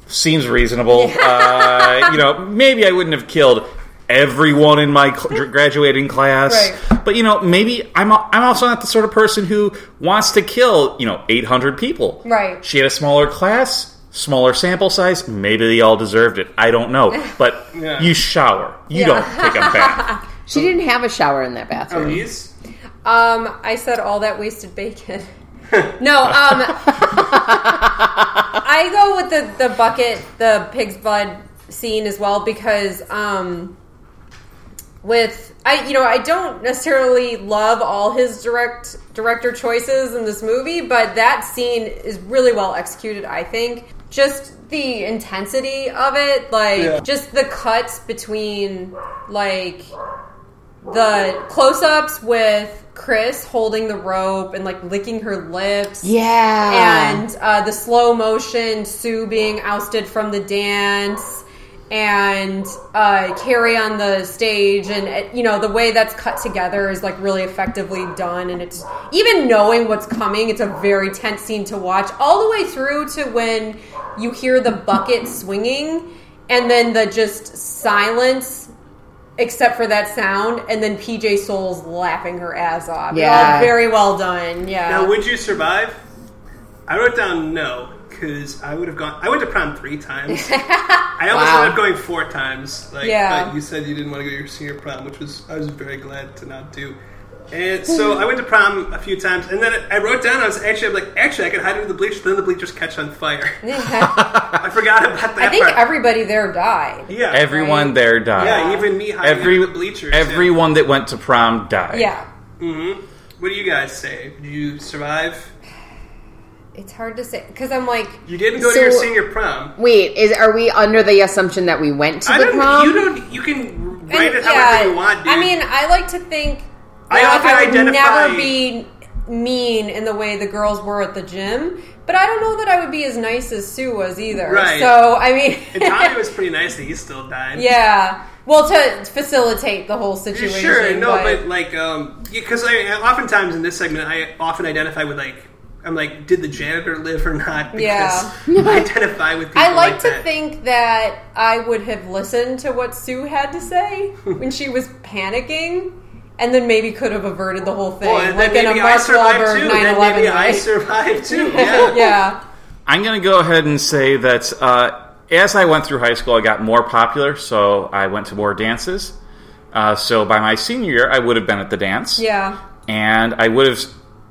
S3: "Seems reasonable." Uh, you know, maybe I wouldn't have killed everyone in my cl- graduating class, but you know, maybe I'm a- I'm also not the sort of person who wants to kill you know 800 people.
S2: Right.
S3: She had a smaller class, smaller sample size. Maybe they all deserved it. I don't know. But
S4: Yeah.
S3: you shower. You don't take a bath.
S4: She didn't have a shower in that bathroom.
S1: Oh,
S2: Um, I said all that wasted bacon. no, um, I go with the the bucket, the pig's blood scene as well because um, with I you know I don't necessarily love all his direct director choices in this movie, but that scene is really well executed. I think just the intensity of it, like
S13: Yeah.
S2: just the cuts between like the close-ups with Chris holding the rope and like licking her lips.
S4: Yeah.
S2: And uh, the slow motion Sue being ousted from the dance and uh, Carrie on the stage and uh, you know the way that's cut together is like really effectively done and it's even knowing what's coming it's a very tense scene to watch all the way through to when you hear the bucket swinging and then the just silence except for that sound, and then PJ Souls laughing her ass off.
S1: Yeah.
S2: Yeah, very well done. Yeah,
S1: Now, would you survive? I wrote down no because I would have gone. I went to prom three times. I almost
S2: Wow.
S1: ended up going four times. Like,
S2: Yeah.
S1: but you said you didn't want to go to your senior prom, which was I was very glad to not do. And so I went to prom a few times, and then I wrote down. I was actually I'm like, actually, I could hide under the bleachers. Then the bleachers catch on fire. I forgot about that
S2: I think
S1: part.
S2: everybody there died.
S1: Yeah,
S3: Everyone there died.
S1: Yeah, even me hiding
S3: Every,
S1: under the bleachers.
S3: everyone that went to prom died.
S2: Yeah,
S1: hmm What do you guys say? Do you survive?
S2: it's hard to say because I'm like
S1: you didn't go to your
S4: So-
S1: senior prom.
S4: Wait, is are we under the assumption that we went to
S1: I
S4: the
S1: don't.
S4: prom?
S1: You don't. You can write
S2: And,
S1: it however
S2: yeah,
S1: you want, dude.
S2: I mean, I like to think
S1: I
S2: that
S1: often
S2: I would
S1: identify-
S2: never be mean in the way the girls were at the gym, But I don't know that I would be as nice as Sue was either.
S1: Right.
S2: So I mean,
S1: And Tommy was pretty nice that he still died.
S2: yeah. Well, to facilitate the whole situation.
S1: Sure, no, but, like, um, because I oftentimes in this segment, I often identify with like, I'm like, did the janitor live or not? Because
S2: Yeah.
S1: I identify with people
S2: I like, to
S1: that.
S2: think that I would have listened to what Sue had to say when she was panicking, and then maybe could have averted the whole thing,
S1: Oh, and then
S2: like in a
S1: maybe I
S2: Mark
S1: survived
S2: Wahlberg
S1: too.
S2: 9/11
S1: Then maybe I
S2: night.
S1: survived too. Yeah.
S2: yeah.
S3: I'm going to go ahead and say that uh, as I went through high school, I got more popular, so I went to more dances. Uh, so by my senior year, I would have been at the dance.
S2: Yeah.
S3: And I would have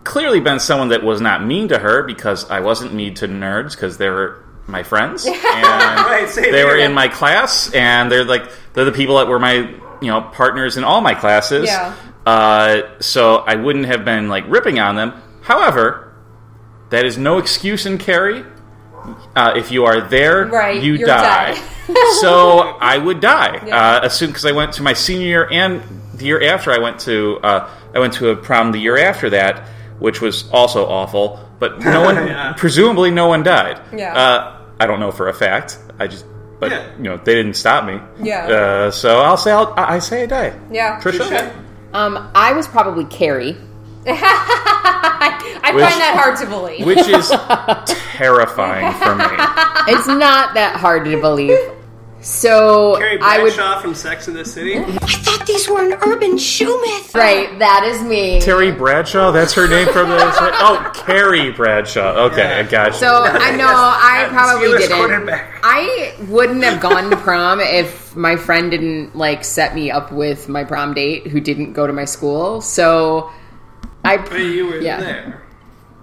S3: clearly been someone that was not mean to her because I wasn't mean to nerds because they were my friends. And
S1: Right, same
S3: they were
S1: here.
S3: in my class, and they're like they're the people that were my you know partners in all my classes.
S2: Yeah.
S3: Uh, so I wouldn't have been like ripping on them. However, that is no excuse in Carrie. Uh, if you are there,
S2: Right,
S3: you
S2: you're
S3: die. so I would die.
S2: Yeah.
S3: Uh, assume because I went to my senior year and the year after I went to uh, I went to a prom the year after that, which was also awful. But no one, presumably, no one died.
S2: Yeah.
S3: Uh, I don't know for a fact. I just, but
S2: Yeah.
S3: you know, they didn't stop me.
S2: Yeah.
S3: Uh, so I'll say I'll, I I say I die.
S2: Yeah.
S3: Trisha?
S4: Um, I was probably Carrie.
S2: I
S3: Which-
S2: find that hard to believe.
S3: Which is terrifying for me.
S4: it's not that hard to believe. So
S1: Carrie
S4: I would
S1: Bradshaw from Sex in the City.
S4: thought these were an urban shoe myth. Right, that is me.
S3: Terry Bradshaw, that's her name from the. Oh, Carrie Bradshaw. Okay, I got you.
S4: So I know I
S2: Oh,
S4: probably
S3: Steelers
S4: didn't.
S3: quarterback.
S4: I wouldn't have gone to prom if my friend didn't like set me up with my prom date who didn't go to my school. So I but
S1: you were
S4: yeah.
S1: there.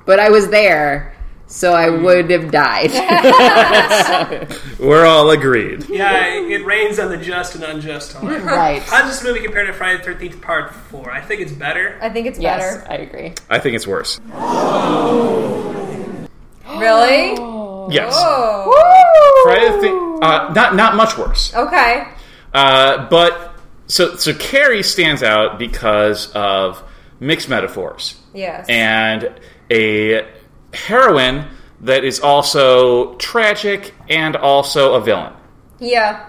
S4: But I was there, so I
S1: Mm.
S4: would have died.
S3: We're all agreed.
S1: Yeah, it rains on the just and unjust alike.
S4: Right.
S1: How does this movie compare to Friday the Thirteenth Part Four? I think it's better.
S2: I think it's
S4: Yes,
S2: better.
S4: I agree.
S3: I think it's worse.
S2: Really?
S3: Yes.
S2: Oh.
S3: Friday the thing, uh, not not much worse.
S2: Okay.
S3: Uh, but so so Carrie stands out because of mixed metaphors.
S2: Yes.
S3: And a heroine that is also tragic and also a villain.
S2: Yeah.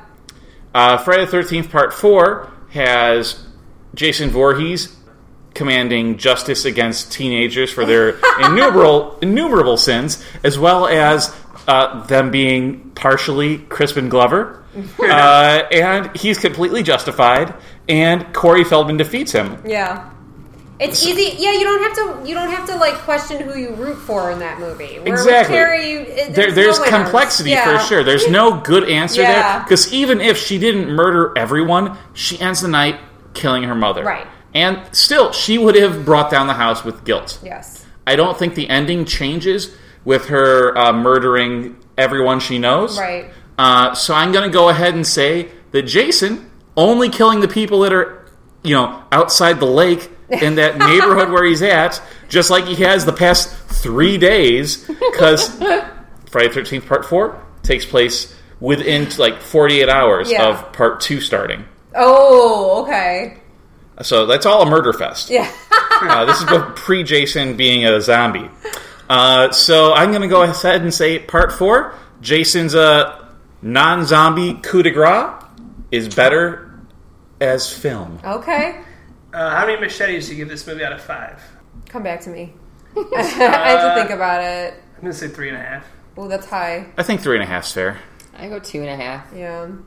S3: Uh, Friday the 13th, Part 4 has Jason Voorhees commanding justice against teenagers for their innumerable, innumerable sins, as well as uh, them being partially Crispin Glover. Uh, and he's completely justified, and Corey Feldman defeats him.
S2: Yeah. It's easy. Yeah, you don't have to. You don't have to like question who you root for in that movie. Where with
S3: Exactly.
S2: Carrie, it- there's,
S3: There, there's
S2: no winners.
S3: complexity
S2: Yeah.
S3: for sure. There's no good answer
S2: Yeah.
S3: there. Because even if she didn't murder everyone, she ends the night killing her mother.
S2: Right.
S3: And still, she would have brought down the house with guilt.
S2: Yes.
S3: I don't think the ending changes with her uh, murdering everyone she knows.
S2: Right.
S3: Uh, so I'm going to go ahead and say that Jason only killing the people that are, you know, outside the lake in that neighborhood where he's at, just like he has the past three days, because Friday Thirteenth Part Four takes place within like 48 hours
S2: Yeah.
S3: of Part Two starting.
S2: Oh, okay.
S3: So that's all a murder fest.
S2: Yeah.
S3: uh, this is pre Jason being a zombie. Uh, so I'm going to go ahead and say part four Jason's uh, non zombie coup de grace is better as film.
S2: Okay.
S1: Uh, how many machetes do you give this movie out of five?
S2: Come back to me. I have to think about it.
S1: I'm gonna say three and a half.
S2: Oh, that's high.
S3: I think three and a half's fair.
S4: I go two and a half.
S2: Yeah. I'm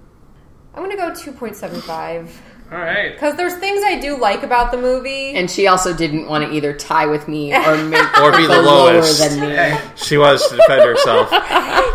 S2: gonna go two point seven five
S1: All right.
S2: because there's things I do like about the movie.
S4: And she also didn't want to either tie with me or make
S3: Or be the
S4: her lower
S3: lowest.
S4: than me.
S3: She was to defend herself.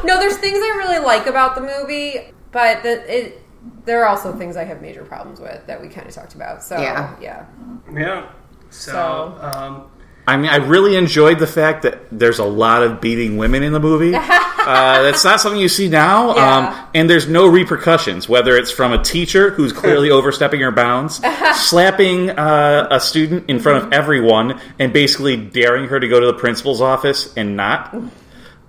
S2: no, there's things I really like about the movie, but the, it there are also things I have major problems with that we kind of talked about. So
S3: Yeah.
S2: yeah,
S1: Yeah. So, um,
S3: I mean, I really enjoyed the fact that there's a lot of beating women in the movie. Uh, that's not something you see now.
S2: Yeah.
S3: Um, and there's no repercussions, whether it's from a teacher who's clearly overstepping her bounds, slapping uh, a student in front of
S2: Mm-hmm.
S3: everyone, and basically daring her to go to the principal's office and not.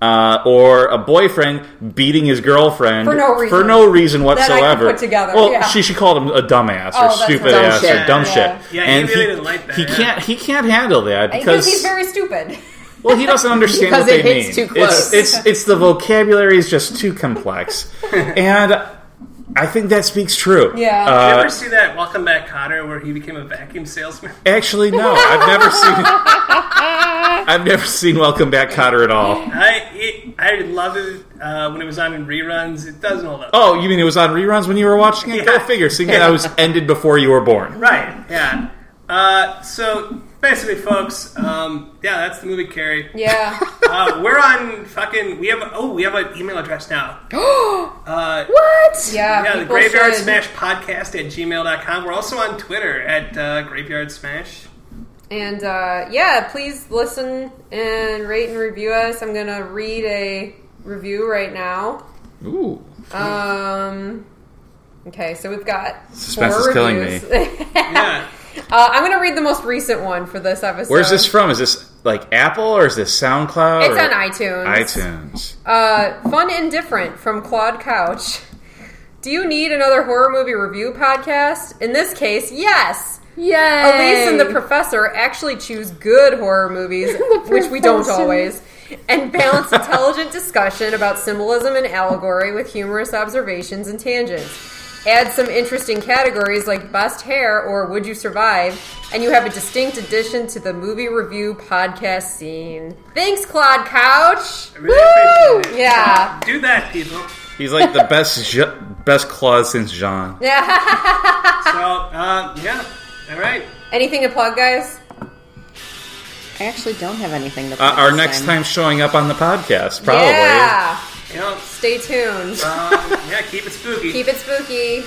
S3: Uh, or a boyfriend beating his girlfriend
S2: For no reason.
S3: no reason
S2: That I could
S3: whatsoever.
S2: put together,
S3: Well,
S2: yeah.
S3: she she called him a dumbass
S2: Oh,
S3: or
S2: that's
S3: stupid
S2: dumb
S3: ass
S2: shit.
S3: or dumb
S2: Yeah.
S3: shit.
S1: Yeah, he
S3: and
S1: really didn't like that,
S3: He
S1: yeah.
S3: can't he can't handle that
S2: because
S3: because
S2: he's very stupid.
S3: Well, he doesn't understand
S4: Because
S3: what they
S4: it hits
S3: mean.
S4: too close.
S3: It's, it's it's the vocabulary is just too complex, and I think that speaks true.
S1: Did you ever
S3: Uh,
S1: see that Welcome Back Cotter where he became a vacuum salesman?
S3: actually, no. I've never seen. I've never seen Welcome Back Cotter at all.
S1: I it, I love it uh, when it was on in reruns. It doesn't hold up.
S3: Oh, you mean it was on reruns when you were watching it? Go figure. Seeing that I was ended before you were born.
S1: Right. Yeah. Uh, so basically, folks. Um, yeah, that's the movie Carrie.
S2: Yeah.
S1: uh, we're on fucking. We have oh, we have an email address now. uh,
S4: what?
S2: Yeah,
S1: Yeah, the
S2: people
S1: Graveyard
S2: should.
S1: Smash podcast at gmail.com. We're also on Twitter at uh, Graveyard Smash.
S2: And uh, yeah, please listen and rate and review us. I'm gonna read a review right now.
S3: Ooh.
S2: Um. Okay, so we've got
S3: Suspense
S2: four
S3: is killing
S2: reviews. uh, I'm gonna read the most recent one for this episode.
S3: Where's this from? Is this like Apple or is this SoundCloud?
S2: It's
S3: or-
S2: on iTunes.
S3: iTunes.
S2: Uh, fun and different from Claude Couch. Do you need another horror movie review podcast? In this case, yes.
S4: Yay.
S2: Elise and the professor actually choose good horror movies, which we don't
S4: professor.
S2: always, and balance intelligent discussion about symbolism and allegory with humorous observations and tangents. Add some interesting categories like best hair or would you survive, and you have a distinct addition to the movie review podcast scene. Thanks, Claude Couch. Woo! Yeah.
S1: Do that, people.
S3: He's like the best Je- best clause since Jean.
S1: So, uh, yeah. All right.
S2: Anything to plug, guys?
S4: I actually don't have anything to
S3: Uh,
S4: plug
S3: our
S4: this
S3: next time showing up on the podcast, probably.
S2: Yeah.
S1: You know,
S2: Stay tuned.
S1: um, yeah, keep it spooky.
S2: Keep it spooky.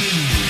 S10: uh,